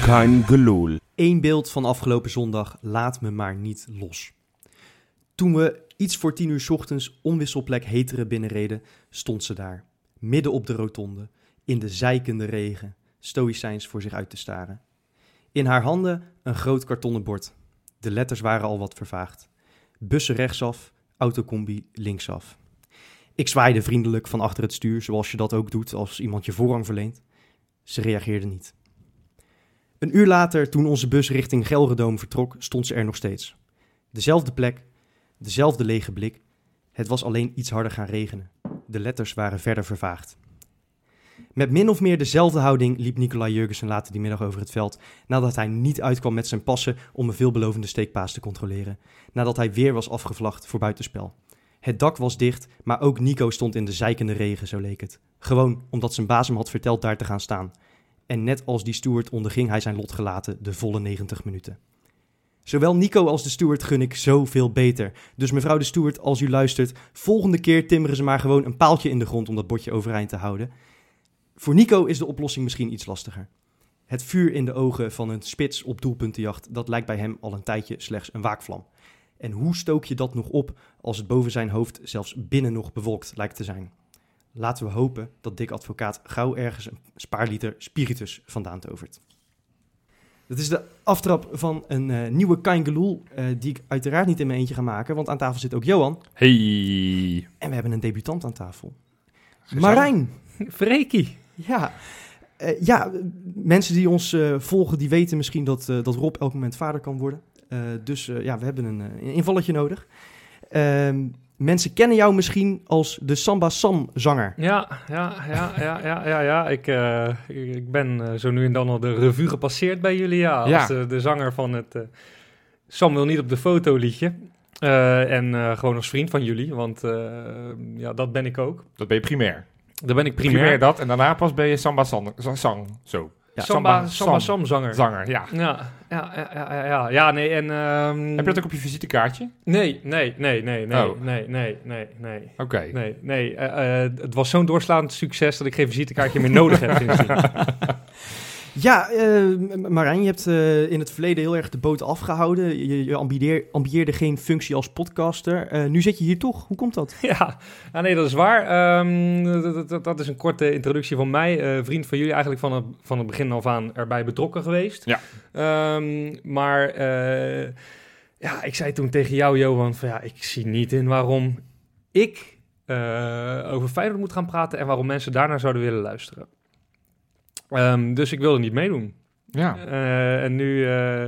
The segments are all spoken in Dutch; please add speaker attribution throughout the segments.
Speaker 1: kein gelul.
Speaker 2: Eén beeld van afgelopen zondag laat me maar niet los. Toen we iets voor tien uur 's ochtends onwisselplek Heteren binnenreden, stond ze daar. Midden op de rotonde, in de zijkende regen, stoïcijns voor zich uit te staren. In haar handen een groot kartonnen bord. De letters waren al wat vervaagd. Bussen rechtsaf, autocombi linksaf. Ik zwaaide vriendelijk van achter het stuur, zoals je dat ook doet als iemand je voorrang verleent. Ze reageerde niet. Een uur later, toen onze bus richting Gelredoom vertrok, stond ze er nog steeds. Dezelfde plek, dezelfde lege blik. Het was alleen iets harder gaan regenen. De letters waren verder vervaagd. Met min of meer dezelfde houding liep Nicolai Jurgensen later die middag over het veld, nadat hij niet uitkwam met zijn passen om een veelbelovende steekpaas te controleren, nadat hij weer was afgevlacht voor buitenspel. Het dak was dicht, maar ook Nico stond in de zeikende regen, zo leek het. Gewoon omdat zijn baas hem had verteld daar te gaan staan. En net als die steward onderging hij zijn lotgelaten de volle 90 minuten. Zowel Nico als de steward gun ik zoveel beter. Dus mevrouw de steward, als u luistert, volgende keer timmeren ze maar gewoon een paaltje in de grond om dat bordje overeind te houden. Voor Nico is de oplossing misschien iets lastiger. Het vuur in de ogen van een spits op doelpuntenjacht, dat lijkt bij hem al een tijdje slechts een waakvlam. En hoe stook je dat nog op als het boven zijn hoofd zelfs binnen nog bewolkt lijkt te zijn? Laten we hopen dat Dick Advocaat gauw ergens een spaarliter spiritus vandaan tovert. Dat is de aftrap van een eh, nieuwe Kaingeloel, eh die ik uiteraard niet in mijn eentje ga maken, want aan tafel zit ook Johan.
Speaker 3: Hey.
Speaker 2: En we hebben een debutant aan tafel. Marijn!
Speaker 3: Freekie.
Speaker 2: Ja, Eh, ja eh, mensen die ons eh, volgen, die weten misschien dat, eh, dat Rob elk moment vader kan worden. Eh, dus eh, ja, we hebben een, eh, een invalletje nodig. Ehm, mensen kennen jou misschien als de Samba Sam zanger.
Speaker 3: Ja, ja, ja, ja, ja, ja. ja. Ik, eh, ik- ik ben eh, zo nu en dan al de revue gepasseerd bij jullie. Ja, als
Speaker 4: Ja.
Speaker 3: eh, de zanger van het eh, Sam wil niet op de foto liedje. Eh, en eh, gewoon als vriend van jullie, want eh, ja, dat ben ik ook.
Speaker 4: Dat ben je primair.
Speaker 3: Daar ben ik
Speaker 4: primair.
Speaker 3: primair.
Speaker 4: dat en daarna pas ben je samba san- sa- sang. Zo.
Speaker 2: Ja.
Speaker 3: Samba,
Speaker 4: Samba-
Speaker 3: Samba
Speaker 4: Sam.
Speaker 3: Sam zanger.
Speaker 4: Zanger, ja.
Speaker 3: Ja, ja, ja, ja, ja, ja. Ja, nee, en... ehm,
Speaker 4: Heb je dat ook op je visitekaartje?
Speaker 3: Nee, nee, nee, nee, nee,
Speaker 4: Oh.
Speaker 3: nee, nee, nee, nee.
Speaker 4: Oké.
Speaker 3: Nee, nee eh, eh, het was zo'n doorslaand succes dat ik geen visitekaartje meer nodig heb sindsdien.
Speaker 2: Ja, eh, M- Marijn, je hebt eh, in het verleden heel erg de boot afgehouden. Je, je ambieer- ambieerde geen functie als podcaster. Eh, nu zit je hier toch. Hoe komt dat?
Speaker 3: ja. ja, nee, dat is waar. Ehm, dat, dat, dat is een korte introductie van mij. Eh, vriend van jullie eigenlijk van het, van het begin af aan erbij betrokken geweest.
Speaker 4: Ja.
Speaker 3: Ehm, maar eh, ja, ik zei toen tegen jou, Johan, van ja, ik zie niet in waarom ik eh, over Feyenoord moet gaan praten en waarom mensen daarnaar zouden willen luisteren. Ehm, dus ik wilde niet meedoen.
Speaker 4: Ja.
Speaker 3: Eh, en nu... eh,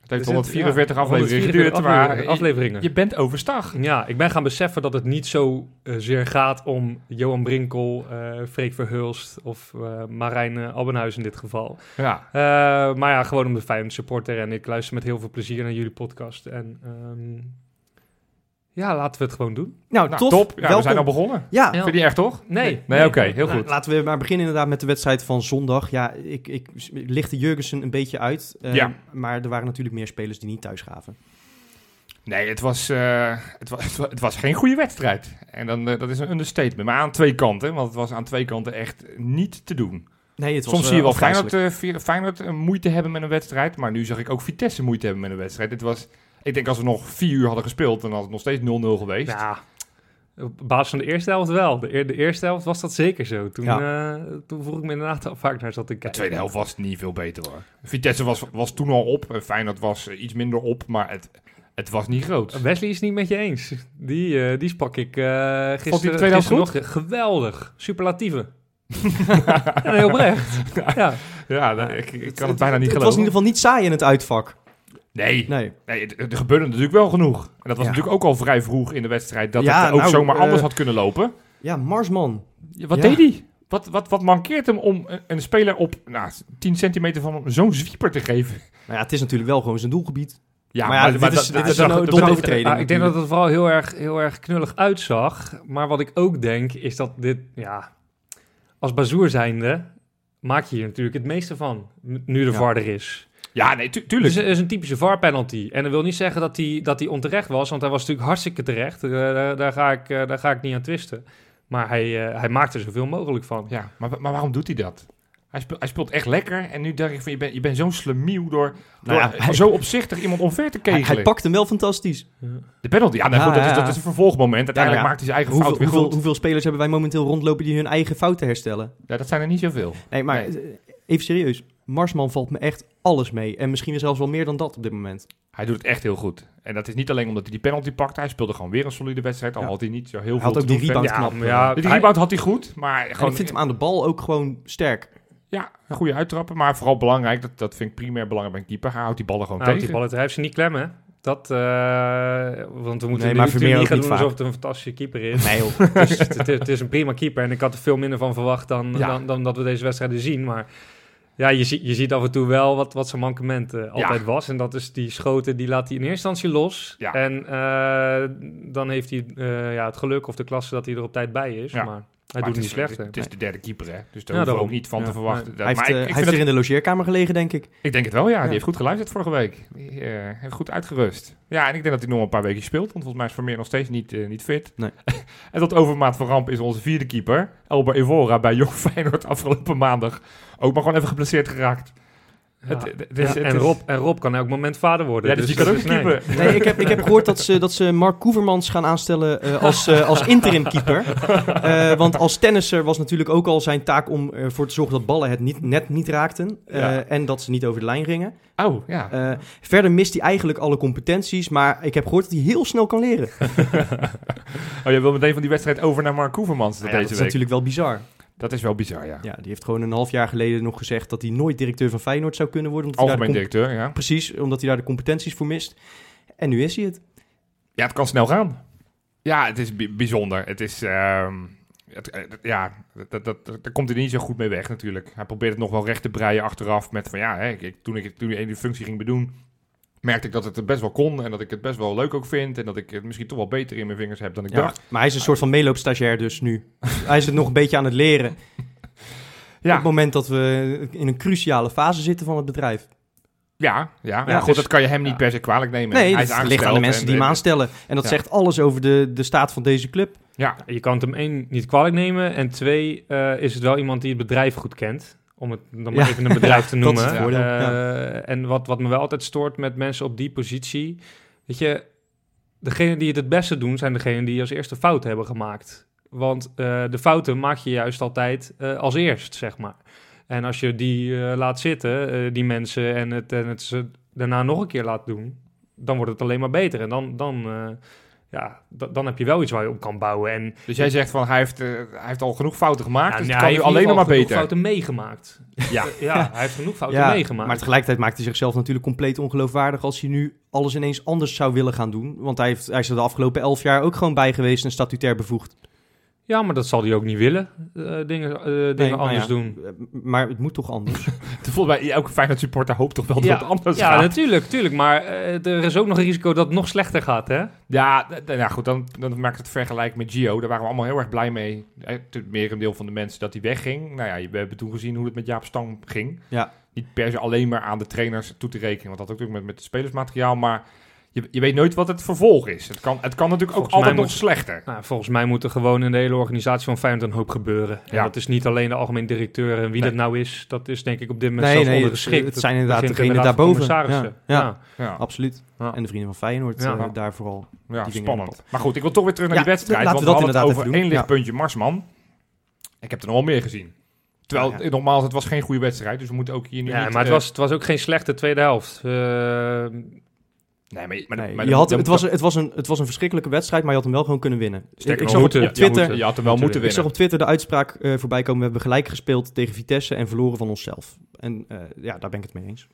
Speaker 4: Het heeft
Speaker 3: Er zit-
Speaker 4: 144
Speaker 3: ja,
Speaker 4: afleveringen
Speaker 3: 144
Speaker 4: geduurd, maar
Speaker 3: afleveringen-
Speaker 4: je,
Speaker 3: afleveringen.
Speaker 4: je bent overstag.
Speaker 3: Ja, ik ben gaan beseffen dat het niet zo eh, zeer gaat om Johan Brinkel, eh Freek Verhulst of eh, Marijn eh, Abbenhuis in dit geval.
Speaker 4: Ja.
Speaker 3: Eh, maar ja, gewoon om de Feyenoord supporter en ik luister met heel veel plezier naar jullie podcast. En ehm, ja, laten we het gewoon doen.
Speaker 2: Nou,
Speaker 4: Nou,
Speaker 2: tof.
Speaker 4: top. Ja, we
Speaker 2: Welkom.
Speaker 4: zijn al begonnen.
Speaker 2: Ja,
Speaker 3: Ja.
Speaker 4: Vind je echt, toch?
Speaker 3: Nee.
Speaker 4: Nee, oké. heel
Speaker 2: Nou,
Speaker 4: goed.
Speaker 2: laten we maar beginnen inderdaad met de wedstrijd van zondag. Ja, ik, ik s- lichtte Jurgensen een beetje uit. eh,
Speaker 4: Ja.
Speaker 2: Maar er waren natuurlijk meer spelers die niet thuis gaven.
Speaker 4: Nee, het was, eh, het, was, het, wa- het was geen goede wedstrijd. En dan, eh, dat is een understatement. Maar aan twee kanten, want het was aan twee kanten echt niet te doen.
Speaker 2: Nee, het was,
Speaker 4: Soms
Speaker 2: eh,
Speaker 4: zie je wel
Speaker 2: afgrijselijk.
Speaker 4: Feyenoord, eh, vi- Feyenoord eh, moeite hebben met een wedstrijd. Maar nu zag ik ook Vitesse moeite hebben met een wedstrijd. Het was, ik denk als we nog vier uur hadden gespeeld, dan had het nog steeds 0-0 geweest.
Speaker 3: Ja, op basis van de eerste helft wel. De, eer- de eerste helft was dat zeker zo. Toen, eh, toen vroeg ik me inderdaad al vaak naar zat te kijken.
Speaker 4: De tweede helft was niet veel beter hoor. Vitesse was, was toen al op. en Feyenoord was eh, iets minder op, maar het, het was niet groot.
Speaker 3: Wesley is het niet met je eens. Die, eh, die sprak ik eh gisteren,
Speaker 4: Vond hij de tweede helft
Speaker 3: gisteren nog. Geweldig. Superlatieve. ja, heel oprecht. Ja.
Speaker 4: Ja, nee, ik, ik kan het bijna niet
Speaker 2: Het was in
Speaker 4: geloven.
Speaker 2: ieder geval niet saai in het uitvak.
Speaker 4: Nee,
Speaker 2: Nee.
Speaker 4: nee het- er gebeurde natuurlijk wel genoeg. En dat was
Speaker 2: Ja.
Speaker 4: natuurlijk ook al vrij vroeg in de wedstrijd. Dat
Speaker 2: Ja,
Speaker 4: het ook
Speaker 2: nou,
Speaker 4: zomaar
Speaker 2: eh,
Speaker 4: anders had kunnen lopen.
Speaker 2: Ja, Marsman.
Speaker 4: Ja, Wat
Speaker 2: Ja.
Speaker 4: deed hij? Wat, wat, wat mankeert hem om een, een speler op nou, 10 centimeter van hem zo'n zwieper te geven?
Speaker 2: Nou ja, het is natuurlijk wel gewoon zijn doelgebied.
Speaker 4: Ja,
Speaker 2: Maar ja, dit is- dit is een domme overtreding.
Speaker 3: Ah, ik
Speaker 2: natuurlijk.
Speaker 3: denk dat het vooral heel erg, heel erg knullig uitzag. Maar wat ik ook denk, is dat dit... Ja, als bazoer zijnde maak je hier natuurlijk het meeste van. m- Nu de
Speaker 2: Ja.
Speaker 3: VAR er is.
Speaker 4: Ja, nee, tu-
Speaker 3: Het
Speaker 4: tuurlijk.
Speaker 3: is,
Speaker 2: Dus, eh,
Speaker 3: het is een typische VAR-penalty. En dat wil niet zeggen dat hij dat die onterecht was. Want hij was natuurlijk hartstikke terecht. Eh, daar, daar ga ik, eh, daar ga ik niet aan twisten. Maar hij, eh, hij maakt er zoveel mogelijk van.
Speaker 4: Ja, maar, wa- maar waarom doet hij dat? Hij speelt, hij speelt echt lekker. En nu dacht ik van, je bent je bent zo'n slemiel door,
Speaker 2: Nou ja,
Speaker 4: door eh,
Speaker 2: hij-
Speaker 4: zo opzichtig iemand omver te
Speaker 2: Hij,
Speaker 4: kegelen.
Speaker 2: hij pakt hem wel fantastisch.
Speaker 4: De penalty. Ja, nou
Speaker 2: Ja,
Speaker 4: goed, dat, is,
Speaker 2: ja, ja.
Speaker 4: dat is een vervolgmoment. Uiteindelijk
Speaker 2: ja.
Speaker 4: maakt hij zijn eigen
Speaker 2: Hoeveel,
Speaker 4: fout weer
Speaker 2: hoeveel,
Speaker 4: goed.
Speaker 2: hoeveel spelers hebben wij momenteel rondlopen die hun eigen fouten herstellen?
Speaker 4: Ja, dat zijn er niet zoveel.
Speaker 2: Nee, maar eh, even serieus. Marsman valt me echt alles mee. En misschien zelfs wel meer dan dat op dit moment.
Speaker 4: Hij doet het echt heel goed. En dat is niet alleen omdat hij die penalty pakte. Hij speelde gewoon weer een solide wedstrijd. Al
Speaker 2: Ja.
Speaker 4: had hij niet zo heel
Speaker 2: Hij
Speaker 4: veel
Speaker 2: had ook
Speaker 4: te
Speaker 2: die
Speaker 4: doen verder.
Speaker 2: rebound
Speaker 3: Ja,
Speaker 2: knap.
Speaker 3: maar ja,
Speaker 2: eh.
Speaker 4: Die
Speaker 3: Hij-
Speaker 4: rebound had hij goed, maar
Speaker 2: En
Speaker 4: gewoon
Speaker 2: ik vind hem aan de bal ook gewoon sterk.
Speaker 4: ja, een goede uittrappen. Maar vooral belangrijk, dat, dat vind ik primair belangrijk bij een keeper. Hij houdt die ballen gewoon
Speaker 3: Hij houdt
Speaker 4: tegen.
Speaker 3: Nou, die ballen, hij heeft ze niet klemmen. hè. Dat, eh, want we moeten
Speaker 2: Nee, maar
Speaker 3: nu natuurlijk
Speaker 2: Vermeer ook
Speaker 3: niet gaan
Speaker 2: niet
Speaker 3: doen
Speaker 2: vaak.
Speaker 3: alsof het een fantastische keeper is.
Speaker 2: Nee joh.
Speaker 3: het, is, het, is- het is een prima keeper en ik had er veel minder van verwacht dan,
Speaker 4: Ja.
Speaker 3: dan, dan dat we deze wedstrijden zien. Maar ja, je, zie- je ziet af en toe wel wat, wat zijn mankement eh, altijd was. En dat is die schoten, die laat hij in eerste instantie los.
Speaker 4: Ja.
Speaker 3: En eh, dan heeft hij eh, ja, het geluk of de klasse dat hij er op tijd bij is.
Speaker 4: Ja.
Speaker 3: Maar hij
Speaker 4: Maar
Speaker 3: doet
Speaker 4: het
Speaker 3: niet
Speaker 4: is-
Speaker 3: slecht. hè.
Speaker 4: Het is de derde keeper, hè. Dus
Speaker 3: Ja,
Speaker 4: daar hoeven we
Speaker 3: daarom.
Speaker 4: ook niet van
Speaker 3: Ja.
Speaker 4: te verwachten. Dat-
Speaker 2: Hij heeft,
Speaker 4: maar ik,
Speaker 2: eh,
Speaker 4: ik
Speaker 2: hij
Speaker 4: vind
Speaker 2: heeft er
Speaker 4: het-
Speaker 2: in de logeerkamer gelegen, denk ik.
Speaker 4: ik denk het wel, ja.
Speaker 2: Ja.
Speaker 4: Die heeft goed geluisterd vorige week. Die eh, heeft goed uitgerust. Ja, en ik denk dat hij nog een paar weken speelt. Want volgens mij is Vermeer nog steeds niet, eh, niet fit.
Speaker 2: Nee.
Speaker 4: en tot overmaat van ramp is onze vierde keeper. Elber Evora bij Jong Feyenoord afgelopen maandag. Ook maar gewoon even geblesseerd geraakt.
Speaker 3: Ja.
Speaker 4: Het- het is-
Speaker 3: Ja,
Speaker 4: het
Speaker 3: en,
Speaker 4: is-
Speaker 3: Rob, en Rob kan elk moment vader worden.
Speaker 4: Ja, dus die kan
Speaker 3: dat
Speaker 4: ook
Speaker 3: is- nee.
Speaker 4: keeper.
Speaker 2: Nee, ik heb, ik heb gehoord dat ze, dat ze Mark Koevermans gaan aanstellen eh, als, eh, als interim keeper. Eh, want als tennisser was natuurlijk ook al zijn taak om ervoor te zorgen dat ballen het niet, net niet raakten. eh,
Speaker 4: Ja.
Speaker 2: En dat ze niet over de lijn gingen.
Speaker 4: Oh, ja.
Speaker 2: Eh, verder mist hij eigenlijk alle competenties. Maar ik heb gehoord dat hij heel snel kan leren.
Speaker 4: Oh, jij wil meteen van die wedstrijd over naar Mark Koevermans
Speaker 2: Nou ja, dat
Speaker 4: deze
Speaker 2: is
Speaker 4: week.
Speaker 2: natuurlijk wel bizar.
Speaker 4: Dat is wel bizar, ja.
Speaker 2: Ja, die heeft gewoon een half jaar geleden nog gezegd dat hij nooit directeur van Feyenoord zou kunnen worden. Omdat hij daar
Speaker 4: Algemeen
Speaker 2: de com-
Speaker 4: directeur, ja.
Speaker 2: precies, omdat hij daar de competenties voor mist. En nu is hij het.
Speaker 4: Ja, het kan snel gaan. Ja, het is bi- bijzonder. Het is... ehm, het, eh, dat- ja, dat, dat, dat- daar komt hij niet zo goed mee weg natuurlijk. Hij probeert het nog wel recht te breien achteraf met van ja, hè, ik- ik, toen ik toen ik die functie ging bedoen, merkte ik dat het best wel kon en dat ik het best wel leuk ook vind en dat ik het misschien toch wel beter in mijn vingers heb dan ik
Speaker 2: Ja,
Speaker 4: dacht.
Speaker 2: maar hij is een soort van meeloopstagiair dus nu. hij is het nog een beetje aan het leren. Op
Speaker 4: Ja,
Speaker 2: het moment dat we in een cruciale fase zitten van het bedrijf.
Speaker 4: ja, ja.
Speaker 2: Ja,
Speaker 4: ja goed,
Speaker 2: dus-
Speaker 4: dat kan je hem niet
Speaker 2: ja.
Speaker 4: per se kwalijk nemen.
Speaker 2: Nee,
Speaker 4: hij
Speaker 2: dat
Speaker 4: is
Speaker 2: ligt aan de
Speaker 4: aangesteld
Speaker 2: mensen
Speaker 4: en- eh,
Speaker 2: die hem
Speaker 4: en-
Speaker 2: aanstellen. En dat
Speaker 4: Ja.
Speaker 2: zegt alles over de, de staat van deze club.
Speaker 4: Ja,
Speaker 3: Je kan het hem één niet kwalijk nemen. En twee, eh, is het wel iemand die het bedrijf goed kent. Om het dan maar
Speaker 2: Ja.
Speaker 3: even een bedrijf te
Speaker 2: Dat is
Speaker 3: noemen.
Speaker 2: het voordeel,
Speaker 3: Eh,
Speaker 2: ja.
Speaker 3: En wat, wat me wel altijd stoort met mensen op die positie. Weet je, degenen die het het beste doen, zijn degenen die als eerste fouten hebben gemaakt. Want eh, de fouten maak je juist altijd eh, als eerst, zeg maar. En als je die eh, laat zitten, eh, die mensen, en het, en het ze daarna nog een keer laat doen, dan wordt het alleen maar beter. En dan, dan, eh, ja, da- dan heb je wel iets waar je op kan bouwen. En
Speaker 4: dus jij zegt van hij heeft, eh, hij heeft al genoeg fouten gemaakt,
Speaker 3: ja,
Speaker 4: dus
Speaker 3: nee,
Speaker 4: het kan nu
Speaker 3: heeft in
Speaker 4: alleen nog
Speaker 3: ieder
Speaker 4: maar
Speaker 3: geval
Speaker 4: beter.
Speaker 3: genoeg fouten meegemaakt.
Speaker 4: Ja.
Speaker 3: ja, hij heeft genoeg fouten
Speaker 2: Ja,
Speaker 3: meegemaakt.
Speaker 2: Maar tegelijkertijd maakt hij zichzelf natuurlijk compleet ongeloofwaardig als hij nu alles ineens anders zou willen gaan doen. Want hij, heeft, hij is er de afgelopen elf jaar ook gewoon bij geweest en statutair bevoegd.
Speaker 3: ja, maar dat zal hij ook niet willen, eh, dingen, eh, dingen
Speaker 2: Nee, nou
Speaker 3: anders
Speaker 2: ja,
Speaker 3: doen.
Speaker 2: eh, Maar het moet toch anders?
Speaker 4: Volgens mij, elke Feyenoord supporter hoopt toch wel dat het anders
Speaker 3: ja
Speaker 4: gaat.
Speaker 3: natuurlijk, natuurlijk. Maar eh, er is ook nog een risico dat het nog slechter gaat, hè?
Speaker 4: Ja, d- d- nou goed, dan, dan maak ik het vergelijk met Gio. Daar waren we allemaal heel erg blij mee. Eh, Het merendeel van de mensen dat hij wegging. Nou ja, we hebben toen gezien hoe het met Jaap Stam ging.
Speaker 2: Ja.
Speaker 4: Niet per se alleen maar aan de trainers toe te rekenen. Want dat had ook natuurlijk met, met het spelersmateriaal. Maar je, je weet nooit wat het vervolg is. Het kan, het kan natuurlijk ook
Speaker 3: Volgens mij
Speaker 4: altijd nog
Speaker 3: moet-
Speaker 4: slechter.
Speaker 3: Nou, volgens mij moet er gewoon in de hele organisatie van Feyenoord een hoop gebeuren. En
Speaker 4: Ja.
Speaker 3: dat is niet alleen de algemeen directeur en wie
Speaker 4: Nee.
Speaker 3: dat nou is. Dat is denk ik op dit moment
Speaker 2: nee,
Speaker 3: zelfs
Speaker 2: nee, het,
Speaker 3: ondergeschikt.
Speaker 2: het
Speaker 3: Dat
Speaker 2: zijn inderdaad
Speaker 3: begint
Speaker 2: degenen
Speaker 3: inderdaad
Speaker 2: daarboven.
Speaker 3: van commissarissen.
Speaker 2: Ja, ja,
Speaker 3: ja.
Speaker 4: Ja,
Speaker 2: absoluut.
Speaker 4: Ja.
Speaker 2: En de vrienden van Feyenoord
Speaker 3: Ja.
Speaker 2: eh, daar vooral.
Speaker 4: ja,
Speaker 2: die dingen
Speaker 4: spannend. Maar goed, ik wil toch weer terug naar
Speaker 2: Ja,
Speaker 4: die wedstrijd.
Speaker 2: laten we
Speaker 4: Want
Speaker 2: dat
Speaker 4: we hadden
Speaker 2: inderdaad
Speaker 4: het over
Speaker 2: even
Speaker 4: één
Speaker 2: doen.
Speaker 4: lichtpuntje Marsman. Ik heb er nog wel meer gezien. Terwijl,
Speaker 2: Ja.
Speaker 4: eh, nogmaals, het was geen goede wedstrijd. Dus we moeten ook hier nu
Speaker 3: Ja,
Speaker 4: niet,
Speaker 3: maar het
Speaker 4: eh,
Speaker 3: was, het was ook geen slechte tweede helft. Eh,
Speaker 4: Nee, maar, maar,
Speaker 2: Nee,
Speaker 4: maar
Speaker 2: je
Speaker 4: dan-
Speaker 2: had,
Speaker 4: dan-
Speaker 2: het, was, het, was een, het was een verschrikkelijke wedstrijd, maar je had hem wel gewoon kunnen winnen. Ik,
Speaker 4: Sterker
Speaker 2: ik
Speaker 4: nog,
Speaker 2: zag op,
Speaker 3: moeten,
Speaker 2: op
Speaker 4: ja,
Speaker 2: Twitter,
Speaker 4: moeten. Je had hem wel moeten
Speaker 2: ik
Speaker 4: winnen.
Speaker 2: zag op Twitter de uitspraak eh, voorbij komen: we hebben gelijk gespeeld tegen Vitesse en verloren van onszelf. En eh, ja, daar ben ik het mee eens.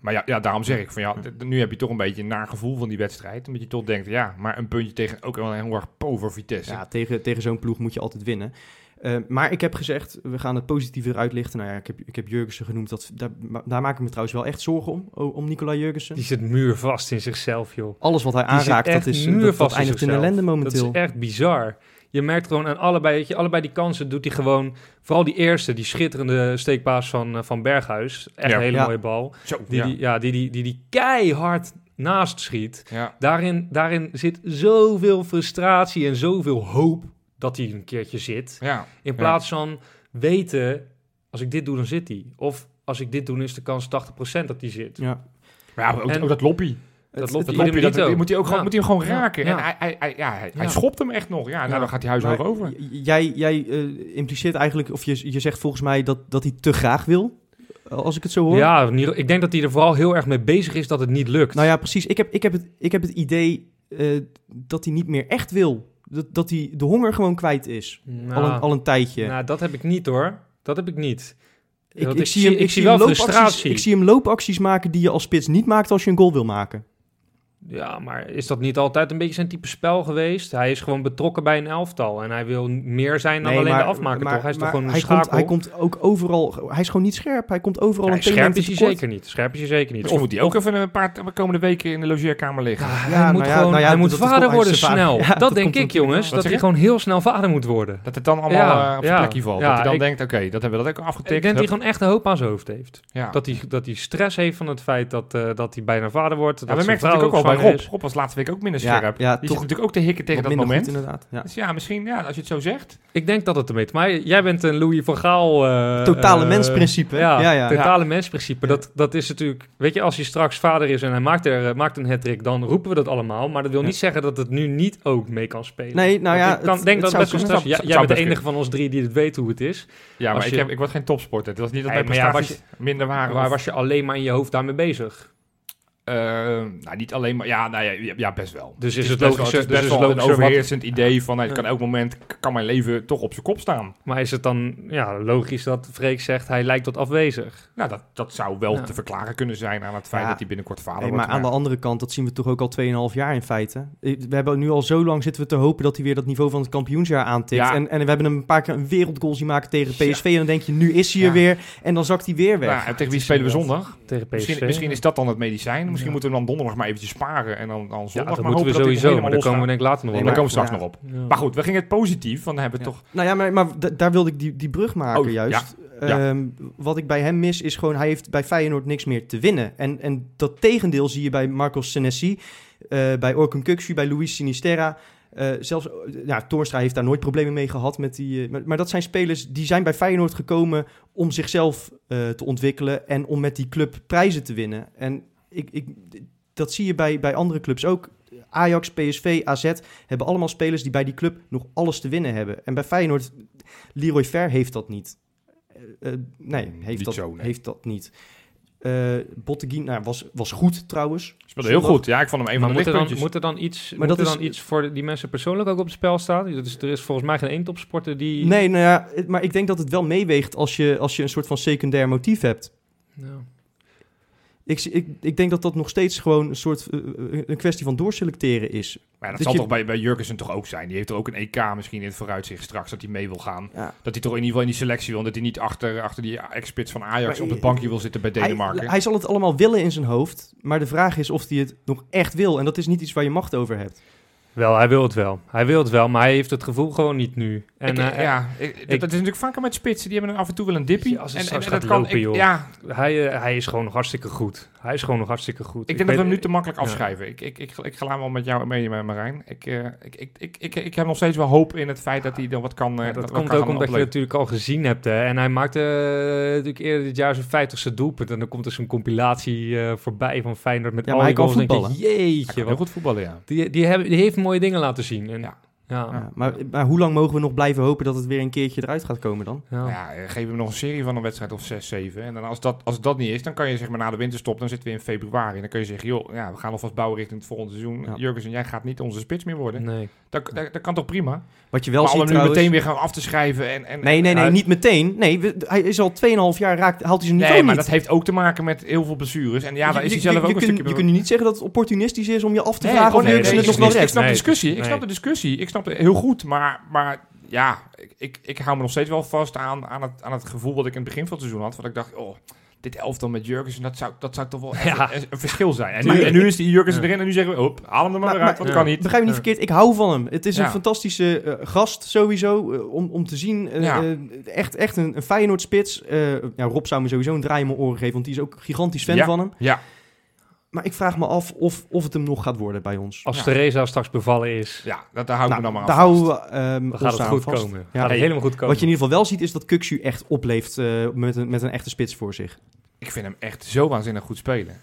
Speaker 4: Maar ja, ja, daarom zeg ik van ja, d- d- nu heb je toch een beetje een naar gevoel van die wedstrijd. Omdat je toch denkt, ja, maar een puntje tegen ook wel een heel erg pover
Speaker 3: Dus
Speaker 4: Vitesse.
Speaker 2: Ja, tegen, tegen zo'n ploeg moet je altijd winnen. Eh, maar ik heb gezegd, we gaan het positief weer uitlichten. Nou ja, ik heb, ik heb Jurgensen genoemd. Dat, daar, ma- daar maak ik me trouwens wel echt zorgen om, o- om Nicola Jurgensen.
Speaker 3: die zit muurvast in zichzelf, joh.
Speaker 2: Alles wat hij
Speaker 3: die zit
Speaker 2: aanraakt, dat,
Speaker 3: echt
Speaker 2: is, dat, dat
Speaker 3: muurvast in
Speaker 2: eindigt in
Speaker 3: zichzelf.
Speaker 2: ellende
Speaker 3: Dat
Speaker 2: momenteel.
Speaker 3: is echt bizar. Je merkt gewoon aan allebei, weet je, allebei die kansen doet hij gewoon. Vooral die eerste, die schitterende steekpaas van, eh, van Berghuis. Echt
Speaker 4: Ja.
Speaker 3: een hele
Speaker 2: Ja.
Speaker 3: mooie bal.
Speaker 4: Zo,
Speaker 3: Die,
Speaker 4: ja.
Speaker 3: Die, ja, die, die, die, die keihard naast schiet.
Speaker 4: ja.
Speaker 3: Daarin, daarin zit zoveel frustratie en zoveel hoop dat hij een keertje zit.
Speaker 4: Ja.
Speaker 3: In plaats van weten, Als ik dit doe, dan zit hij. Of als ik dit doe, is de kans 80% dat hij zit.
Speaker 2: Ja.
Speaker 4: Maar ja, ook,
Speaker 3: En-
Speaker 4: ook dat loppie.
Speaker 3: Dat
Speaker 2: Het-
Speaker 3: loopt
Speaker 4: Dat
Speaker 2: het-
Speaker 3: Ieder
Speaker 4: loppie, dat,
Speaker 3: Milito.
Speaker 4: dat moet hij ook gewoon,
Speaker 3: Ja.
Speaker 4: moet hij hem gewoon
Speaker 3: Ja.
Speaker 4: raken. En
Speaker 3: Ja.
Speaker 4: hij, hij, hij, ja, hij, hij
Speaker 3: Ja.
Speaker 4: schopt hem echt nog. Ja, nou,
Speaker 3: Ja.
Speaker 4: dan gaat hij huis
Speaker 2: Maar-
Speaker 4: hoog over.
Speaker 2: J- Jij, jij eh, impliceert eigenlijk, of je, je zegt volgens mij dat, dat hij te graag wil, als ik het zo hoor.
Speaker 3: Ja, in ieder- ik denk dat hij er vooral heel erg mee bezig is dat het niet lukt.
Speaker 2: Nou ja, precies. Ik heb, ik heb, het, ik heb het idee eh, dat hij niet meer echt wil. Dat, dat hij de honger gewoon kwijt is.
Speaker 3: Nou,
Speaker 2: Al, een, al een tijdje.
Speaker 3: nou, dat heb ik niet hoor. Dat heb ik niet.
Speaker 2: ik,
Speaker 3: want
Speaker 2: ik
Speaker 3: ik
Speaker 2: zie
Speaker 3: zie-
Speaker 2: hem,
Speaker 3: ik
Speaker 2: ik
Speaker 3: zie
Speaker 2: zie hem
Speaker 3: wel
Speaker 2: loopacties,
Speaker 3: frustratie.
Speaker 2: ik zie hem loopacties maken die je als spits niet maakt als je een goal wil maken.
Speaker 3: Ja, maar is dat niet altijd een beetje zijn type spel geweest? Hij is gewoon betrokken bij een elftal. En hij wil meer zijn dan alleen de afmaker,
Speaker 2: maar-
Speaker 3: toch? Hij is
Speaker 2: maar
Speaker 3: toch gewoon een
Speaker 2: hij
Speaker 3: schakel?
Speaker 2: komt, hij komt ook overal... Hij is gewoon niet scherp. Hij komt overal
Speaker 3: Ja,
Speaker 2: een
Speaker 3: scherp
Speaker 2: tegenhanger
Speaker 3: is hij
Speaker 2: tekort.
Speaker 3: zeker niet. Scherp is hij zeker niet.
Speaker 4: Misschien moet hij ook even een paar de komende weken in de logeerkamer liggen.
Speaker 3: Ja,
Speaker 2: Ja,
Speaker 3: hij moet,
Speaker 2: nou ja,
Speaker 3: gewoon,
Speaker 2: nou ja,
Speaker 3: hij
Speaker 2: dat-
Speaker 3: moet
Speaker 2: dat- dat
Speaker 3: vader
Speaker 2: komt- hij
Speaker 3: worden
Speaker 2: is zijn
Speaker 3: snel.
Speaker 2: vader. Ja,
Speaker 3: dat,
Speaker 2: dat
Speaker 3: denk
Speaker 2: komt
Speaker 3: ik, jongens.
Speaker 2: natuurlijk
Speaker 3: Dat
Speaker 4: wel.
Speaker 3: hij
Speaker 4: Wat zeg
Speaker 3: gewoon heel snel vader moet worden.
Speaker 4: Dat het dan allemaal
Speaker 3: Ja,
Speaker 4: eh, op zijn
Speaker 3: ja,
Speaker 4: plekje valt.
Speaker 3: ja,
Speaker 4: dat hij dan
Speaker 3: ik-
Speaker 4: denkt, oké, dat hebben we dat ook
Speaker 3: Ik
Speaker 4: afgetikt.
Speaker 3: denk dat hij
Speaker 4: Hup,
Speaker 3: gewoon echt een hoop aan zijn hoofd heeft.
Speaker 4: ja.
Speaker 3: Dat hij, dat hij stress heeft van het feit dat, eh, dat hij bijna vader wordt.
Speaker 4: Ja,
Speaker 3: dat
Speaker 4: we
Speaker 3: zijn
Speaker 4: merkten natuurlijk
Speaker 3: vrouw
Speaker 4: ook al bij Rob.
Speaker 3: zwanger
Speaker 4: Rob was laatste week ook minder
Speaker 2: Ja,
Speaker 4: scherp.
Speaker 2: ja,
Speaker 4: die
Speaker 2: toch
Speaker 4: zit natuurlijk ook te hikken tegen
Speaker 2: Wat
Speaker 4: dat
Speaker 2: minder
Speaker 4: moment.
Speaker 2: goed, inderdaad. Ja.
Speaker 4: dus ja, misschien, ja, als je het zo zegt.
Speaker 3: is. Ik denk dat het ermee te maken Jij bent een Louis van Gaal... eh,
Speaker 2: Totale
Speaker 3: eh,
Speaker 2: mensprincipe.
Speaker 3: Ja,
Speaker 2: Ja, ja.
Speaker 3: totale mensprincipe. Dat, dat is natuurlijk... Weet je, als hij straks vader is en hij maakt, er, eh, maakt een hat dan roepen we dat allemaal. Maar dat wil
Speaker 2: Ja.
Speaker 3: niet zeggen dat het nu niet ook mee kan spelen.
Speaker 2: Nee, nou
Speaker 3: Want
Speaker 2: ja,
Speaker 3: Ik kan,
Speaker 2: het-
Speaker 3: denk
Speaker 2: het
Speaker 3: dat
Speaker 2: zou
Speaker 3: best wel
Speaker 4: kunnen.
Speaker 3: stress... Jij-
Speaker 4: Zou-
Speaker 3: Jij
Speaker 4: zou
Speaker 3: bent de
Speaker 4: best
Speaker 3: enige van ons drie die het weet hoe het is.
Speaker 4: Ja, maar
Speaker 3: Als
Speaker 4: ik,
Speaker 3: je-
Speaker 4: heb, ik word geen topsporter. Het was niet dat
Speaker 3: Nee,
Speaker 4: mijn
Speaker 3: maar ja,
Speaker 4: prestaties minder waren.
Speaker 3: Waar
Speaker 4: of-
Speaker 3: was je alleen maar in je hoofd daarmee bezig?
Speaker 4: Eh, nou, niet alleen maar... Ja, nou, ja, ja, ja, best wel.
Speaker 3: Dus is
Speaker 4: Het
Speaker 3: het
Speaker 4: is best wel,
Speaker 3: logisch...
Speaker 4: het is best wel een
Speaker 3: overheer.
Speaker 4: overheersend idee van... nou, het kan elk moment k- kan mijn leven toch op zijn kop staan.
Speaker 3: Maar is het dan ja, logisch dat Freek zegt hij lijkt wat afwezig?
Speaker 4: Nou, dat, dat zou wel
Speaker 3: Ja.
Speaker 4: te verklaren kunnen zijn aan het feit
Speaker 2: Ja.
Speaker 4: dat hij binnenkort vader
Speaker 2: Nee, maar
Speaker 4: wordt.
Speaker 2: aan de andere kant, dat zien we toch ook al 2,5 jaar in feite. Eh, We hebben nu al zo lang zitten we te hopen dat hij weer dat niveau van het kampioensjaar aantikt.
Speaker 4: Ja.
Speaker 2: En, en we hebben hem een paar keer een wereldgoal zien maken tegen PSV. En dan denk je, nu is hij er
Speaker 4: Ja.
Speaker 2: weer. En dan zakt hij weer weg.
Speaker 4: Nou, en tegen wie spelen we zondag?
Speaker 3: Tegen PSV.
Speaker 4: Misschien, misschien is dat dan het medicijn. Misschien
Speaker 3: Ja.
Speaker 4: moeten we hem dan donderdag maar eventjes sparen. En dan, dan
Speaker 3: ja,
Speaker 4: zondag
Speaker 3: dat
Speaker 4: maar
Speaker 3: moeten we
Speaker 4: hopen dat hij
Speaker 3: sowieso,
Speaker 4: helemaal
Speaker 3: maar daar
Speaker 4: losgaat.
Speaker 3: komen we denk ik later nog
Speaker 2: Nee,
Speaker 3: wel
Speaker 4: Daar
Speaker 2: maar-
Speaker 4: komen we straks
Speaker 2: ja.
Speaker 4: nog op.
Speaker 3: op. Ja.
Speaker 4: Maar goed, we gingen het positief. Want dan hebben we
Speaker 2: Ja.
Speaker 4: toch...
Speaker 2: Nou ja, maar, maar da- daar wilde ik die, die brug maken
Speaker 4: Oh,
Speaker 2: juist.
Speaker 4: ja.
Speaker 2: Ehm, wat ik bij hem mis is gewoon, hij heeft bij Feyenoord niks meer te winnen. En, en dat tegendeel zie je bij Marcos Senesi, eh, bij Orkun Kuksu, bij Luis Sinisterra. Eh, zelfs, eh, nou, Torstra heeft daar nooit problemen mee gehad. Met die, eh, maar, maar dat zijn spelers die zijn bij Feyenoord gekomen om zichzelf eh, te ontwikkelen en om met die club prijzen te winnen. En ik, ik, dat zie je bij, bij andere clubs ook. Ajax, PSV, AZ hebben allemaal spelers die bij die club nog alles te winnen hebben. En bij Feyenoord, Leroy Ver heeft dat niet. Eh, eh, nee,
Speaker 4: Niet
Speaker 2: heeft, dat,
Speaker 4: zo, nee.
Speaker 2: heeft dat niet. Eh Botteguin nou, was, was goed trouwens.
Speaker 4: Speelde heel
Speaker 2: Zondag.
Speaker 4: goed. Ja, ik vond hem een
Speaker 3: Maar
Speaker 4: van de
Speaker 3: moet, er dan,
Speaker 4: lichtpuntjes.
Speaker 3: moet er dan iets,
Speaker 2: Maar dat
Speaker 3: moet er dan
Speaker 2: is-
Speaker 3: iets voor die mensen persoonlijk ook op het spel staan? Dus er is volgens mij geen één topsporter die...
Speaker 2: Nee, nou ja, het- maar ik denk dat het wel meeweegt als je, als je een soort van secundair motief hebt.
Speaker 3: Ja.
Speaker 2: Ik, zie- ik, ik denk dat dat nog steeds gewoon een soort eh, eh, een kwestie van doorselecteren is.
Speaker 4: Maar ja, dat,
Speaker 2: Dat
Speaker 4: zal
Speaker 2: je-
Speaker 4: toch bij, bij Jurgensen toch ook zijn. Die heeft er ook een EK misschien in het vooruitzicht straks dat hij mee wil gaan.
Speaker 2: Ja.
Speaker 4: Dat hij toch in ieder geval in die selectie wil. en Dat hij niet achter, achter die ex-spits van Ajax
Speaker 2: Maar
Speaker 4: op de
Speaker 2: i-
Speaker 4: bankje wil zitten bij
Speaker 2: Hij,
Speaker 4: Denemarken.
Speaker 2: hij zal het allemaal willen in zijn hoofd, maar de vraag is of hij het nog echt wil. En dat is niet iets waar je macht over hebt.
Speaker 3: Wel, hij wil het wel. Hij wil het wel, maar hij heeft het gevoel gewoon niet nu. En
Speaker 4: Ik-
Speaker 3: eh,
Speaker 4: ja, ik- dat- dat is natuurlijk vaker met spitsen. Die hebben dan af en toe wel een dippie.
Speaker 3: Ja, als het straks gaat lopen,
Speaker 4: ik,
Speaker 3: joh.
Speaker 4: Ja,
Speaker 3: hij, eh, hij is gewoon nog hartstikke goed. Hij is gewoon nog hartstikke goed.
Speaker 4: ik denk dat we
Speaker 3: weet-
Speaker 4: hem nu te makkelijk
Speaker 3: ja.
Speaker 4: afschrijven. Ik, ik, ik, ik ga wel met jou mee, eh, Marijn. Ik, eh, ik, ik, ik, ik, ik heb nog steeds wel hoop in het feit dat hij dan wat kan. eh,
Speaker 3: Ja, dat,
Speaker 4: wat
Speaker 3: komt
Speaker 4: kan
Speaker 3: ook
Speaker 4: gaan
Speaker 3: omdat je
Speaker 4: opleveren.
Speaker 3: natuurlijk al gezien hebt. Hè? En hij maakte eh, natuurlijk eerder dit jaar zijn vijftigste doelpunt. En dan komt er zo'n compilatie eh, voorbij van Feyenoord met
Speaker 2: Ja,
Speaker 3: al
Speaker 2: maar
Speaker 3: die
Speaker 2: hij kan
Speaker 3: goals. Dan denk je,
Speaker 4: Hij
Speaker 3: Jeetje,
Speaker 4: kan heel
Speaker 3: wat,
Speaker 4: goed voetballen, ja.
Speaker 3: die, die, hebben- die heeft mooie dingen laten zien. En,
Speaker 4: Ja.
Speaker 3: ja.
Speaker 2: Ja, maar, maar hoe lang mogen we nog blijven hopen dat het weer een keertje eruit gaat komen dan?
Speaker 3: ja.
Speaker 4: Nou Ja, eh, geef hem nog een serie van een wedstrijd of 6, 7. En dan als dat, als dat niet is, dan kan je zeg maar na de winterstop, dan zitten we in februari. En dan kun je zeggen, joh, ja, we gaan alvast bouwen richting het volgende seizoen.
Speaker 2: Ja.
Speaker 4: Jurgensen, jij gaat niet onze spits meer worden.
Speaker 3: Nee.
Speaker 4: Dat, dat, dat kan toch prima?
Speaker 2: Wat je wel
Speaker 4: maar om
Speaker 2: ziet
Speaker 4: hem nu
Speaker 2: trouwens...
Speaker 4: meteen weer gaan af te schrijven en... en
Speaker 2: Nee, nee, nee,
Speaker 4: Ja,
Speaker 2: niet meteen. Nee, we- hij is al 2,5 jaar raakt, haalt hij zijn
Speaker 4: Nee,
Speaker 2: niveau
Speaker 4: maar
Speaker 2: niet.
Speaker 4: dat heeft ook te maken met heel veel blessures. En ja, daar is
Speaker 2: je,
Speaker 4: hij zelf
Speaker 2: je-
Speaker 4: ook
Speaker 2: je
Speaker 4: een
Speaker 2: kunt,
Speaker 4: stukje...
Speaker 2: Je kunt niet zeggen dat het opportunistisch is om je af te
Speaker 4: Nee,
Speaker 2: vragen
Speaker 4: oh,
Speaker 2: of
Speaker 4: nee,
Speaker 2: Jurgensen
Speaker 4: nee,
Speaker 2: het nog
Speaker 4: ik-
Speaker 2: wel
Speaker 4: ik- Ik
Speaker 2: redt.
Speaker 4: snap de
Speaker 3: Nee,
Speaker 4: discussie, ik
Speaker 3: nee.
Speaker 4: snap de discussie. Ik snap het heel goed, maar... maar ja, ik, ik, ik hou me nog steeds wel vast aan, aan, het, aan het gevoel wat ik in het begin van het seizoen had. Want ik dacht, oh, dit elftal met Jurgensen, dat zou, dat zou toch wel echt
Speaker 3: Ja.
Speaker 4: een, een verschil zijn. En,
Speaker 2: Tuurlijk.
Speaker 4: nu- en nu is die Jurgensen
Speaker 3: Ja.
Speaker 4: erin en nu zeggen we, hop, haal hem
Speaker 2: Maar-
Speaker 4: er maar, weer uit,
Speaker 2: maar-
Speaker 4: want dat kan
Speaker 3: Ja.
Speaker 4: niet. Eh.
Speaker 2: Begrijp me niet
Speaker 3: Ja.
Speaker 2: verkeerd, ik hou van hem. Het is
Speaker 4: Ja.
Speaker 2: een fantastische eh, gast sowieso, eh, om, om te zien. eh,
Speaker 4: Ja.
Speaker 2: eh, echt, echt een, een Feyenoord-spits. Eh, nou, Rob zou me sowieso een draai in mijn oren geven, want die is ook gigantisch fan
Speaker 4: Ja.
Speaker 2: van hem.
Speaker 4: Ja,
Speaker 2: Maar ik vraag me af of, of het hem nog gaat worden bij ons.
Speaker 3: Als
Speaker 4: Ja.
Speaker 3: Theresa straks bevallen is,
Speaker 4: Ja, dat, daar hou ik
Speaker 2: Nou,
Speaker 4: me dan maar
Speaker 2: daar
Speaker 4: aan vast.
Speaker 2: houden we ehm
Speaker 3: dan
Speaker 2: ons
Speaker 3: gaat het
Speaker 2: aan
Speaker 3: goed
Speaker 2: vast.
Speaker 3: komen.
Speaker 2: Ja,
Speaker 3: gaat het
Speaker 2: ik-
Speaker 3: helemaal goed komen.
Speaker 2: Wat je in ieder geval wel ziet, is dat Kuxu echt opleeft eh, met, een, met een echte spits voor zich.
Speaker 4: Ik vind hem echt zo waanzinnig goed spelen.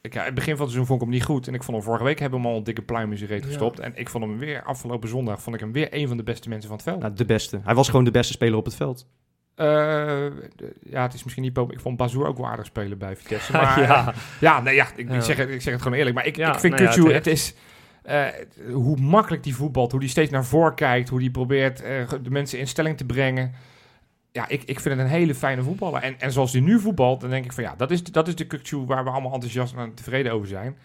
Speaker 4: Ik, ja, het begin van het seizoen vond ik hem niet goed. En ik vond hem vorige week hebben we hem al een dikke pluim in zijn reet
Speaker 3: Ja.
Speaker 4: gestopt. En ik vond hem weer afgelopen zondag vond ik hem weer een van de beste mensen van het veld.
Speaker 2: Nou, de beste. Hij was gewoon de beste speler op het veld.
Speaker 4: Eh, d- ja, het is misschien niet... pop- Ik vond Bazoer ook wel aardig spelen bij Vitesse.
Speaker 3: Ja,
Speaker 4: Maar, ja.
Speaker 3: ja.
Speaker 4: nee, ja, ik,
Speaker 3: Ja.
Speaker 4: Ik, zeg het, ik zeg het gewoon eerlijk. Maar ik,
Speaker 3: Ja,
Speaker 4: ik vind
Speaker 3: nou ja,
Speaker 4: Kutsu,
Speaker 3: terecht.
Speaker 4: het is... eh, hoe makkelijk die voetbalt, hoe die steeds naar voren kijkt, hoe die probeert eh, de mensen in stelling te brengen. Ja, ik, ik vind het een hele fijne voetballer. En, en zoals hij nu voetbalt, dan denk ik van ja, dat is, dat is de Kukçu waar we allemaal enthousiast en tevreden over zijn.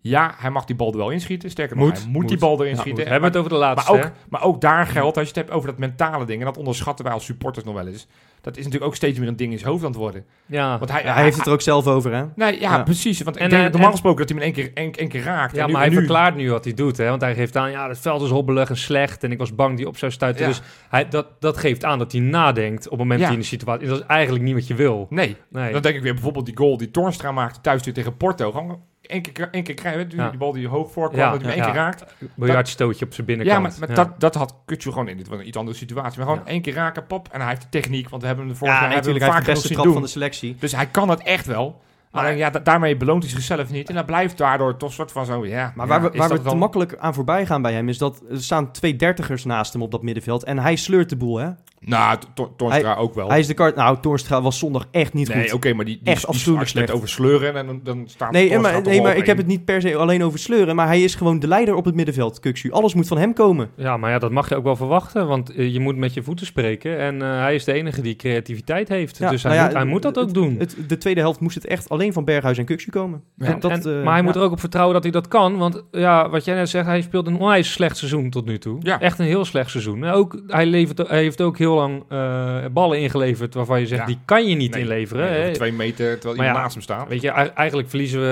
Speaker 4: Ja, hij mag die bal er wel inschieten. Sterker nog,
Speaker 3: Moet,
Speaker 4: hij moet,
Speaker 3: moet.
Speaker 4: die bal erin
Speaker 3: Ja, goed,
Speaker 4: schieten.
Speaker 3: we hebben het over de
Speaker 4: Maar
Speaker 3: laatste.
Speaker 4: ook,
Speaker 3: hè?
Speaker 4: maar ook daar geldt, als je het hebt over dat mentale ding, en dat onderschatten wij als supporters nog wel eens. Dat is natuurlijk ook steeds meer een ding in zijn hoofd aan het worden.
Speaker 3: Ah, Ja.
Speaker 4: Want hij,
Speaker 2: Ja, hij heeft het er ook zelf over, hè?
Speaker 4: Nee, ja,
Speaker 2: Ja.
Speaker 4: precies. Want ik
Speaker 3: En,
Speaker 4: denk
Speaker 3: eh,
Speaker 4: dat normaal
Speaker 3: en-
Speaker 4: gesproken dat hij hem in één keer, één, één keer raakt.
Speaker 3: Ja,
Speaker 4: En nu-
Speaker 3: maar hij
Speaker 4: nu-
Speaker 3: verklaart nu wat hij doet. Hè? Want hij geeft aan, ja, het veld is hobbelig en slecht. En ik was bang die op zou stuiten.
Speaker 4: Ja.
Speaker 3: Dus hij, dat, dat geeft aan dat hij nadenkt op het moment
Speaker 4: Ja.
Speaker 3: dat hij in de situatie... Dat is eigenlijk niet wat je wil.
Speaker 4: Nee,
Speaker 3: Nee.
Speaker 4: dan denk ik weer bijvoorbeeld die goal die Torstra maakte thuis weer tegen Porto. Gewoon één keer, één keer krijgen, die
Speaker 3: Ja.
Speaker 4: bal die hoog voorkwam,
Speaker 3: Ja,
Speaker 4: dat hij hem
Speaker 3: ja.
Speaker 4: één keer raakt.
Speaker 3: Biljartstootje op zijn binnenkant.
Speaker 4: Ja, maar, maar Dat, dat had Kutsu gewoon in. Dit was een iets andere situatie. Maar gewoon één keer raken, pop. En hij heeft de techniek, want we hebben hem de vorige
Speaker 2: Ja,
Speaker 4: jaar hebben we
Speaker 2: natuurlijk. Hij
Speaker 4: hem vaak
Speaker 2: heeft de
Speaker 4: genoeg
Speaker 2: beste trap
Speaker 4: zien
Speaker 2: van de selectie.
Speaker 4: doen. Dus hij kan het echt wel. Maar
Speaker 3: Maar-
Speaker 4: ja, da- daarmee beloont hij zichzelf niet. En dat blijft daardoor toch soort van zo, ja.
Speaker 2: Maar
Speaker 4: ja,
Speaker 2: waar
Speaker 4: is
Speaker 2: we, waar
Speaker 4: dat
Speaker 2: we te
Speaker 4: dan-
Speaker 2: makkelijk aan voorbij gaan bij hem is dat er staan twee dertigers naast hem op dat middenveld. En hij sleurt de boel, hè?
Speaker 3: Oh.
Speaker 4: Nou, Tor- Tor- Torstra ook wel.
Speaker 2: Hij is de kart. Nou, Torstra was zondag echt niet
Speaker 4: nee,
Speaker 2: goed.
Speaker 4: oké, maar die, die
Speaker 2: Echt
Speaker 4: die-
Speaker 2: afschuwelijk
Speaker 4: als je het hebt
Speaker 2: slecht.
Speaker 4: over sleuren en dan, dan staat
Speaker 2: Nee, en
Speaker 4: Torstra
Speaker 2: maar,
Speaker 4: toch
Speaker 2: nee,
Speaker 4: wel
Speaker 2: maar ik
Speaker 4: op
Speaker 2: heb het
Speaker 4: één.
Speaker 2: niet per se alleen over sleuren. Maar hij is gewoon de leider op het middenveld, Kuxu. Alles moet van hem komen.
Speaker 3: Ja, maar ja, dat mag je ook wel verwachten, want eh, je moet met je voeten spreken. En eh, hij is de enige die creativiteit heeft,
Speaker 2: Ja,
Speaker 3: dus
Speaker 2: nou
Speaker 3: hij,
Speaker 2: ja,
Speaker 3: moet, hij moet dat ook doen.
Speaker 2: Het, de tweede helft moest het echt alleen van Berghuis en Kuxu komen.
Speaker 4: Ja.
Speaker 3: En-
Speaker 2: dat,
Speaker 3: en-
Speaker 2: eh,
Speaker 3: maar hij moet
Speaker 2: ja.
Speaker 3: er ook op vertrouwen dat hij dat kan, want ja, wat jij net zegt, hij speelt een onwijs slecht seizoen tot nu toe.
Speaker 4: Ja.
Speaker 3: Echt een heel slecht seizoen. En Ook, hij, levert, hij heeft ook heel lang eh, ballen ingeleverd waarvan je zegt,
Speaker 4: Ja.
Speaker 3: die kan je niet
Speaker 4: Nee,
Speaker 3: inleveren.
Speaker 4: Nee,
Speaker 3: hè.
Speaker 4: over twee meter terwijl
Speaker 3: Maar
Speaker 4: iemand
Speaker 3: ja,
Speaker 4: naast hem staat.
Speaker 3: Ah. Weet je, ei- eigenlijk verliezen we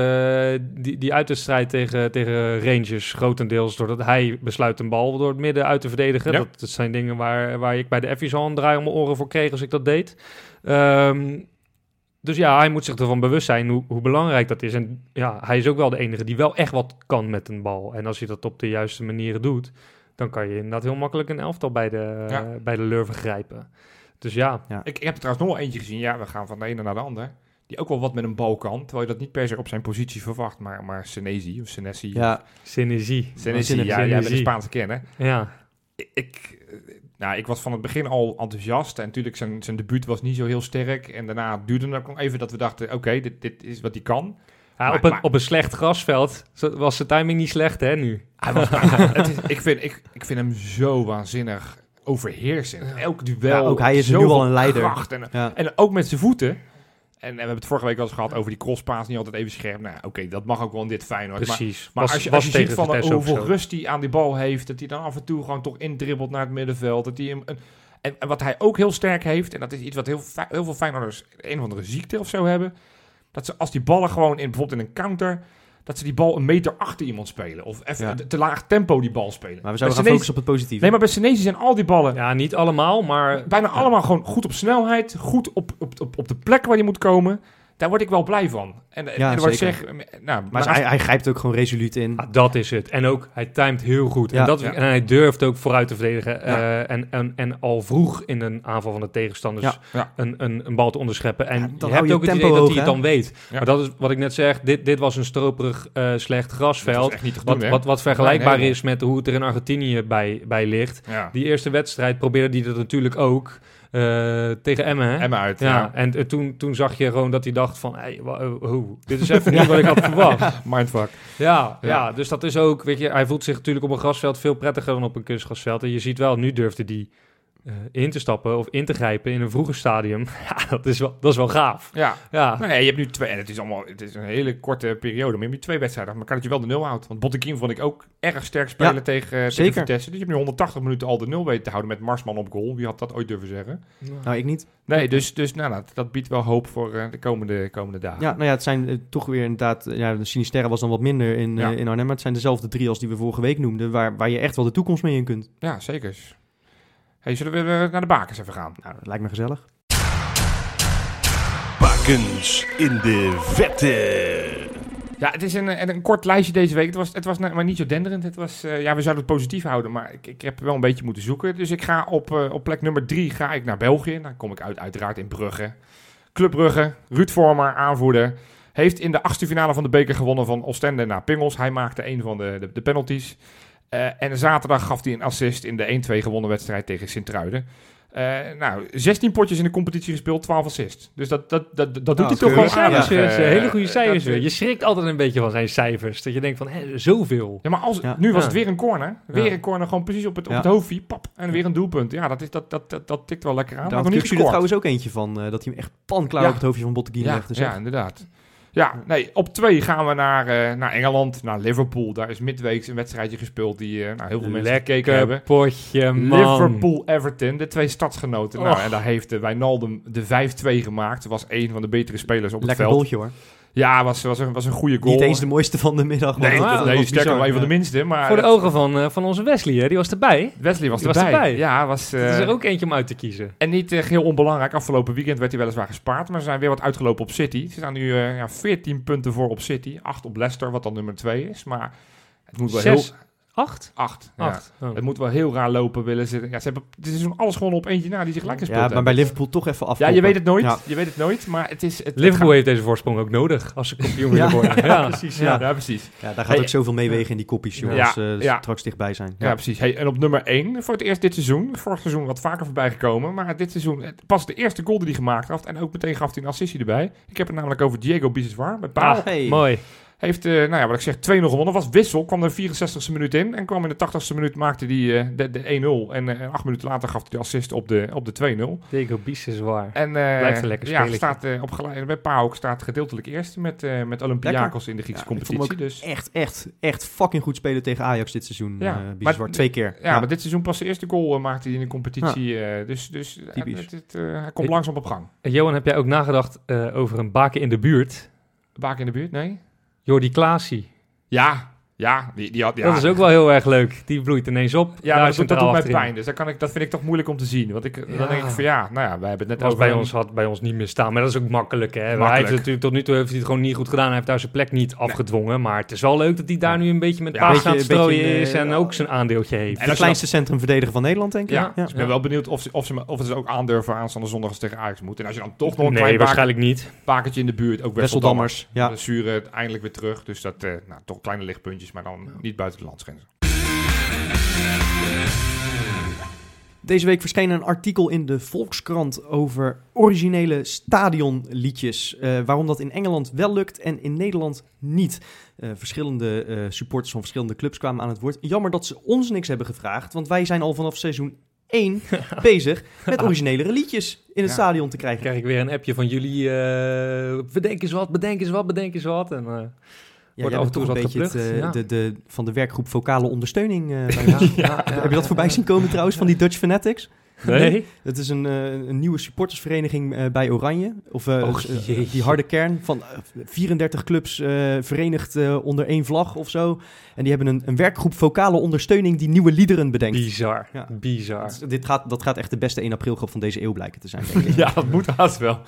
Speaker 3: eh, die, die uitwedstrijd tegen, tegen Rangers grotendeels doordat hij besluit een bal door het midden uit te verdedigen.
Speaker 4: Ja.
Speaker 3: Dat, dat zijn dingen waar, waar ik bij de Effies al een draai om mijn oren voor kreeg als ik dat deed. Ehm, dus ja, hij moet zich ervan bewust zijn hoe, hoe belangrijk dat is. En ja, hij is ook wel de enige die wel echt wat kan met een bal. En als je dat op de juiste manieren doet, dan kan je inderdaad heel makkelijk een elftal bij de,
Speaker 4: Ja.
Speaker 3: bij de lurven grijpen. Dus ja,
Speaker 4: Ik, ik heb er trouwens nog wel eentje gezien. Ja, we gaan van de ene naar de ander. Die ook wel wat met een bal kan. Terwijl je dat niet per se op zijn positie verwacht. Maar, maar Senesi of Senesi.
Speaker 2: Ja,
Speaker 3: synergie.
Speaker 4: Senesi, ja,
Speaker 2: Senesi.
Speaker 4: jij bent een
Speaker 3: Senesi.
Speaker 4: Spaanse kenner.
Speaker 3: Ja,
Speaker 4: ik, ik, eh, nou, ik was van het begin al enthousiast. En natuurlijk, zijn, zijn debuut was niet zo heel sterk. En daarna duurde het ook nog even dat we dachten... oké, dit, dit is wat hij kan.
Speaker 3: Ja,
Speaker 4: Maar-
Speaker 3: op, een,
Speaker 4: maar-
Speaker 3: op een slecht grasveld zo- was de timing niet slecht, hè, nu?
Speaker 4: Hij was, het is, ik, vind, ik, ik vind hem zo waanzinnig overheersend. Elk duel.
Speaker 2: Ja, ook hij is nu
Speaker 4: zoveel
Speaker 2: al een leider.
Speaker 4: kracht En,
Speaker 2: ja.
Speaker 4: en ook met zijn voeten. En, en we hebben het vorige week al eens gehad over die crosspaas niet altijd even scherp. Nou, oké, dat mag ook wel in dit Feyenoord. Maar,
Speaker 3: Precies.
Speaker 4: maar
Speaker 3: was,
Speaker 4: als je,
Speaker 3: was
Speaker 4: als je ziet
Speaker 3: tegen
Speaker 4: van
Speaker 3: Vitesse ook
Speaker 4: hoeveel
Speaker 3: zo.
Speaker 4: rust hij aan die bal heeft, dat hij dan af en toe gewoon toch indribbelt naar het middenveld. Dat hij hem een, en, en wat hij ook heel sterk heeft, en dat is iets wat heel, fi- heel veel Feyenoorders een of andere ziekte of zo hebben, dat ze als die ballen gewoon in, bijvoorbeeld in een counter, dat ze die bal een meter achter iemand spelen. Of even
Speaker 2: Ja.
Speaker 4: te, te laag tempo die bal spelen.
Speaker 2: maar we
Speaker 4: Bij
Speaker 2: zouden gaan
Speaker 4: Senesi-
Speaker 2: focussen op het positieve.
Speaker 4: Nee, maar bij Senesi zijn al die ballen
Speaker 3: Ja, niet allemaal, maar...
Speaker 4: bijna allemaal gewoon goed op snelheid, goed op, op, op, op de plek waar je moet komen. Daar word ik wel blij van. En, en
Speaker 2: Ja,
Speaker 4: en wat ik
Speaker 2: zeker.
Speaker 4: zeg, nou,
Speaker 2: Maar
Speaker 4: naast-
Speaker 2: hij, hij grijpt ook gewoon resoluut in.
Speaker 3: Ah, dat is het. En ook, hij timed heel goed.
Speaker 2: Ja.
Speaker 3: en, dat,
Speaker 4: Ja.
Speaker 3: en hij durft ook vooruit te verdedigen. eh,
Speaker 4: Ja.
Speaker 3: en, en, en al vroeg in een aanval van de tegenstanders
Speaker 2: Ja.
Speaker 4: Ja.
Speaker 3: Een, een, een bal te onderscheppen. En
Speaker 2: Ja, dan
Speaker 3: je
Speaker 2: hou
Speaker 3: hebt
Speaker 2: je
Speaker 3: ook het
Speaker 2: tempo
Speaker 3: idee dat
Speaker 2: hoog,
Speaker 3: hij het
Speaker 2: hè?
Speaker 3: dan weet.
Speaker 4: Ja.
Speaker 3: Maar dat is wat ik net zeg. Dit, dit was een stroperig, eh, slecht
Speaker 4: dat was
Speaker 3: grasveld.
Speaker 4: echt niet te doen,
Speaker 3: Wat,
Speaker 4: hè?
Speaker 3: wat, wat vergelijkbaar
Speaker 4: helemaal.
Speaker 3: is met hoe het er in Argentinië bij, bij ligt.
Speaker 4: ja.
Speaker 3: Die eerste wedstrijd probeerde hij dat natuurlijk ook eh, tegen Emmen. hè?
Speaker 4: Emma uit.
Speaker 3: Ja,
Speaker 4: ja.
Speaker 3: en eh, toen, toen zag je gewoon dat hij dacht van, hey, wa- eh, hoe, dit is even niet wat ik had verwacht.
Speaker 4: Ah, Mindfuck.
Speaker 3: Ja, ja.
Speaker 4: Ja.
Speaker 3: dus dat is ook, weet je, hij voelt zich natuurlijk op een grasveld veel prettiger dan op een kunstgrasveld. En je ziet wel, nu durfde hij eh, in te stappen of in te grijpen in een vroeger stadium. Ja, dat is wel, dat is wel gaaf.
Speaker 4: Ja.
Speaker 3: Ja,
Speaker 4: Nou, nee, je hebt nu twee. En het is allemaal. Het is een hele korte periode. Maar je hebt nu twee wedstrijden. Maar kan dat je wel de nul houdt? Want Bottekin vond ik ook erg sterk spelen
Speaker 2: Ja,
Speaker 4: tegen, eh, tegen
Speaker 2: zeker.
Speaker 4: Vitesse. Dus je hebt nu 180 minuten al de nul weten te houden met Marsman op goal. Wie had dat ooit durven zeggen?
Speaker 2: Nou, ik niet.
Speaker 4: Nee, dus, dus nou, nou, dat biedt wel hoop voor eh, de komende, komende dagen.
Speaker 2: Ja, nou ja, het zijn eh, toch weer inderdaad... eh, Ja, de Sinisterra was dan wat minder in, eh,
Speaker 4: Ja.
Speaker 2: in Arnhem. Maar het zijn dezelfde drie als die we vorige week noemden... waar, waar je echt wel de toekomst mee in kunt.
Speaker 4: Ja, zeker. Hey, zullen we eh, naar de bakens even gaan?
Speaker 2: Nou, dat lijkt me gezellig.
Speaker 1: Bakens in de vette.
Speaker 4: Ja, het is een, eh, een, een kort lijstje deze week. Het was, het was nou maar niet zo denderend. Het was, eh, ja, we zouden het positief houden, maar ik, ik heb wel een beetje moeten zoeken. Dus ik ga op, eh, op plek nummer drie ga ik naar België. Dan kom ik uit, uiteraard in Brugge. Club Brugge, Ruud Vormer, aanvoerder. Heeft in de achtste finale van de beker gewonnen van Oostende naar Pingels. Hij maakte een van de, de, de penalties. Eh, en zaterdag gaf hij een assist in de 1-2 gewonnen wedstrijd tegen Sint-Truiden. Eh, nou, 16 potjes in de competitie gespeeld, 12 assists. Dus dat, dat, dat, dat doet
Speaker 1: Nou,
Speaker 4: hij toch
Speaker 1: keurig.
Speaker 4: wel
Speaker 3: Cijfers,
Speaker 4: aardig.
Speaker 3: weer eens, eh,
Speaker 4: eh,
Speaker 3: hele goede
Speaker 4: eh,
Speaker 3: cijfers
Speaker 4: dat-
Speaker 3: weer. Je schrikt altijd een beetje van zijn cijfers. Dat je denkt van, hè, zoveel.
Speaker 4: Ja, maar als,
Speaker 2: Ja.
Speaker 4: nu was
Speaker 3: Ja.
Speaker 4: het weer een corner. Weer
Speaker 3: Ja.
Speaker 4: een corner, gewoon precies op het, op
Speaker 2: Ja.
Speaker 4: het hoofdje. Pap, en weer een doelpunt. Ja, dat, is, dat, dat, dat, dat tikt wel lekker aan.
Speaker 2: Daar
Speaker 4: maar
Speaker 2: had
Speaker 4: nog niet
Speaker 2: Kuxu er
Speaker 4: gescoord.
Speaker 2: trouwens ook eentje van. eh, dat hij hem echt panklaar
Speaker 4: Ja.
Speaker 2: op het hoofdje van Botteguin
Speaker 4: ja,
Speaker 2: legt. Dus
Speaker 4: ja,
Speaker 2: echt-
Speaker 4: inderdaad. Ja, nee, op twee gaan we naar, eh, naar Engeland, naar Liverpool. Daar is midweeks een wedstrijdje gespeeld die eh, nou, heel veel mensen gekeken hebben.
Speaker 3: potje, man. Oh.
Speaker 4: Liverpool-Everton, de twee stadsgenoten. Nou,
Speaker 3: Och.
Speaker 4: en daar heeft eh, Wijnaldum de 5-2 gemaakt. Was een van de betere spelers op
Speaker 2: Lekker
Speaker 4: het veld.
Speaker 2: bolletje hoor.
Speaker 4: Ja, was, was, een, was een goede goal.
Speaker 2: Niet eens de mooiste van de middag. maar
Speaker 4: Nee,
Speaker 2: dat-
Speaker 3: Ah,
Speaker 2: dat
Speaker 4: nee
Speaker 2: was
Speaker 4: sterker nog
Speaker 2: bizar.
Speaker 4: een van de
Speaker 2: Ja.
Speaker 4: minste. Maar
Speaker 3: Voor de
Speaker 4: Ah, dat- Eh,
Speaker 3: ogen van, eh, van onze Wesley, hè? die was erbij.
Speaker 4: Wesley was
Speaker 3: Die
Speaker 4: erbij.
Speaker 3: was erbij.
Speaker 4: Ja, was,
Speaker 3: Het is
Speaker 4: eh,
Speaker 3: er ook eentje om uit te kiezen.
Speaker 4: En niet eh, heel onbelangrijk, afgelopen weekend werd hij weliswaar gespaard, maar ze zijn weer wat uitgelopen op City. Ze staan nu eh, ja, 14 punten voor op City, 8 op Leicester, wat dan nummer 2 is. Maar het moet wel
Speaker 3: Zes,
Speaker 4: heel...
Speaker 3: acht?
Speaker 4: 8. Ja.
Speaker 3: Acht. Oh.
Speaker 4: Het moet wel heel raar lopen willen ze. Ja, ze hebben dit seizoen alles gewoon op eentje na die zich lekker
Speaker 2: Ja,
Speaker 4: speelt.
Speaker 2: maar bij Liverpool toch even af.
Speaker 4: ja, je weet het nooit.
Speaker 2: Ja.
Speaker 4: Je weet het nooit, maar het is... Het, het
Speaker 3: Liverpool
Speaker 4: gaat-
Speaker 3: heeft deze voorsprong ook nodig als ze kampioen willen
Speaker 2: Ja.
Speaker 3: worden. Ja,
Speaker 4: precies. Ja,
Speaker 2: ja.
Speaker 4: ja, precies.
Speaker 2: Ja, daar gaat
Speaker 4: Hey,
Speaker 2: ook zoveel meewegen in die kopjes, joh,
Speaker 4: Ja,
Speaker 2: als ze
Speaker 4: ja.
Speaker 2: straks dichtbij zijn.
Speaker 4: Ja, precies. Hey, en op nummer 1, voor het eerst dit seizoen. Vorig seizoen wat vaker voorbij gekomen. Maar dit seizoen het- pas de eerste goal die hij gemaakt had. En ook meteen gaf hij een assistie erbij. Ik heb het namelijk over Diego Biseswar. Bij Paal.
Speaker 2: Ah, hey.
Speaker 3: Mooi.
Speaker 4: Heeft, eh, nou ja, wat ik zeg, 2-0 gewonnen. Was wissel, kwam er 64ste minuut in. En kwam in de 80ste minuut, maakte hij eh, de, de 1-0. En eh, acht minuten later gaf hij de assist op de, op de 2-0.
Speaker 3: Diego Bies is waar.
Speaker 4: En eh,
Speaker 3: Blijft een lekker
Speaker 4: ja,
Speaker 3: spelletje.
Speaker 4: staat, eh, op gelijk, bij PAOK staat gedeeltelijk eerst met, eh, met Olympiakos in de Griekse
Speaker 2: Ja, ik vond hem
Speaker 4: competitie. Dus,
Speaker 2: Echt, echt, echt fucking goed spelen tegen Ajax dit seizoen.
Speaker 4: Ja,
Speaker 2: Ja,
Speaker 4: maar-
Speaker 2: twee keer.
Speaker 4: ja, maar dit seizoen pas de eerste goal eh, maakte hij in de competitie. eh, dus dus eh,
Speaker 2: Typisch.
Speaker 4: het- het, eh, hij komt
Speaker 3: Ik-
Speaker 4: langzaam op gang.
Speaker 3: En Eh, Johan, heb jij ook nagedacht eh, over een baken in de buurt?
Speaker 4: Baak in de buurt, nee?
Speaker 3: Jordi Klaasie.
Speaker 4: Ja, ja. Die, die had, ja.
Speaker 3: Dat is ook wel heel erg leuk. Die bloeit ineens op.
Speaker 4: Ja,
Speaker 3: Daar
Speaker 4: dat, doet- dat
Speaker 3: centraal
Speaker 4: doet mij
Speaker 3: achterin.
Speaker 4: pijn. Dus dat, kan ik, dat vind ik toch moeilijk om te zien. Want ik,
Speaker 3: Ja.
Speaker 4: dan denk ik van ja, nou ja, wij hebben het net
Speaker 3: Was
Speaker 4: over
Speaker 3: bij
Speaker 4: een-
Speaker 3: ons, had bij ons niet meer staan. Maar dat is ook makkelijk. Hè? Maar Hij
Speaker 4: Makkelijk.
Speaker 3: heeft het natuurlijk tot nu toe heeft hij het gewoon niet goed gedaan. Hij heeft daar zijn plek niet afgedwongen. Maar het is wel leuk dat hij daar nu een beetje met
Speaker 4: Ja,
Speaker 3: paas
Speaker 2: beetje-
Speaker 3: aan het strooien
Speaker 2: beetje een,
Speaker 3: is.
Speaker 2: eh,
Speaker 3: En ook zijn aandeeltje heeft.
Speaker 4: En
Speaker 2: de
Speaker 4: als je dan-
Speaker 2: kleinste centrumverdediger van Nederland, denk ik.
Speaker 4: Ja,
Speaker 2: ja.
Speaker 4: dus ik ben wel benieuwd of ze, of ze, of ze ook aandurven aanstaande zondag eens tegen Ajax moeten. En als je dan toch nog een
Speaker 3: Nee,
Speaker 4: klein bak-
Speaker 3: waarschijnlijk niet.
Speaker 4: bakertje in de buurt, ook Wesseldammers.
Speaker 2: Wesseldammers. Ja.
Speaker 4: Blessure uiteindelijk weer terug. Dus dat, eh, nou, toch kleine lichtpuntjes, maar dan niet buiten de landsgrenzen.
Speaker 2: Deze week verscheen een artikel in de Volkskrant over originele stadionliedjes. eh, waarom dat in Engeland wel lukt en in Nederland niet. Eh, verschillende eh, supporters van verschillende clubs kwamen aan het woord. Jammer dat ze ons niks hebben gevraagd, want wij zijn al vanaf seizoen 1 bezig met originelere liedjes in het
Speaker 4: Ja.
Speaker 2: stadion te
Speaker 3: Dan
Speaker 2: krijgen.
Speaker 3: krijg ik weer een appje van jullie. eh, bedenk eens wat, bedenk eens wat, bedenk eens wat. En, eh,
Speaker 2: Ja,
Speaker 3: Wordt
Speaker 2: jij
Speaker 3: af
Speaker 2: bent
Speaker 3: en toe
Speaker 2: toch een
Speaker 3: wat
Speaker 2: beetje het,
Speaker 3: geplukt,
Speaker 2: eh,
Speaker 3: ja.
Speaker 2: de, de, van de werkgroep vocale ondersteuning. eh,
Speaker 4: Nou
Speaker 2: bij
Speaker 3: ja,
Speaker 2: ons.
Speaker 3: ja, ja,
Speaker 2: Heb je dat voorbij zien komen trouwens, van die Dutch Fanatics?
Speaker 3: Nee.
Speaker 2: Dat is een, eh, een nieuwe supportersvereniging eh, bij Oranje. Of eh,
Speaker 4: Oh,
Speaker 3: Och,
Speaker 2: eh,
Speaker 3: jeetje.
Speaker 2: die harde kern van eh, 34 clubs eh, verenigd eh, onder één vlag of zo. En die hebben een, een werkgroep vocale ondersteuning die nieuwe liederen bedenkt.
Speaker 3: Bizar.
Speaker 2: Ja.
Speaker 3: Bizar.
Speaker 2: Dat is- dit gaat, dat gaat echt de beste 1 april grap van deze eeuw blijken te zijn. denk ik.
Speaker 4: Ja, dat moet haast wel.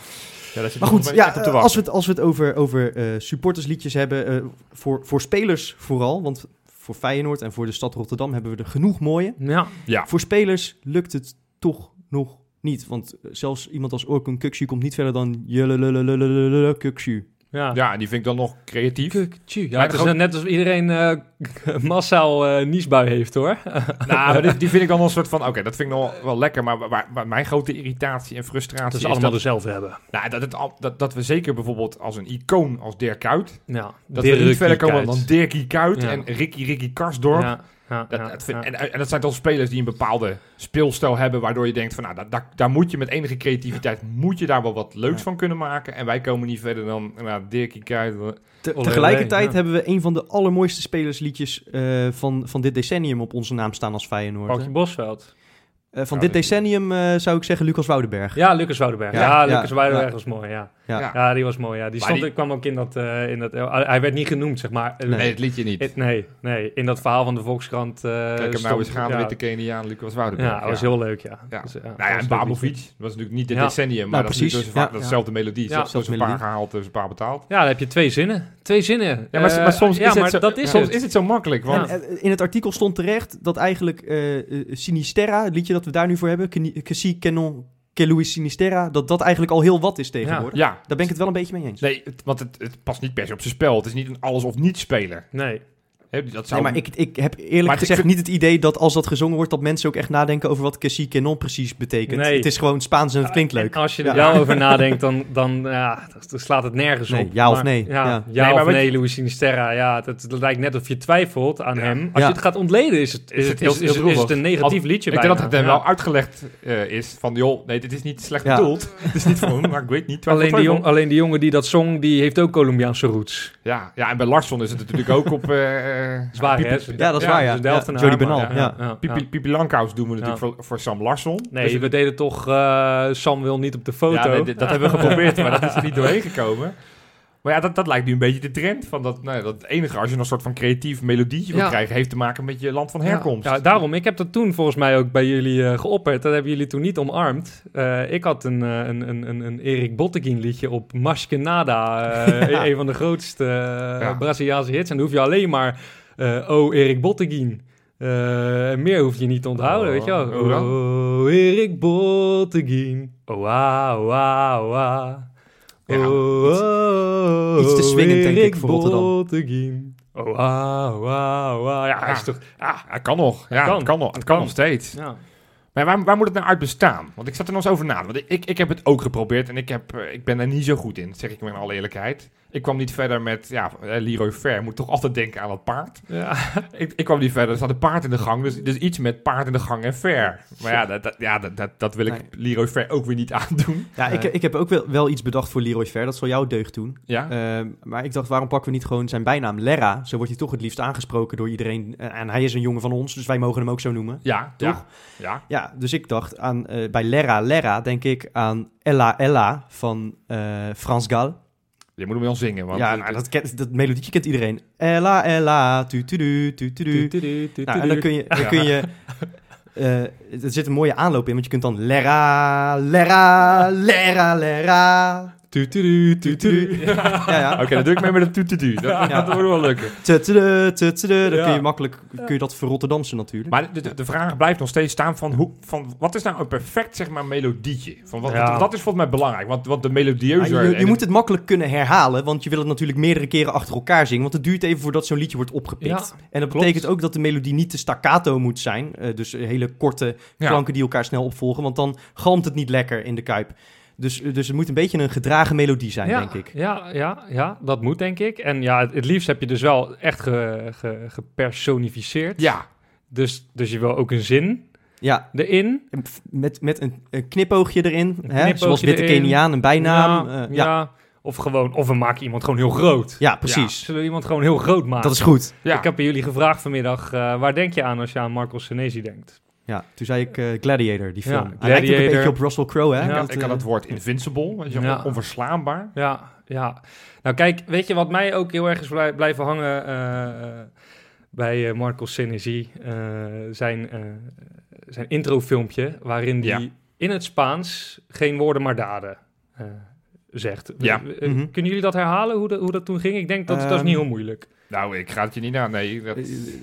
Speaker 4: Ja, dat zit
Speaker 2: Maar
Speaker 4: nog
Speaker 2: goed,
Speaker 4: een
Speaker 2: ja,
Speaker 4: beetje op te
Speaker 2: eh,
Speaker 4: wachten.
Speaker 2: als, we het, als we het over, over eh, supportersliedjes hebben, eh, voor, voor spelers vooral, want voor Feyenoord en voor de stad Rotterdam hebben we er genoeg mooie.
Speaker 3: Ja.
Speaker 4: Ja.
Speaker 2: Voor spelers lukt het toch nog niet, want eh, zelfs iemand als Orkun Kuksu komt niet verder dan jellelelelelelele Kuksu.
Speaker 3: Ja.
Speaker 4: Ja, en die vind ik dan nog creatief.
Speaker 3: Kuk, tjoe. Ja,
Speaker 4: Maar
Speaker 3: het is
Speaker 4: het is
Speaker 3: net alsof iedereen eh, massaal eh, niesbui heeft hoor.
Speaker 4: nou, maar die, die vind ik dan een soort van, oké, dat vind ik nog wel lekker. Maar waar, waar mijn grote irritatie en frustratie
Speaker 3: Dat
Speaker 4: is,
Speaker 3: ze allemaal
Speaker 4: dat,
Speaker 3: dezelfde hebben.
Speaker 4: nou, dat, het al- dat, dat we zeker bijvoorbeeld als een icoon als Dirk Kuyt,
Speaker 3: Ja.
Speaker 4: dat we niet verder komen dan Dirkie Kuyt
Speaker 3: Ja.
Speaker 4: en Ricky Ricky Karsdorp.
Speaker 3: Ja, ja,
Speaker 4: Dat,
Speaker 3: ja,
Speaker 4: dat vind-
Speaker 3: ja.
Speaker 4: en, en dat zijn toch spelers die een bepaalde speelstijl hebben, waardoor je denkt van, nou, daar, daar, daar moet je met enige creativiteit, moet je daar wel wat leuks
Speaker 2: Ja.
Speaker 4: van kunnen maken. En wij komen niet verder dan, nou, Dirkie Kuyt.
Speaker 2: Te-
Speaker 3: Olé,
Speaker 2: tegelijkertijd
Speaker 3: olé,
Speaker 2: hebben we een van de allermooiste spelersliedjes eh, van, van dit decennium op onze naam staan als Feyenoord.
Speaker 3: Paultje Bosveld.
Speaker 2: Eh, van
Speaker 4: Ja,
Speaker 2: dit
Speaker 4: dat-
Speaker 2: decennium eh, zou ik zeggen Lucas Woudenberg.
Speaker 3: Ja, Lucas Woudenberg.
Speaker 2: Ja,
Speaker 3: Ja,
Speaker 2: ja,
Speaker 3: Lucas Woudenberg
Speaker 2: ja.
Speaker 3: was mooi, ja.
Speaker 2: Ja.
Speaker 3: Ja, die was mooi, ja. Die
Speaker 4: Maar
Speaker 3: stond,
Speaker 4: die-
Speaker 3: ik kwam ook in dat... eh, in dat eh, hij werd niet genoemd, zeg maar. Eh,
Speaker 4: Nee, het liedje niet.
Speaker 3: eh, nee, nee. In dat verhaal van de Volkskrant eh
Speaker 4: Kijk hem
Speaker 3: stond-
Speaker 4: nou eens gaan
Speaker 3: ja.
Speaker 4: met de Keniaan Lucas Woudenberg.
Speaker 3: Ja, dat was heel leuk, ja.
Speaker 4: Ja.
Speaker 3: Dus,
Speaker 4: Nou ja,
Speaker 3: dat
Speaker 4: en
Speaker 3: was
Speaker 4: Babovic,
Speaker 3: leuk.
Speaker 4: dat was natuurlijk niet dit
Speaker 3: Ja.
Speaker 4: decennium,
Speaker 2: Nou,
Speaker 4: maar dat is natuurlijk
Speaker 2: precies,
Speaker 4: dus een
Speaker 2: ja.
Speaker 4: va- datzelfde melodie.
Speaker 3: Ja.
Speaker 4: Ja. Dus een paar
Speaker 2: Melodie.
Speaker 4: gehaald, dus een paar betaald.
Speaker 3: Ja, dan heb je twee zinnen. Twee zinnen.
Speaker 4: Ja, maar,
Speaker 3: Eh,
Speaker 4: maar soms,
Speaker 3: ja,
Speaker 4: is,
Speaker 3: maar
Speaker 4: het zo,
Speaker 3: dat is
Speaker 4: soms
Speaker 3: het.
Speaker 4: is het zo makkelijk. Want
Speaker 3: Ja.
Speaker 2: En, eh, in het artikel stond terecht dat eigenlijk eh, eh, Sinisterra, het liedje dat we daar nu voor hebben, Keni- Kessie Kenon, Kelouis Sinisterra, dat dat eigenlijk al heel wat is tegenwoordig.
Speaker 4: ja,
Speaker 2: Daar ben ik het wel een beetje mee eens.
Speaker 4: nee, het- want het, het past niet per se op zijn spel. Het is niet een alles of niet speler.
Speaker 3: Nee.
Speaker 4: Hè, dat
Speaker 2: Nee,
Speaker 4: zou,
Speaker 2: maar ik, ik heb eerlijk
Speaker 4: Maar het-
Speaker 2: gezegd niet het idee dat als dat gezongen wordt, dat mensen ook echt nadenken over wat Kessie Kenon precies betekent.
Speaker 3: Nee.
Speaker 2: Het is gewoon Spaans en het klinkt leuk.
Speaker 3: En als je er
Speaker 2: Ja.
Speaker 3: wel over nadenkt, dan, dan, ja, dan slaat het nergens
Speaker 2: Nee,
Speaker 3: op.
Speaker 2: ja of
Speaker 3: Maar-
Speaker 2: nee,
Speaker 3: Ja,
Speaker 2: ja.
Speaker 3: ja.
Speaker 4: Nee, maar
Speaker 3: of
Speaker 4: wat-
Speaker 3: nee, Louis Sinisterra. Ja, dat, dat lijkt net of je twijfelt aan
Speaker 4: Ja.
Speaker 3: hem. Als
Speaker 2: Ja.
Speaker 3: je het gaat ontleden, is het, is
Speaker 4: Is
Speaker 3: het,
Speaker 4: het
Speaker 3: is,
Speaker 4: heel- heel
Speaker 3: is, is het
Speaker 4: droevig.
Speaker 3: een negatief liedje
Speaker 4: ik denk dat
Speaker 3: bijna.
Speaker 4: het hem
Speaker 3: Ja.
Speaker 4: wel uitgelegd eh, is van, joh, nee, dit is niet slecht
Speaker 2: Ja.
Speaker 4: bedoeld. Het is niet van hem, maar ik weet niet.
Speaker 3: Alleen die,
Speaker 4: twijfel,
Speaker 3: jong, alleen die jongen die dat zong, die heeft ook Colombiaanse roots.
Speaker 4: Ja, ja, en bij Larsson is het natuurlijk ook op... eh, eh,
Speaker 3: Zwaar, hè?
Speaker 4: Pipi-
Speaker 2: Ja, dat is waar, ja.
Speaker 3: dus de helft
Speaker 2: Ja,
Speaker 3: en
Speaker 2: Jordi
Speaker 3: haar, maar-
Speaker 2: Bernal, ja.
Speaker 4: Pipi, Pipi Lankhuis doen we
Speaker 3: Ja.
Speaker 4: natuurlijk voor, voor Sam Larsson.
Speaker 3: Nee,
Speaker 4: Dus-
Speaker 3: we deden toch eh, Sam wil niet op de foto.
Speaker 4: Ja, nee, dit- dat hebben we geprobeerd, maar dat is er niet doorheen gekomen. Maar ja, dat, dat lijkt nu een beetje de trend. Van dat, nou, ja, dat enige, als je een soort van creatief melodietje wil
Speaker 3: Ja.
Speaker 4: krijgen, heeft te maken met je land van
Speaker 3: Ja.
Speaker 4: herkomst.
Speaker 3: Ja, daarom, ik heb dat toen volgens mij ook bij jullie eh, geopperd. Dat hebben jullie toen niet omarmd. Eh, ik had een, eh, een, een, een, een Erik Botteguin liedje op Maskenada. eh
Speaker 2: Ja.
Speaker 3: Een van de grootste eh,
Speaker 4: Ja.
Speaker 3: Braziliaanse hits. En dan hoef je alleen maar, eh, oh Erik Botteguin. Eh, meer hoef je niet te onthouden,
Speaker 4: Oh,
Speaker 3: weet je wel.
Speaker 4: hoe dan?
Speaker 3: Oh, Erik Botteguin. Oh, ah, oh, ah, oh, ah.
Speaker 4: Ja,
Speaker 3: Oh,
Speaker 2: iets-
Speaker 3: oh,
Speaker 2: iets te swingend, denk ik,
Speaker 3: Erik
Speaker 2: voor Rotterdam.
Speaker 3: Botteguin. Oh, ah, oh, ah, oh, ah. Ja, hij is toch...
Speaker 4: Ja, het kan nog. Ja, het kan,
Speaker 3: kan.
Speaker 4: nog. Het
Speaker 3: Het
Speaker 4: kan
Speaker 3: kan.
Speaker 4: nog steeds.
Speaker 3: Ja.
Speaker 4: Maar waar, waar moet het nou uit bestaan? Want ik zat er nog eens over na. Want ik- ik, ik heb het ook geprobeerd en ik, heb, eh, ik ben er niet zo goed in, zeg ik me in alle eerlijkheid. Ik kwam niet verder met, ja, eh, Leroy Fair moet toch altijd denken aan dat paard.
Speaker 3: Ja.
Speaker 4: Ik, ik kwam niet verder, er staat een paard in de gang. Dus, dus iets met paard in de gang en fair. Maar ja, dat, dat, ja, dat, dat, dat wil ik
Speaker 2: Nee.
Speaker 4: Leroy Fair ook weer niet aandoen.
Speaker 2: Ja, ik, ik heb ook wel, wel iets bedacht voor Leroy Ver, dat zal jou deugd doen.
Speaker 4: Ja.
Speaker 2: Ehm, maar ik dacht, waarom pakken we niet gewoon zijn bijnaam Lera? Zo wordt hij toch het liefst aangesproken door iedereen. Eh, En hij is een jongen van ons, dus wij mogen hem ook zo noemen.
Speaker 4: Ja,
Speaker 2: Toch?
Speaker 4: Ja, ja.
Speaker 2: Ja, dus ik dacht aan, eh, bij Lera Lera denk ik aan Ella Ella van eh Frans Gal.
Speaker 4: Je moet hem wel zingen, want
Speaker 2: ja,
Speaker 4: het-
Speaker 2: nou, dat, kent, dat melodietje kent iedereen. Ella Ella, tu tu du, tu tu du. Nou, en dan kun je... Dan kun je eh, er zit een mooie aanloop in, want je kunt dan Lera, Lera, Lera, Lera.
Speaker 3: Tu, tu, tu, tu, tu.
Speaker 2: Ja, ja.
Speaker 4: Oké, dan doe ik mee met een toetedu. Dat, dat,
Speaker 2: Ja.
Speaker 4: dat wordt wel lukken.
Speaker 2: Tutudu, tutudu. Dan
Speaker 3: Ja.
Speaker 2: kun je makkelijk kun je dat voor Rotterdamse natuurlijk.
Speaker 4: Maar de, de, de vraag blijft nog steeds staan van, hoe, van wat is nou een perfect zeg maar, melodietje? Van wat,
Speaker 3: Ja.
Speaker 4: want dat is volgens mij belangrijk, want, want de
Speaker 2: Ja,
Speaker 4: melodieuze...
Speaker 2: je- je,
Speaker 4: en-
Speaker 2: moet het makkelijk kunnen herhalen, want je wil het natuurlijk meerdere keren achter elkaar zingen. Want het duurt even voordat zo'n liedje wordt opgepikt. en dat
Speaker 3: klopt.
Speaker 2: betekent ook dat de melodie niet te staccato moet zijn. eh, dus hele korte
Speaker 4: Ja.
Speaker 2: klanken die elkaar snel opvolgen, want dan galmt het niet lekker in de kuip. Dus, eh, dus het moet een beetje een gedragen melodie zijn,
Speaker 3: ja,
Speaker 2: denk ik.
Speaker 3: Ja, ja, ja, dat moet denk ik. En ja, het, het liefst heb je dus wel echt ge, ge- gepersonificeerd.
Speaker 4: Ja,
Speaker 3: Dus, dus je wil ook een zin
Speaker 2: Ja,
Speaker 3: erin.
Speaker 2: en f- met, met een, een knipoogje erin, hè,
Speaker 3: Een knipoogje
Speaker 2: zoals Witte
Speaker 3: erin.
Speaker 2: Keniaan, een bijnaam. eh,
Speaker 3: ja,
Speaker 2: Ja, ja.
Speaker 3: ja. Of gewoon, of we maken iemand gewoon heel groot.
Speaker 2: precies.
Speaker 3: Zullen we iemand gewoon heel groot maken?
Speaker 2: Dat is goed.
Speaker 4: ja.
Speaker 3: Ik heb bij jullie gevraagd vanmiddag, eh, waar denk je aan als je aan Marco Senesi denkt?
Speaker 2: Ja, toen zei ik eh, Gladiator, die
Speaker 3: Ja,
Speaker 2: film. Hij lijkt ook een
Speaker 3: Gladiator.
Speaker 2: beetje op Russell Crowe, hè?
Speaker 4: ik, had,
Speaker 2: Dat,
Speaker 4: ik had
Speaker 2: eh,
Speaker 4: het woord invincible, weet je,
Speaker 3: Ja.
Speaker 4: onverslaanbaar.
Speaker 3: Ja, ja. Nou kijk, weet je wat mij ook heel erg is blij- blijven hangen eh, eh, bij eh Marco Senesi? eh, zijn, eh zijn introfilmpje waarin hij
Speaker 4: Ja.
Speaker 3: in het Spaans geen woorden maar daden eh, zegt. W-
Speaker 4: Ja.
Speaker 3: w- eh,
Speaker 2: Mhm.
Speaker 3: Kunnen jullie dat herhalen, hoe, dat- hoe dat toen ging? Ik denk dat dat is
Speaker 2: Ehm,
Speaker 3: niet heel moeilijk.
Speaker 4: Nou, ik ga het je niet aan, nee. Dat,
Speaker 2: Eh,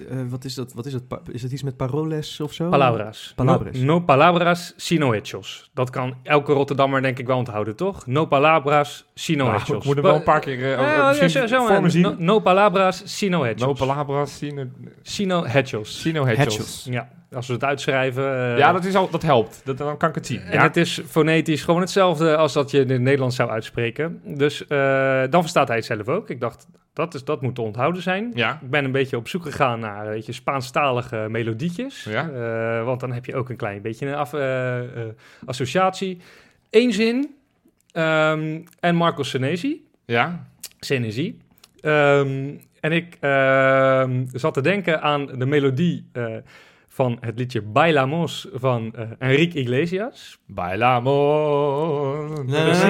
Speaker 2: eh, wat is dat? Wat is dat? Pa- Is dat iets met paroles of zo?
Speaker 3: Palabras.
Speaker 2: Palabras.
Speaker 3: No, no palabras, sino hechos. Dat kan elke Rotterdammer denk ik wel onthouden, toch? No palabras, sino
Speaker 4: Nou,
Speaker 3: hechos.
Speaker 4: ik moet er wel een paar keer eh, over- misschien
Speaker 3: zo, zo,
Speaker 4: voor me zien.
Speaker 3: no,
Speaker 4: No,
Speaker 3: no palabras, sino hechos.
Speaker 4: palabras, sino,
Speaker 3: Sino Hedges.
Speaker 4: sino hechos.
Speaker 2: Hechos.
Speaker 3: Ja, als we het uitschrijven. eh,
Speaker 4: Ja, dat, is al, dat helpt. Dat, dan kan ik het zien.
Speaker 2: Eh,
Speaker 3: En
Speaker 4: Ja.
Speaker 3: het is fonetisch gewoon hetzelfde als dat je in het Nederlands zou uitspreken. Dus eh, dan verstaat hij het zelf ook. Ik dacht, dat, is, dat moet te onthouden zijn.
Speaker 4: ja.
Speaker 3: Ik ben een beetje op zoek gegaan naar weet je, Spaanstalige melodietjes.
Speaker 4: Ja.
Speaker 3: Eh, want dan heb je ook een klein beetje een af, eh, eh, associatie. Eén zin. ehm, en Marco Senesi.
Speaker 4: Ja.
Speaker 3: Senesi. Ehm en ik ehm, zat te denken aan de melodie eh, van het liedje Bailamos van eh, Enrique Iglesias.
Speaker 2: Ah,
Speaker 4: Bailamos.
Speaker 3: Precies.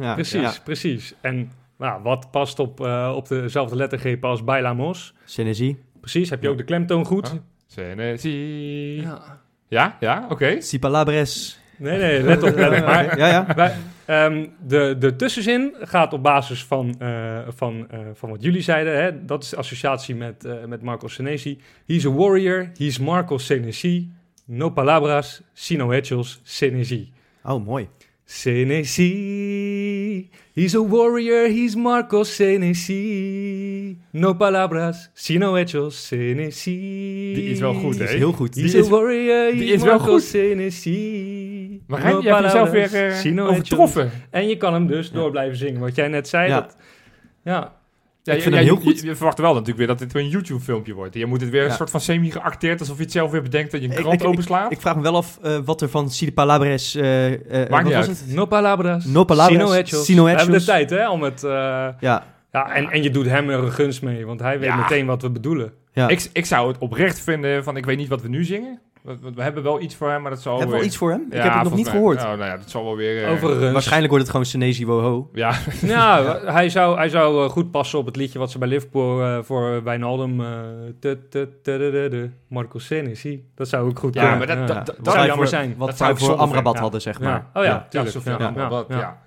Speaker 2: Ja,
Speaker 3: Precies,
Speaker 2: Ja.
Speaker 3: precies. En nou, wat past op, eh, op dezelfde lettergreep als Bailamos?
Speaker 2: Synergie.
Speaker 3: Precies, heb je ook de klemtoon goed?
Speaker 4: Huh? Senesi. Ja,
Speaker 3: Ja.
Speaker 4: ja, oké.
Speaker 2: Cipalabres.
Speaker 3: Nee, nee, let op. Let op. Maar
Speaker 2: Ja, ja.
Speaker 3: Wij- ehm, de, de tussenzin gaat op basis van, eh, van, eh, van wat jullie zeiden. Hè? Dat is de associatie met, eh, met Marco Senesi. He's a warrior, he's Marco Senesi. No palabras, sino hechos, Senesi.
Speaker 2: Oh, mooi.
Speaker 3: Senesi, he's a warrior, he's Marco Senesi. No palabras, sino hechos, Senesi.
Speaker 4: Die is wel goed,
Speaker 2: Die is
Speaker 4: hè?
Speaker 2: heel goed.
Speaker 3: He's
Speaker 4: Die is-
Speaker 3: a warrior,
Speaker 4: die
Speaker 3: he's
Speaker 4: is wel
Speaker 3: Marco
Speaker 4: goed.
Speaker 3: Senesi.
Speaker 4: Maar
Speaker 3: No
Speaker 4: Rijn, je hebt jezelf
Speaker 3: palabras,
Speaker 4: weer eh,
Speaker 3: sino hechos.
Speaker 4: overtroffen.
Speaker 3: En je kan hem dus door blijven zingen. Wat jij net zei.
Speaker 2: Ja.
Speaker 3: Dat, ja.
Speaker 4: Ja,
Speaker 2: Ik
Speaker 4: je-
Speaker 2: vind
Speaker 4: ja,
Speaker 2: hem
Speaker 4: je-
Speaker 2: heel goed.
Speaker 4: Je, je verwacht wel natuurlijk weer dat dit weer een YouTube-filmpje wordt. Je moet het weer
Speaker 2: Ja.
Speaker 4: een soort van semi-geacteerd, alsof je het zelf weer bedenkt dat je een
Speaker 2: Ik-
Speaker 4: krant
Speaker 2: ik-
Speaker 4: openslaat.
Speaker 2: Ik vraag me wel af eh, wat er van Cipalabres... eh eh, wat
Speaker 4: niet
Speaker 2: was
Speaker 4: uit.
Speaker 2: het?
Speaker 3: No palabras.
Speaker 2: No palabras,
Speaker 3: Sino hechos.
Speaker 2: sino
Speaker 3: We hebben de
Speaker 2: hechos.
Speaker 3: tijd hè, om het... eh,
Speaker 2: Ja,
Speaker 3: ja, en, en je doet hem er een gunst mee. Want hij weet
Speaker 4: Ja.
Speaker 3: meteen wat we bedoelen.
Speaker 2: ja.
Speaker 4: ik, ik zou het oprecht vinden van, ik weet niet wat we nu zingen. We, we- we hebben wel iets voor hem, maar dat zal
Speaker 2: heb
Speaker 4: weer...
Speaker 2: wel iets voor hem?
Speaker 4: Ja,
Speaker 2: ik heb het nog
Speaker 4: volgens
Speaker 2: niet
Speaker 4: mij-
Speaker 2: gehoord.
Speaker 4: Nou, nou ja, dat zal wel weer... eh,
Speaker 3: Overigens.
Speaker 2: Waarschijnlijk wordt het gewoon Senezi Woho.
Speaker 4: Ja,
Speaker 3: Nou, hij zou, hij zou eh, goed passen op het liedje wat ze bij Liverpool eh, voor Wijnaldum... eh, tut, tut, tudududdu, Marco Senesi. Dat zou ook goed
Speaker 4: Ja,
Speaker 3: kunnen.
Speaker 4: maar dat-
Speaker 2: wat
Speaker 4: dat- zou
Speaker 2: wij
Speaker 3: jammer
Speaker 2: voor-
Speaker 3: zijn.
Speaker 2: Wat
Speaker 4: Dat zou
Speaker 2: wij
Speaker 4: ik
Speaker 2: voor
Speaker 4: zonde
Speaker 2: Amrabat
Speaker 4: vinden.
Speaker 2: hadden, zeg
Speaker 3: Ja.
Speaker 2: maar.
Speaker 3: Oh ja,
Speaker 2: Ja.
Speaker 4: Ja,
Speaker 3: tuurlijk.
Speaker 4: zo
Speaker 3: Ja,
Speaker 4: van allemaal
Speaker 3: ja,
Speaker 4: wat,
Speaker 3: ja.
Speaker 4: ja.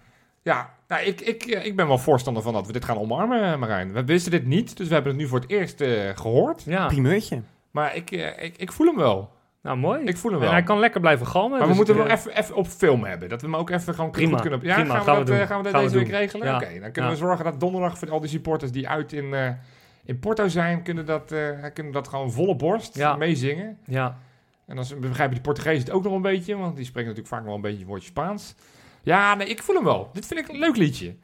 Speaker 4: Ja, nou, ik, ik, eh, ik ben wel voorstander van dat we dit gaan omarmen, eh, Marijn. We wisten dit niet, dus we hebben het nu voor het eerst eh, gehoord.
Speaker 3: Ja,
Speaker 2: Ah. Primeurtje.
Speaker 4: Maar ik, eh, ik, ik voel hem wel.
Speaker 3: nou mooi.
Speaker 4: Ik voel hem
Speaker 3: en
Speaker 4: wel.
Speaker 3: hij kan lekker blijven galmen.
Speaker 4: maar we
Speaker 3: dus
Speaker 4: moeten
Speaker 3: ik,
Speaker 4: hem wel
Speaker 3: eh,
Speaker 4: even, even op film hebben. Dat we hem ook even gewoon
Speaker 3: Prima,
Speaker 4: goed kunnen... Ja,
Speaker 3: prima,
Speaker 4: gaan, we
Speaker 3: gaan we
Speaker 4: dat,
Speaker 3: doen.
Speaker 4: eh, gaan we dat
Speaker 3: Gaan we
Speaker 4: deze week
Speaker 3: doen.
Speaker 4: regelen?
Speaker 3: Ja.
Speaker 4: Oké, dan kunnen we
Speaker 3: Ja.
Speaker 4: zorgen dat donderdag voor al die supporters die uit in, eh, in Porto zijn... Kunnen dat, eh, kunnen dat gewoon volle borst
Speaker 3: Ja.
Speaker 4: meezingen.
Speaker 3: Ja,
Speaker 4: En dan begrijpen die Portugezen het ook nog een beetje. Want die spreken natuurlijk vaak nog wel een beetje een woordje Spaans. Ja, nee, ik voel hem wel. Dit vind ik een leuk liedje.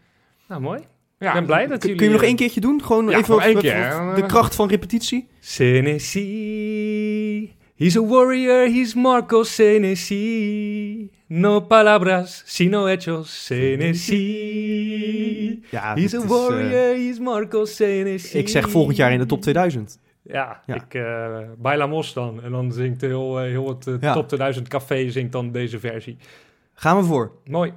Speaker 3: nou mooi.
Speaker 4: Ja,
Speaker 3: Ik ben blij dat
Speaker 2: Kun
Speaker 3: jullie... eh,
Speaker 2: kun je hem eh, nog één keertje doen? Gewoon
Speaker 4: Ja,
Speaker 2: even
Speaker 4: gewoon
Speaker 2: op-
Speaker 4: één
Speaker 2: op-
Speaker 4: keer.
Speaker 2: op de kracht van repetitie?
Speaker 3: Senesi. He's a warrior, he's Marco Senesi. No palabras, sino hechos, Senesi.
Speaker 2: Ja, eh,
Speaker 3: He's a warrior, he's Marco Senesi.
Speaker 2: ik zeg volgend jaar in de top 2000.
Speaker 3: Ja,
Speaker 2: Ja.
Speaker 3: ik eh bijla mos dan. En dan zingt heel, eh, heel het eh,
Speaker 2: Ja.
Speaker 3: top 2000 café zingt dan deze versie.
Speaker 2: Gaan we voor.
Speaker 3: Mooi.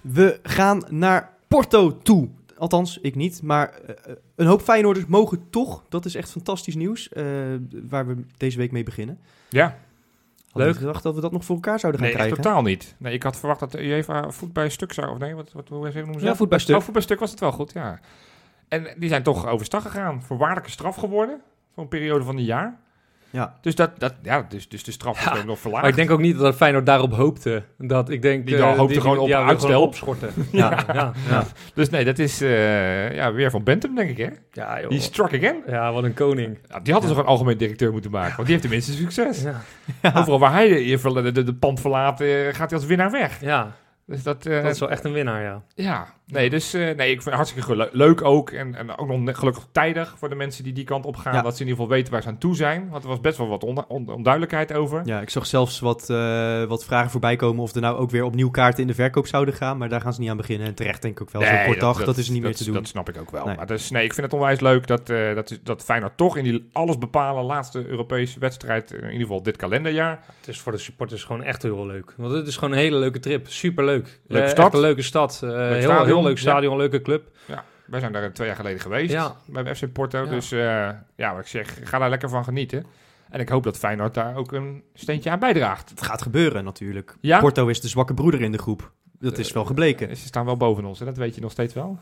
Speaker 2: We gaan naar Porto toe. Althans, ik niet. Maar eh, een hoop Feyenoorders mogen toch. Dat is echt fantastisch nieuws. eh, waar we deze week mee beginnen.
Speaker 4: Ja,
Speaker 2: Had niet
Speaker 3: Leuk.
Speaker 2: gedacht dat we dat nog voor elkaar zouden gaan
Speaker 4: nee, echt
Speaker 2: krijgen.
Speaker 4: totaal niet. Nee, ik had verwacht dat de UEFA voet bij stuk zou... Of nee, wat, wat, hoe noemen ze
Speaker 2: Ja,
Speaker 4: dat?
Speaker 2: voet bij stuk.
Speaker 4: Oh, voet bij stuk was het wel goed, ja. En die zijn toch overstag gegaan. Voorwaardelijke straf geworden. Voor een periode van een jaar.
Speaker 2: Ja.
Speaker 4: Dus, dat, dat, ja, dus, dus de straf
Speaker 3: Ja,
Speaker 4: is ook nog verlaagd.
Speaker 3: Maar ik denk ook niet dat Feyenoord daarop hoopte. Dat ik denk...
Speaker 4: Die
Speaker 3: eh,
Speaker 4: hoopte gewoon op
Speaker 3: ja, wil
Speaker 4: uitstel.
Speaker 3: opschorten.
Speaker 2: Ja.
Speaker 3: ja, ja.
Speaker 2: Ja.
Speaker 4: Dus nee, dat is eh, ja, weer van Bentham, denk ik, hè?
Speaker 3: Ja, joh.
Speaker 4: Die struck again.
Speaker 3: Ja, wat een koning.
Speaker 4: Ja, die hadden ze gewoon algemeen directeur moeten maken. Want die heeft tenminste succes.
Speaker 3: Ja,
Speaker 4: Overal waar hij de, de, de, de pand verlaat, eh, gaat hij als winnaar weg.
Speaker 3: ja
Speaker 4: Dus dat, eh,
Speaker 3: dat is wel echt een winnaar, ja.
Speaker 4: Ja, nee, dus eh, nee, ik vind het hartstikke gelu- leuk ook. En, en ook nog net- gelukkig tijdig voor de mensen die die kant op gaan.
Speaker 2: Ja.
Speaker 4: Dat ze in ieder geval weten waar ze aan toe zijn. Want er was best wel wat onda- on- onduidelijkheid over.
Speaker 2: Ja, ik zag zelfs wat, eh, wat vragen voorbij komen of er nou ook weer opnieuw kaarten in de verkoop zouden gaan. Maar daar gaan ze niet aan beginnen. En terecht denk ik ook wel. Zo'n
Speaker 4: Nee,
Speaker 2: kort dag, dat, is niet meer te doen.
Speaker 4: Dat snap ik ook wel.
Speaker 2: Nee.
Speaker 4: Maar dus, nee, ik vind het onwijs leuk dat, eh dat, dat Feyenoord toch in die alles bepalen laatste Europese wedstrijd, eh, in ieder geval dit kalenderjaar.
Speaker 3: Het is voor de supporters gewoon echt heel leuk. Want het is gewoon een hele leuke trip. Superleuk.
Speaker 4: Leuke
Speaker 3: Eh,
Speaker 4: stad.
Speaker 3: echt een leuke stad. Eh, heel,
Speaker 4: stadion.
Speaker 3: heel leuk
Speaker 4: Ja.
Speaker 3: stadion, leuke club.
Speaker 4: Wij zijn daar eh, twee jaar geleden geweest
Speaker 3: Ja.
Speaker 4: bij FC Porto.
Speaker 3: Ja.
Speaker 4: Dus eh, ja, wat ik zeg, ga daar lekker van genieten. En ik hoop dat Feyenoord daar ook een steentje aan bijdraagt.
Speaker 2: Het gaat gebeuren natuurlijk.
Speaker 4: Ja?
Speaker 2: Porto is de zwakke broeder in de groep.
Speaker 4: Eh,
Speaker 2: Dat is wel gebleken.
Speaker 4: Ze staan wel boven ons, en dat weet je nog steeds wel.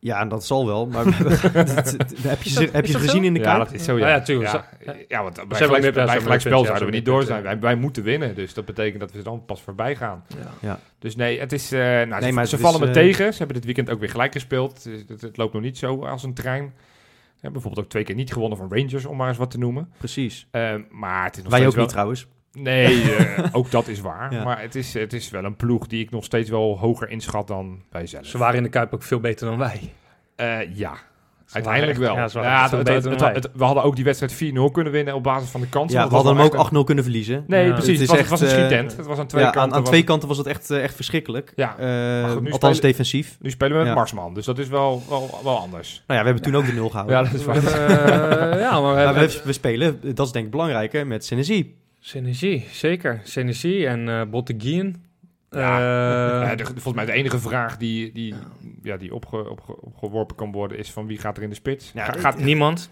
Speaker 2: Ja, dat zal wel. Maar heb je ze, heb je ze
Speaker 3: dat
Speaker 2: gezien
Speaker 3: zo?
Speaker 2: in de
Speaker 4: Ja,
Speaker 2: kaart?
Speaker 4: dat is zo.
Speaker 3: Oh
Speaker 4: Ja,
Speaker 3: ja, tuurlijk.
Speaker 4: Ja, eh,
Speaker 3: Zo-
Speaker 4: ja, want bij,
Speaker 3: hebben
Speaker 4: gelijk,
Speaker 3: meer punten,
Speaker 4: bij
Speaker 3: ze
Speaker 4: gelijkspel
Speaker 3: hebben meer punten,
Speaker 4: zouden we
Speaker 3: ja,
Speaker 4: niet
Speaker 3: ze hebben
Speaker 4: door
Speaker 3: meer
Speaker 4: zijn. Wij, wij moeten winnen, dus dat betekent dat we dan pas voorbij gaan.
Speaker 3: Ja.
Speaker 2: Ja.
Speaker 4: Dus nee, het is, eh, nou,
Speaker 2: Nee,
Speaker 4: ze,
Speaker 2: maar
Speaker 4: ze
Speaker 2: het is,
Speaker 4: vallen me
Speaker 2: eh,
Speaker 4: tegen. Ze hebben dit weekend ook weer gelijk gespeeld. Dus Het, het loopt nog niet zo als een trein. Ze hebben bijvoorbeeld ook twee keer niet gewonnen van Rangers, om maar eens wat te noemen.
Speaker 2: Precies.
Speaker 4: Eh, maar het is nog
Speaker 2: Wij ook
Speaker 4: steeds
Speaker 2: niet
Speaker 4: wel-
Speaker 2: trouwens.
Speaker 4: Nee, eh, ook dat is waar.
Speaker 2: Ja.
Speaker 4: Maar het is, het is wel een ploeg die ik nog steeds wel hoger inschat dan wij zelf.
Speaker 3: Ze waren in de Kuip ook veel beter dan wij.
Speaker 4: Eh, ja. Uiteindelijk wel.
Speaker 3: Ja,
Speaker 4: Ja,
Speaker 3: ze waren echt veel
Speaker 4: het-
Speaker 3: beter
Speaker 4: het-
Speaker 3: dan
Speaker 4: het-
Speaker 3: wij.
Speaker 4: het- we hadden ook die wedstrijd 4-0 kunnen winnen op basis van de kansen.
Speaker 2: Ja,
Speaker 4: want
Speaker 2: we
Speaker 4: het
Speaker 2: hadden hem
Speaker 4: was wel
Speaker 2: ook
Speaker 4: echt
Speaker 2: 8-0 kunnen verliezen.
Speaker 4: een- Nee,
Speaker 3: Ja.
Speaker 4: precies.
Speaker 2: Het is
Speaker 4: Het, was, het was een
Speaker 2: echt, eh,
Speaker 4: schietent. Het was aan twee
Speaker 2: Ja, aan,
Speaker 4: kanten.
Speaker 2: aan
Speaker 4: was
Speaker 2: twee
Speaker 4: het-
Speaker 2: kanten was het echt, eh, echt verschrikkelijk.
Speaker 4: Ja.
Speaker 2: Eh,
Speaker 4: Maar goed, nu
Speaker 2: althans
Speaker 4: spelen-
Speaker 2: defensief.
Speaker 4: Nu spelen we met
Speaker 2: Ja.
Speaker 4: Marsman, dus dat is wel, wel, wel anders.
Speaker 2: Nou ja, we hebben toen ook de nul gehouden.
Speaker 3: Ja, dat is waar. eh, ja, maar we
Speaker 2: maar
Speaker 4: Nou,
Speaker 3: hebben
Speaker 2: we, we spelen, dat is denk ik belangrijker, met synergie.
Speaker 3: Synergie, zeker. Synergie en eh Botteguin.
Speaker 4: Ja,
Speaker 3: Eh,
Speaker 4: eh, de- volgens mij de enige vraag die, die, ja. die opge, opge- opgeworpen kan worden is van wie gaat er in de spits?
Speaker 2: Ja,
Speaker 4: Ga-
Speaker 2: dit-
Speaker 4: gaat,
Speaker 3: niemand.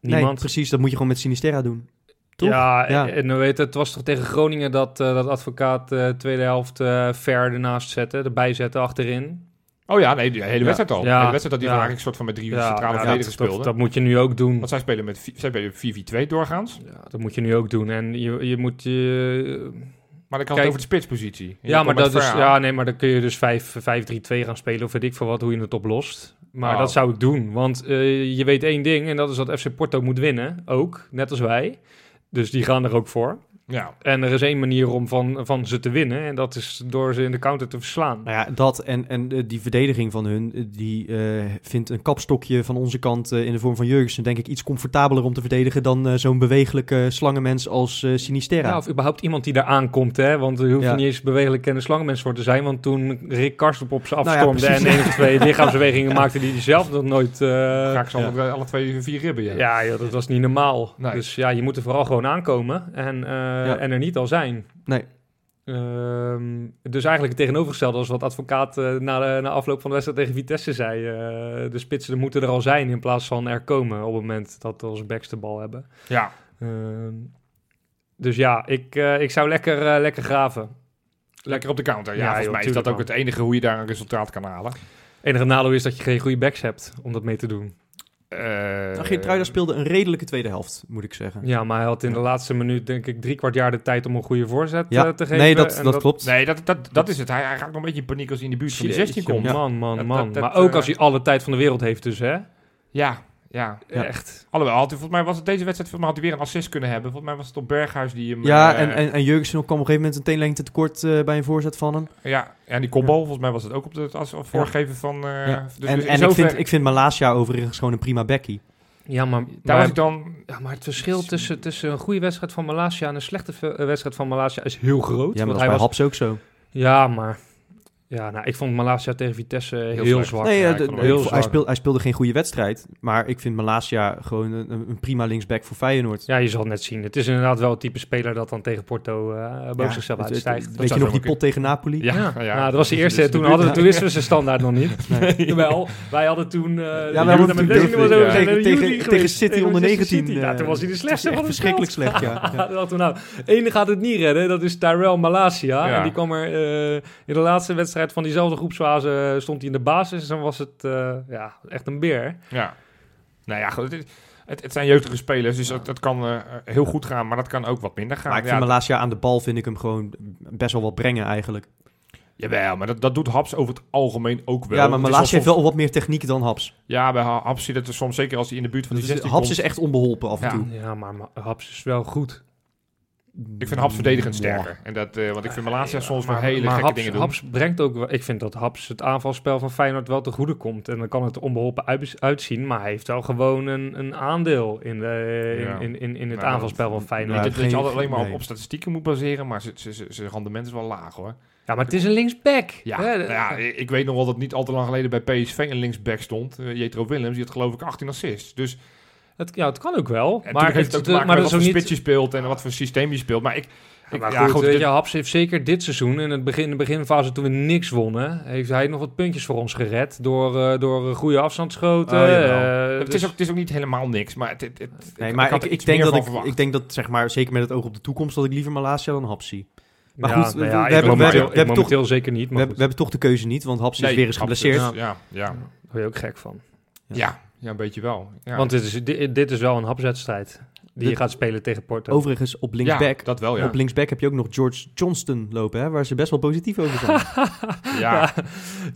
Speaker 2: Nee,
Speaker 3: Niemand.
Speaker 2: precies, dat moet je gewoon met Sinisterra doen. toch?
Speaker 3: Ja,
Speaker 2: Ja.
Speaker 3: en dan weet je, het was toch tegen Groningen dat, eh, dat advocaat eh tweede helft eh ver ernaast zette, erbij zette achterin.
Speaker 4: Oh ja, nee, de hele
Speaker 3: Ja.
Speaker 4: wedstrijd
Speaker 3: Ja.
Speaker 4: al. De hele wedstrijd dat
Speaker 3: Ja.
Speaker 4: die eigenlijk een soort van met drie centrale
Speaker 3: nou,
Speaker 4: verdedigers
Speaker 3: dat, dat,
Speaker 4: speelde.
Speaker 3: dat moet je nu ook doen.
Speaker 4: Want zij spelen met vi- zij spelen 4-4-2 doorgaans.
Speaker 3: Ja, dat moet je nu ook doen. En je, je moet je.
Speaker 4: Maar dan kan
Speaker 3: Kijk-
Speaker 4: het over de spitspositie. En je
Speaker 3: ja, maar
Speaker 4: komt
Speaker 3: dat
Speaker 4: met
Speaker 3: is,
Speaker 4: Ver
Speaker 3: ja,
Speaker 4: aan.
Speaker 3: nee, maar dan kun je dus 5-3-2 gaan spelen of weet ik veel wat, hoe je het oplost. Maar
Speaker 4: Oh.
Speaker 3: dat zou ik doen, want eh, je weet één ding en dat is dat FC Porto moet winnen, ook, net als wij. Dus die gaan er ook voor.
Speaker 4: Ja.
Speaker 3: En er is één manier om van, van ze te winnen en dat is door ze in de counter te verslaan.
Speaker 2: Nou ja, dat en, en eh, die verdediging van hun, eh, die eh, vindt een kapstokje van onze kant eh, in de vorm van Jurgensen, denk ik, iets comfortabeler om te verdedigen dan eh, zo'n bewegelijke slangenmens als eh, Sinisterra.
Speaker 3: Ja, of überhaupt iemand die daar aankomt, hè? Want er hoeft
Speaker 2: Ja.
Speaker 3: niet eens bewegelijk en een slangenmens voor te zijn. Want toen Rick Karstrup op ze
Speaker 2: Nou ja,
Speaker 3: afstormde en
Speaker 2: precies.
Speaker 3: één of twee lichaamsbewegingen maakte die hij zelf nog nooit... eh,
Speaker 4: Ga ik ze alle, alle twee vier ribben, ja.
Speaker 3: ja, joh, dat was niet normaal.
Speaker 4: Nee.
Speaker 3: Dus ja, je moet er vooral gewoon aankomen en, eh, en er niet al zijn.
Speaker 2: Nee.
Speaker 3: Ehm, dus eigenlijk het tegenovergestelde als wat advocaat eh, na, de, na afloop van de wedstrijd tegen Vitesse zei. eh, de spitsen moeten er al zijn in plaats van er komen op het moment dat onze backs de bal hebben.
Speaker 4: Ja.
Speaker 3: Ehm, dus ja, ik, eh, ik zou lekker, eh, lekker graven.
Speaker 4: Lekker op de counter. Ja,
Speaker 3: Ja,
Speaker 4: volgens
Speaker 3: joh,
Speaker 4: mij is dat ook
Speaker 3: tuurlijk,
Speaker 4: het enige hoe je daar een resultaat kan halen.
Speaker 3: Enige nadeel is dat je geen goede backs hebt om dat mee te doen.
Speaker 2: Nou,
Speaker 4: Uh,
Speaker 2: Geertruida speelde een redelijke tweede helft, moet ik zeggen.
Speaker 3: eh, Ja, maar hij had in de laatste minuut, denk ik, drie kwart jaar de tijd om een goede voorzet
Speaker 2: Ja,
Speaker 3: eh, te geven.
Speaker 2: nee, dat,
Speaker 3: En
Speaker 2: dat, klopt.
Speaker 4: Nee, dat, dat, dat is het. Hij, hij raakt nog een beetje in paniek als hij in de buurt van die 16
Speaker 3: Jeetje,
Speaker 4: komt. Ja.
Speaker 3: Man, man,
Speaker 4: Dat-
Speaker 3: man.
Speaker 4: dat- dat,
Speaker 3: maar ook
Speaker 4: eh,
Speaker 3: als hij alle tijd van de wereld heeft, dus hè?
Speaker 4: ja, ja.
Speaker 2: Ja.
Speaker 3: Echt.
Speaker 4: Alhoewel, had hij- volgens mij was het deze wedstrijd, volgens mij had hij weer een assist kunnen hebben. Volgens mij was het op Berghuis die hem...
Speaker 2: Ja,
Speaker 4: eh,
Speaker 2: en, en, en Jurgensen kwam op een gegeven moment een teenlengte tekort eh, bij een voorzet van hem.
Speaker 4: Ja, en die kopbal, volgens mij was het ook op het as- voorgeven van... eh,
Speaker 2: Ja.
Speaker 4: dus-
Speaker 2: en
Speaker 4: dus in
Speaker 2: en ik,
Speaker 4: zoverre-
Speaker 2: vind, ik vind Malasia overigens gewoon een prima bekkie.
Speaker 3: Ja, maar,
Speaker 4: Daar
Speaker 3: maar,
Speaker 4: was ik
Speaker 2: Nou,
Speaker 4: dan...
Speaker 3: ja, maar het verschil tussen, tussen een goede wedstrijd van Malasia en een slechte ve- eh, wedstrijd van Malasia is heel
Speaker 2: Ja,
Speaker 3: groot.
Speaker 2: maar
Speaker 3: want
Speaker 2: dat is
Speaker 3: hij
Speaker 2: bij
Speaker 3: was,
Speaker 2: Haps ook zo.
Speaker 3: ja, maar ja, nou, ik vond Malasia tegen Vitesse heel,
Speaker 4: slecht.
Speaker 3: zwak.
Speaker 2: Nee,
Speaker 4: ja,
Speaker 2: ja,
Speaker 4: ik
Speaker 2: de-
Speaker 4: vond hem
Speaker 3: heel
Speaker 2: de- hij,
Speaker 3: zwak.
Speaker 2: speelde, hij speelde geen goede wedstrijd. Maar ik vind Malasia gewoon een, een prima linksback voor Feyenoord.
Speaker 3: Ja, je zal het net zien. Het is inderdaad wel het type speler dat dan tegen Porto eh boven
Speaker 2: Ja,
Speaker 3: zichzelf
Speaker 2: het- het-
Speaker 3: uitstijgt.
Speaker 2: weet je
Speaker 4: zou
Speaker 2: nog
Speaker 4: zomaar
Speaker 2: die
Speaker 4: kunnen.
Speaker 2: pot tegen Napoli?
Speaker 4: Ja, ja.
Speaker 3: Nou, dat was de eerste.
Speaker 4: Dus
Speaker 3: toen,
Speaker 4: de
Speaker 3: hadden,
Speaker 2: buurt-
Speaker 3: toen wisten we zijn standaard nog niet.
Speaker 2: Nee.
Speaker 3: Jawel, wij hadden toen... eh
Speaker 2: Ja,
Speaker 3: ja,
Speaker 2: wij
Speaker 3: wij
Speaker 2: hadden
Speaker 3: hadden
Speaker 2: toen
Speaker 4: Durfwit, ja.
Speaker 2: Tegen- tegen- tegen City onder 19,
Speaker 3: Ja,
Speaker 2: eh,
Speaker 3: toen was hij de
Speaker 2: Echt
Speaker 3: slechtste van het veld.
Speaker 2: verschrikkelijk slecht, ja.
Speaker 3: Ja, dat we nou, ene gaat het niet redden, dat is Tyrell Malasia.
Speaker 4: Ja.
Speaker 3: En die kwam er eh, in de laatste wedstrijd van diezelfde groepsfase, eh, stond hij in de basis. En dan was het eh, ja, echt een beer.
Speaker 2: dus-
Speaker 4: Ja. Nou ja, goed, het, is- het, het zijn jeugdige spelers, dus dat, dat kan eh, heel goed gaan, maar dat kan ook wat minder gaan.
Speaker 2: Maar ik
Speaker 4: ja,
Speaker 2: vind Malasia aan de bal vind ik hem gewoon best wel wat brengen eigenlijk.
Speaker 4: Jawel, maar dat, dat doet Haps over het algemeen ook wel.
Speaker 2: ja, maar
Speaker 4: Het is wel
Speaker 2: Malasia heeft
Speaker 4: soms-
Speaker 2: wel wat meer techniek dan Haps.
Speaker 4: Ja, bij Ha- Haps zit het er soms, zeker als hij in de buurt van die
Speaker 2: Dus
Speaker 4: 16
Speaker 2: Haps
Speaker 4: komt.
Speaker 2: is echt onbeholpen af en
Speaker 4: Ja.
Speaker 2: toe.
Speaker 3: Ja, maar Ma- Haps is wel goed.
Speaker 4: Ik vind Haps verdedigend
Speaker 2: Ja.
Speaker 4: sterker. En dat, eh, want ik vind Malasia
Speaker 3: Ja,
Speaker 4: soms wel
Speaker 3: maar-
Speaker 4: hele
Speaker 3: maar
Speaker 4: gekke
Speaker 3: Haps-
Speaker 4: dingen doen.
Speaker 3: Haps brengt ook... wel- Ik vind dat Haps het aanvalspel van Feyenoord wel te goede komt. En dan kan het onbeholpen uit- uitzien. Maar hij heeft wel gewoon een, een aandeel in, de, in,
Speaker 4: Ja.
Speaker 3: in, in, in het
Speaker 4: Nou,
Speaker 3: aanvalspel van
Speaker 4: Niet
Speaker 3: Feyenoord.
Speaker 2: Ja,
Speaker 4: dat, dat
Speaker 2: geen-
Speaker 4: je altijd alleen maar op,
Speaker 2: nee.
Speaker 4: op statistieken moet baseren, maar zijn ze, ze, ze rendement is wel laag hoor.
Speaker 3: Ja, maar het is een linksback.
Speaker 4: Ja,
Speaker 3: Hè,
Speaker 4: nou ja ik, ik weet nog wel dat niet al te lang geleden bij PSV een linksback stond. Eh, Jetro Willems, die had geloof ik 18 assists. Dus
Speaker 3: Het, ja, het kan ook wel.
Speaker 4: maar
Speaker 3: maar
Speaker 4: heeft het ook te maken
Speaker 3: maar
Speaker 4: met
Speaker 3: dat
Speaker 4: wat voor
Speaker 3: is ook
Speaker 4: spits
Speaker 3: niet...
Speaker 4: je speelt en wat voor systeem je speelt. Maar ik...
Speaker 3: Ja,
Speaker 4: ik-
Speaker 3: maar
Speaker 4: ja,
Speaker 3: goed,
Speaker 4: goed,
Speaker 3: weet
Speaker 4: dit-
Speaker 3: je, Haps heeft zeker dit seizoen, in, het begin, in de beginfase toen we niks wonnen, heeft hij nog wat puntjes voor ons gered. Door, eh, door eh, goede afstandsschoten.
Speaker 4: Oh, jawel.
Speaker 3: eh,
Speaker 4: het,
Speaker 3: dus-
Speaker 4: is ook, het is ook niet helemaal niks, maar het, het, het-
Speaker 2: Nee, maar
Speaker 4: had
Speaker 2: ik,
Speaker 4: er
Speaker 2: ik,
Speaker 4: iets
Speaker 2: denk
Speaker 4: meer
Speaker 2: dat
Speaker 4: van
Speaker 2: ik,
Speaker 4: verwacht.
Speaker 2: ik denk dat, zeg maar, zeker met het oog op de toekomst, dat ik liever Malasia dan Haps zie. Maar
Speaker 3: Ja,
Speaker 2: goed,
Speaker 3: nou
Speaker 2: we-
Speaker 3: ja,
Speaker 2: we
Speaker 3: ik
Speaker 2: hebben-
Speaker 4: we
Speaker 3: momenteel,
Speaker 4: hebben-
Speaker 2: we hebben
Speaker 3: ik momenteel zeker niet.
Speaker 2: We,
Speaker 3: Maar
Speaker 2: hebben- we hebben toch de keuze niet, want Haps
Speaker 4: Nee,
Speaker 2: is weer eens
Speaker 4: absoluut.
Speaker 2: geblesseerd.
Speaker 4: Ja, ja,
Speaker 3: goed, daar word je ook gek van.
Speaker 4: ja. ja, een beetje wel. Ja.
Speaker 3: Want dit is, dit, dit is wel een hapswedstrijd. Die je
Speaker 2: De-
Speaker 3: gaat spelen tegen Porto.
Speaker 2: Overigens, op linksback,
Speaker 4: Ja, dat wel, ja.
Speaker 2: op linksback heb je ook nog George Johnston lopen, hè, waar ze best wel positief over zijn.
Speaker 4: ja.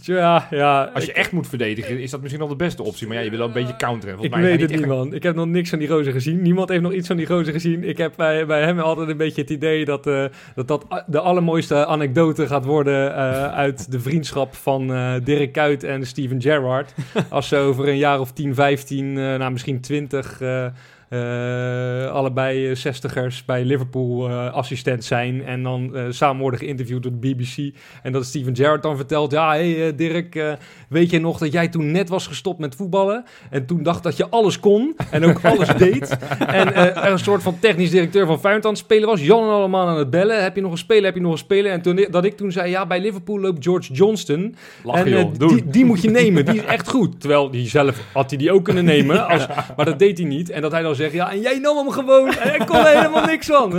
Speaker 3: ja, ja.
Speaker 4: Als je echt moet verdedigen, is dat misschien wel de beste optie. Maar ja, je wil wel een beetje counteren.
Speaker 3: Ik
Speaker 4: Volgens mij
Speaker 3: weet
Speaker 4: is
Speaker 3: het
Speaker 4: hij
Speaker 3: niet,
Speaker 4: echt
Speaker 3: man. Ik heb nog niks van die rozen gezien. Niemand heeft nog iets van die rozen gezien. Ik heb bij, bij hem altijd een beetje het idee dat eh, dat, dat a- de allermooiste anekdote gaat worden eh, uit de vriendschap van eh, Dirk Kuyt en Steven Gerrard. Als ze over een jaar of 10, 15, eh, nou misschien 20, eh, eh, allebei eh, 60ers bij Liverpool eh, assistent zijn. En dan eh samen worden geïnterviewd door de BBC. En dat Steven Gerrard dan vertelt: Ja, hey, eh, Dirk, eh, weet je nog dat jij toen net was gestopt met voetballen? En toen dacht dat je alles kon en ook alles deed. En eh, er een soort van technisch directeur van Feyenoord aan het spelen was. Jan allemaal aan het bellen. Heb je nog een speler? Heb je nog een speler? En toen, dat ik toen zei, ja, bij Liverpool loopt George Johnston.
Speaker 4: Lachen,
Speaker 3: en, eh,
Speaker 4: joh. Doen.
Speaker 3: die, die moet je nemen. Die is echt goed. Terwijl die zelf had hij die ook kunnen nemen. Als, maar dat deed hij niet. En dat hij dan zegt, ja, en jij nam hem gewoon. En ik kon er helemaal niks van.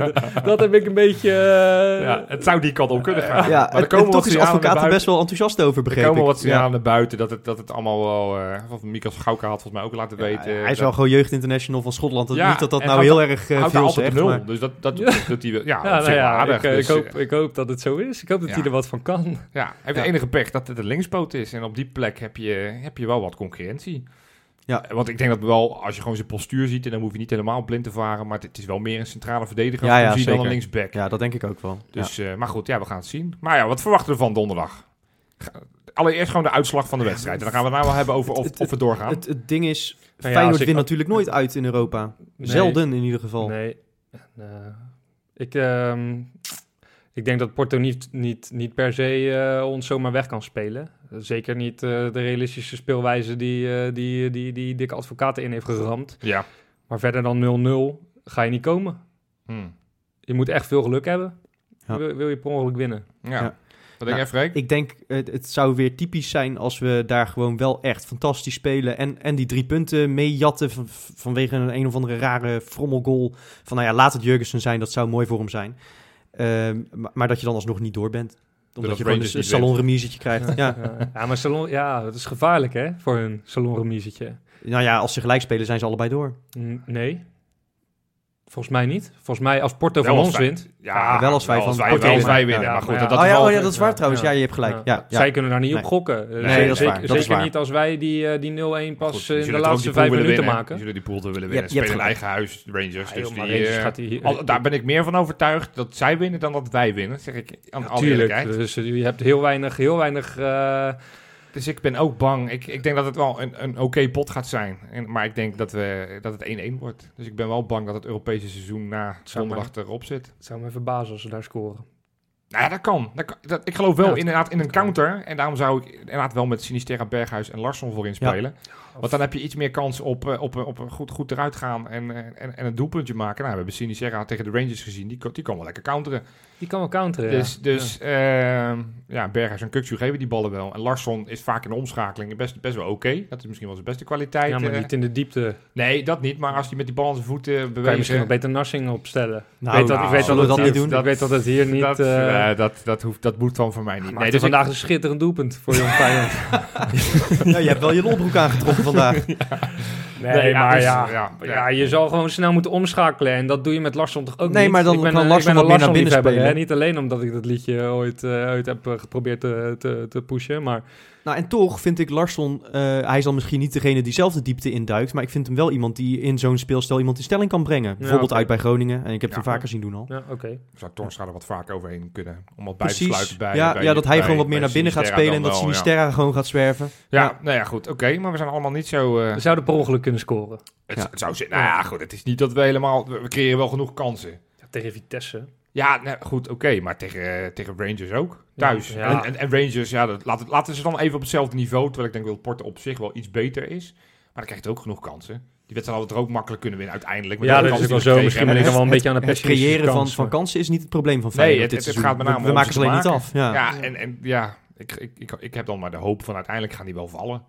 Speaker 3: dat heb ik een beetje... eh,
Speaker 4: Ja, het zou die kant op kunnen gaan.
Speaker 2: eh, ja,
Speaker 4: maar er
Speaker 2: en,
Speaker 4: komen
Speaker 2: en
Speaker 4: wat
Speaker 2: toch is
Speaker 4: signalen
Speaker 2: advocaat
Speaker 4: naar
Speaker 2: er
Speaker 4: buiten.
Speaker 2: best wel enthousiast over,
Speaker 4: Er
Speaker 2: begreep
Speaker 4: komen
Speaker 2: ik.
Speaker 4: wat
Speaker 2: Ja.
Speaker 4: signalen naar buiten dat het, dat het allemaal wel... eh of Mikas Gauka had volgens mij ook laten
Speaker 2: Ja,
Speaker 4: weten.
Speaker 2: hij is
Speaker 4: eh, dat-
Speaker 2: wel gewoon jeugdinternational van Schotland. Dat-
Speaker 4: Ja,
Speaker 2: niet dat dat
Speaker 4: en
Speaker 2: nou
Speaker 4: houdt-
Speaker 2: heel erg eh,
Speaker 4: houdt daar
Speaker 2: veel
Speaker 4: altijd
Speaker 2: zegt,
Speaker 4: op nul.
Speaker 2: maar...
Speaker 4: Dus dat, dat, dat die, wil- ja,
Speaker 3: Ja,
Speaker 4: dat is
Speaker 3: nou ja,
Speaker 4: aardig.
Speaker 3: ik, eh,
Speaker 4: dus,
Speaker 3: ik, hoop,
Speaker 4: eh,
Speaker 3: ik hoop dat het zo is. Ik hoop dat hij
Speaker 4: Ja.
Speaker 3: er wat van kan.
Speaker 4: ja, hij heeft
Speaker 2: Ja.
Speaker 4: de enige pech dat het een linkspoot is. En op die plek heb je, heb je wel wat concurrentie. Eh,
Speaker 2: Ja.
Speaker 4: Want ik denk dat wel, als je gewoon zijn postuur ziet... en dan hoef je niet helemaal blind te varen... maar het, het is wel meer een centrale verdediger
Speaker 2: Ja,
Speaker 4: ja,
Speaker 2: ja,
Speaker 4: dan
Speaker 2: zeker.
Speaker 4: een linksback.
Speaker 2: Ja, dat denk ik ook wel.
Speaker 4: Dus, eh, maar goed, ja, we gaan het zien. Maar ja, wat verwachten we van donderdag? Ga- Allereerst gewoon de uitslag van de wedstrijd. En dan gaan we daarna wel hebben over of,
Speaker 2: Het- het-
Speaker 4: of we doorgaan.
Speaker 2: Het, het ding is,
Speaker 4: Nou
Speaker 3: ja,
Speaker 2: Feyenoord
Speaker 3: als ik
Speaker 2: wint
Speaker 3: ook-
Speaker 2: natuurlijk nooit uit in Europa. Zelden in ieder geval.
Speaker 3: Nee. En, eh, ik, ehm, ik denk dat Porto niet, niet, niet per se eh, ons zomaar weg kan spelen. Zeker niet eh, de realistische speelwijze die, eh, die, die, die dikke advocaten in heeft geramd.
Speaker 4: Ja.
Speaker 3: Maar verder dan 0-0 ga je niet komen.
Speaker 4: Hm.
Speaker 3: Je moet echt veel geluk hebben.
Speaker 2: Ja.
Speaker 3: Wil, wil je per ongeluk winnen?
Speaker 4: ja.
Speaker 2: Ja.
Speaker 4: Wat denk jij, Freek?
Speaker 2: Ik denk, het, het zou weer typisch zijn als we daar gewoon wel echt fantastisch spelen. En, en die drie punten meejatten van, vanwege een een of andere rare frommelgoal. Van nou ja, laat het Jurgensen zijn, dat zou mooi voor hem zijn. Ehm, maar, maar dat je dan alsnog niet door bent. Omdat je
Speaker 4: Doordat
Speaker 2: gewoon
Speaker 4: Rangers
Speaker 2: een, een
Speaker 4: niet wint.
Speaker 2: salonremisetje krijgt. Ja.
Speaker 3: Eh, ja, maar salon, ja, dat is gevaarlijk hè, voor hun salonremiesetje.
Speaker 2: Nou ja, als ze gelijk spelen, zijn ze allebei door.
Speaker 3: Mm, nee. Volgens mij niet. Volgens mij als Porto
Speaker 4: Wel
Speaker 3: van
Speaker 4: als
Speaker 3: ons
Speaker 4: wij-
Speaker 3: wint.
Speaker 2: wel als wij van
Speaker 4: wij,
Speaker 2: Porto
Speaker 4: wel Ah, nou, als wij
Speaker 3: winnen.
Speaker 4: winnen.
Speaker 3: Ja,
Speaker 4: maar goed,
Speaker 3: maar
Speaker 4: dat,
Speaker 3: ja.
Speaker 4: dat
Speaker 2: oh
Speaker 4: is
Speaker 2: ja,
Speaker 4: wel-
Speaker 2: oh ja, dat is waar
Speaker 3: ja,
Speaker 2: trouwens.
Speaker 3: ja.
Speaker 2: Ja, je hebt gelijk. Ja, ja.
Speaker 3: Zij kunnen daar niet op
Speaker 2: Nee.
Speaker 3: gokken. Eh,
Speaker 2: Nee, dat is
Speaker 3: zeker
Speaker 2: waar, dat is
Speaker 3: zeker
Speaker 2: waar.
Speaker 3: niet als wij die, eh, die 0-1
Speaker 4: Goed,
Speaker 3: pas eh,
Speaker 4: die
Speaker 3: in
Speaker 4: zullen
Speaker 3: de
Speaker 4: toch
Speaker 3: laatste
Speaker 4: die
Speaker 3: vijf
Speaker 4: pool willen
Speaker 3: minuten
Speaker 4: winnen.
Speaker 3: maken.
Speaker 4: Die zullen die pool te willen
Speaker 2: Je
Speaker 4: winnen.
Speaker 2: hebt-
Speaker 4: Ze
Speaker 2: je hebt
Speaker 4: Spelen in
Speaker 2: gelijk.
Speaker 4: eigen huis, de Rangers.
Speaker 3: Ah,
Speaker 4: dus
Speaker 3: joh, maar
Speaker 4: die,
Speaker 3: Rangers
Speaker 4: eh,
Speaker 3: gaat die-
Speaker 4: al- daar ben ik meer van overtuigd dat zij winnen dan dat wij winnen. Zeg ik aan alle
Speaker 3: Tuurlijk,
Speaker 4: eerlijkheid.
Speaker 3: dus eh, je hebt heel weinig, heel weinig eh,
Speaker 4: Dus ik ben ook bang. Ik, ik denk dat het wel een, een oké pot gaat zijn. En, maar ik denk dat, we, dat het 1-1 wordt. Dus ik ben wel bang dat het Europese seizoen na
Speaker 3: zou maar-
Speaker 4: zondag erop zit.
Speaker 3: het zou me verbazen als ze daar scoren.
Speaker 4: Nou ja, dat kan. Dat kan- dat- ik geloof wel
Speaker 3: Ja, dat-
Speaker 4: inderdaad in een
Speaker 3: dat kan.
Speaker 4: counter. En daarom zou ik inderdaad wel met Sinisterra, Berghuis en Larsson voorin
Speaker 2: Ja.
Speaker 4: spelen. Want dan heb je iets meer kans op, eh, op, op een goed, goed eruit gaan en, eh, en, en een doelpuntje maken. Nou, we hebben Sinisterra tegen de Rangers gezien. Die, kan- die kan wel lekker counteren.
Speaker 3: Die kan wel counteren. ja.
Speaker 4: Dus, dus ja. ja, Berghuis en Kukcu geven die ballen wel. En Larsson is vaak in de omschakeling best, best wel oké. Dat is misschien wel zijn beste
Speaker 3: ja.
Speaker 4: kwaliteit.
Speaker 3: maar
Speaker 4: eh.
Speaker 3: niet in de diepte.
Speaker 4: Nee, dat niet. Maar als hij met die bal aan zijn voeten
Speaker 3: Kan je misschien
Speaker 4: beweegt...
Speaker 3: nog beter Narsing opstellen.
Speaker 2: Nou,
Speaker 3: ik weet dat,
Speaker 4: nou,
Speaker 3: ik weet dat,
Speaker 2: zullen we
Speaker 3: het
Speaker 2: dat
Speaker 3: hier-
Speaker 2: niet doen?
Speaker 3: Ik weet dat het hier niet...
Speaker 4: dat, dus
Speaker 3: eh,
Speaker 4: eh, dat, dat, hoeft, dat moet dan voor mij niet.
Speaker 3: maakte vandaag een schitterend doelpunt voor Jong Feyenoord.
Speaker 2: Ja, je hebt wel je lolbroek aangetrokken vandaag.
Speaker 3: Nee,
Speaker 4: Nee, ja,
Speaker 3: maar
Speaker 4: dus-
Speaker 3: ja,
Speaker 4: ja,
Speaker 3: ja,
Speaker 4: ja.
Speaker 3: je zal gewoon snel moeten omschakelen. En dat doe je met Larsson toch ook
Speaker 2: Nee,
Speaker 3: niet?
Speaker 2: maar dan
Speaker 3: ik ben
Speaker 2: kan
Speaker 3: een-
Speaker 2: Larsson
Speaker 3: ik ben
Speaker 2: wat
Speaker 3: een
Speaker 2: meer naar binnen
Speaker 3: Larsson-liefhebber,
Speaker 2: spelen.
Speaker 3: hè. Niet alleen omdat ik dat liedje ooit, eh, ooit heb eh, geprobeerd te, te, te pushen. Maar
Speaker 2: Nou, en toch vind ik Larsson, eh, hij is dan misschien niet degene die zelf de diepte induikt, maar ik vind hem wel iemand die in zo'n speelstijl iemand in stelling kan brengen. Bijvoorbeeld
Speaker 3: oké.
Speaker 2: uit bij Groningen, en ik heb het hem
Speaker 4: Ja.
Speaker 2: vaker zien doen al.
Speaker 3: ja, oké.
Speaker 4: zou Torstra er wat vaker overheen kunnen. Om wat bij te
Speaker 2: Precies,
Speaker 4: sluiten bij...
Speaker 2: ja,
Speaker 4: bij-
Speaker 2: ja, dat hij
Speaker 4: bij-
Speaker 2: gewoon wat meer
Speaker 4: bij
Speaker 2: naar binnen gaat
Speaker 4: Sinisterra
Speaker 2: spelen en dat
Speaker 4: dan wel, ja.
Speaker 2: Sinisterra gewoon gaat zwerven.
Speaker 4: Ja,
Speaker 2: Ja.
Speaker 4: nou ja, goed. Oké, maar we zijn allemaal niet zo... eh,
Speaker 3: We zouden per ongeluk kunnen scoren.
Speaker 4: het,
Speaker 2: Ja.
Speaker 4: het zou zijn... Nou ja, goed. Het is niet dat we helemaal... We we creëren wel genoeg kansen.
Speaker 3: Ja, tegen Vitesse.
Speaker 4: Ja, nou, goed. Oké, maar tegen, eh, tegen Rangers ook. Thuis.
Speaker 3: Ja.
Speaker 4: En, en, en Rangers, ja, dat, laten, laten ze dan even op hetzelfde niveau. Terwijl ik denk dat Porto op zich wel iets beter is. Maar dan krijgt het ook genoeg kansen. Die wedstrijd had het er ook makkelijk kunnen winnen uiteindelijk. met
Speaker 3: Ja, dat
Speaker 4: de
Speaker 3: is ook wel
Speaker 4: kansen
Speaker 3: zo.
Speaker 4: die ze
Speaker 3: Misschien ben
Speaker 4: gekregen
Speaker 3: ik er
Speaker 2: Het-
Speaker 3: wel een beetje aan de
Speaker 2: Het
Speaker 3: pessimistische
Speaker 2: creëren van,
Speaker 3: kant,
Speaker 2: van
Speaker 3: maar-
Speaker 2: kansen is niet het probleem van Feyenoord
Speaker 4: eh. het-
Speaker 2: dit
Speaker 4: het
Speaker 2: seizoen.
Speaker 4: gaat met name
Speaker 2: we, we
Speaker 4: om
Speaker 2: maken ze
Speaker 4: ze
Speaker 2: alleen niet
Speaker 4: maken.
Speaker 2: af. Ja.
Speaker 4: Ja, en, en ja, ik, ik, ik, ik heb dan maar de hoop van uiteindelijk gaan die wel vallen.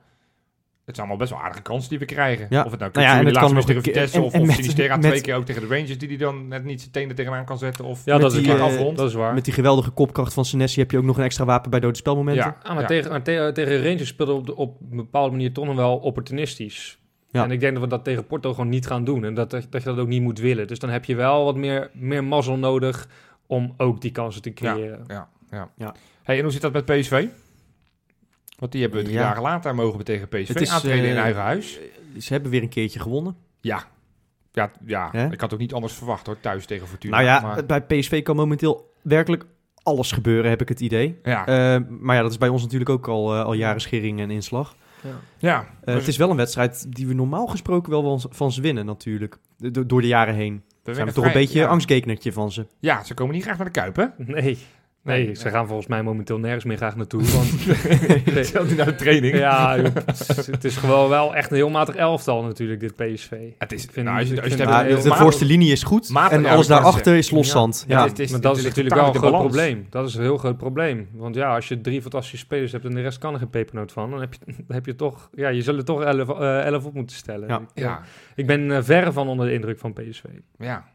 Speaker 4: Het zijn allemaal best wel aardige kansen die we krijgen.
Speaker 2: Ja.
Speaker 4: Of het nou,
Speaker 2: Nou ja, en
Speaker 4: nou
Speaker 2: het
Speaker 4: ja,
Speaker 2: kan nog
Speaker 4: laatste was tegen
Speaker 2: een keer-
Speaker 4: Vitesse
Speaker 2: en-
Speaker 4: of,
Speaker 2: en
Speaker 4: of
Speaker 2: met-
Speaker 4: Sinisterra
Speaker 2: met-
Speaker 4: twee keer ook tegen de Rangers, die die dan net niet zijn tenen er tegenaan kan zetten. Of
Speaker 3: Ja, dat
Speaker 2: Met
Speaker 3: is,
Speaker 2: die,
Speaker 3: waar.
Speaker 2: eh,
Speaker 4: afrond.
Speaker 3: dat is waar.
Speaker 2: Met die geweldige kopkracht van Senesi heb je ook nog een extra wapen bij dode spelmomenten.
Speaker 4: ja,
Speaker 3: Ah, maar
Speaker 4: ja.
Speaker 3: tegen, maar te- tegen Rangers speelde op, de- op een bepaalde manier toch nog wel opportunistisch.
Speaker 2: Ja.
Speaker 3: En ik denk dat we dat tegen Porto gewoon niet gaan doen. En dat, dat dat je dat ook niet moet willen. Dus dan heb je wel wat meer, meer mazzel nodig om ook die kansen te creëren.
Speaker 4: Ja, ja.
Speaker 2: Ja.
Speaker 4: Hey, en hoe zit dat met PSV? Want die hebben we drie
Speaker 2: Ja.
Speaker 4: dagen later mogen we tegen PSV
Speaker 2: Het is,
Speaker 4: aantreden in
Speaker 2: eh,
Speaker 4: eigen huis.
Speaker 2: Ze hebben weer een keertje gewonnen.
Speaker 4: Ja, ja, ja.
Speaker 2: Hè?
Speaker 4: ik had ook niet anders verwacht hoor, thuis tegen Fortuna.
Speaker 2: nou ja,
Speaker 4: maar,
Speaker 2: bij PSV kan momenteel werkelijk alles gebeuren, heb ik het idee.
Speaker 4: ja,
Speaker 2: Eh, maar ja, dat is bij ons natuurlijk ook al, eh, al jaren schering en inslag.
Speaker 4: ja.
Speaker 2: Eh, het is wel een wedstrijd die we normaal gesproken wel van, van ze winnen natuurlijk. Do- door de jaren heen.
Speaker 4: we
Speaker 2: zijn we
Speaker 4: winnen
Speaker 2: toch een
Speaker 4: vrij-
Speaker 2: beetje
Speaker 4: ja.
Speaker 2: angstgekenertje van ze.
Speaker 4: Ja, ze komen niet graag naar de Kuip, hè?
Speaker 3: Nee. Nee,
Speaker 4: Nee,
Speaker 3: ze
Speaker 4: nee.
Speaker 3: gaan volgens mij momenteel nergens meer graag naartoe. Want
Speaker 4: Zelfs niet naar de training.
Speaker 3: ja, joh, het is gewoon wel echt een heel matig elftal natuurlijk, dit PSV.
Speaker 4: Het is,
Speaker 3: vind-
Speaker 4: nou,
Speaker 3: ik
Speaker 4: als je, als je het
Speaker 3: vind-
Speaker 4: hebt
Speaker 2: Maar
Speaker 3: hebben
Speaker 2: de
Speaker 4: over-
Speaker 3: heel
Speaker 2: voorste linie is goed.
Speaker 4: matig,
Speaker 2: en
Speaker 4: ja,
Speaker 2: alles
Speaker 4: ik wou
Speaker 2: daarachter is los
Speaker 3: Ja.
Speaker 2: zand.
Speaker 4: Ja,
Speaker 2: Ja.
Speaker 4: het is-
Speaker 3: Maar
Speaker 4: het
Speaker 3: dat is
Speaker 4: ligt
Speaker 3: natuurlijk wel
Speaker 4: totaal
Speaker 3: een
Speaker 4: in
Speaker 3: groot
Speaker 4: de balans.
Speaker 3: probleem. Dat is een heel groot probleem. Want ja, als je drie fantastische spelers hebt en de rest kan er geen pepernoot van, dan heb je, dan heb je toch, ja, je zult er toch elf, eh, elf op moeten stellen.
Speaker 2: Ja.
Speaker 3: Ik, eh,
Speaker 4: Ja,
Speaker 3: ik ben eh, verre van onder de indruk van PSV.
Speaker 4: ja.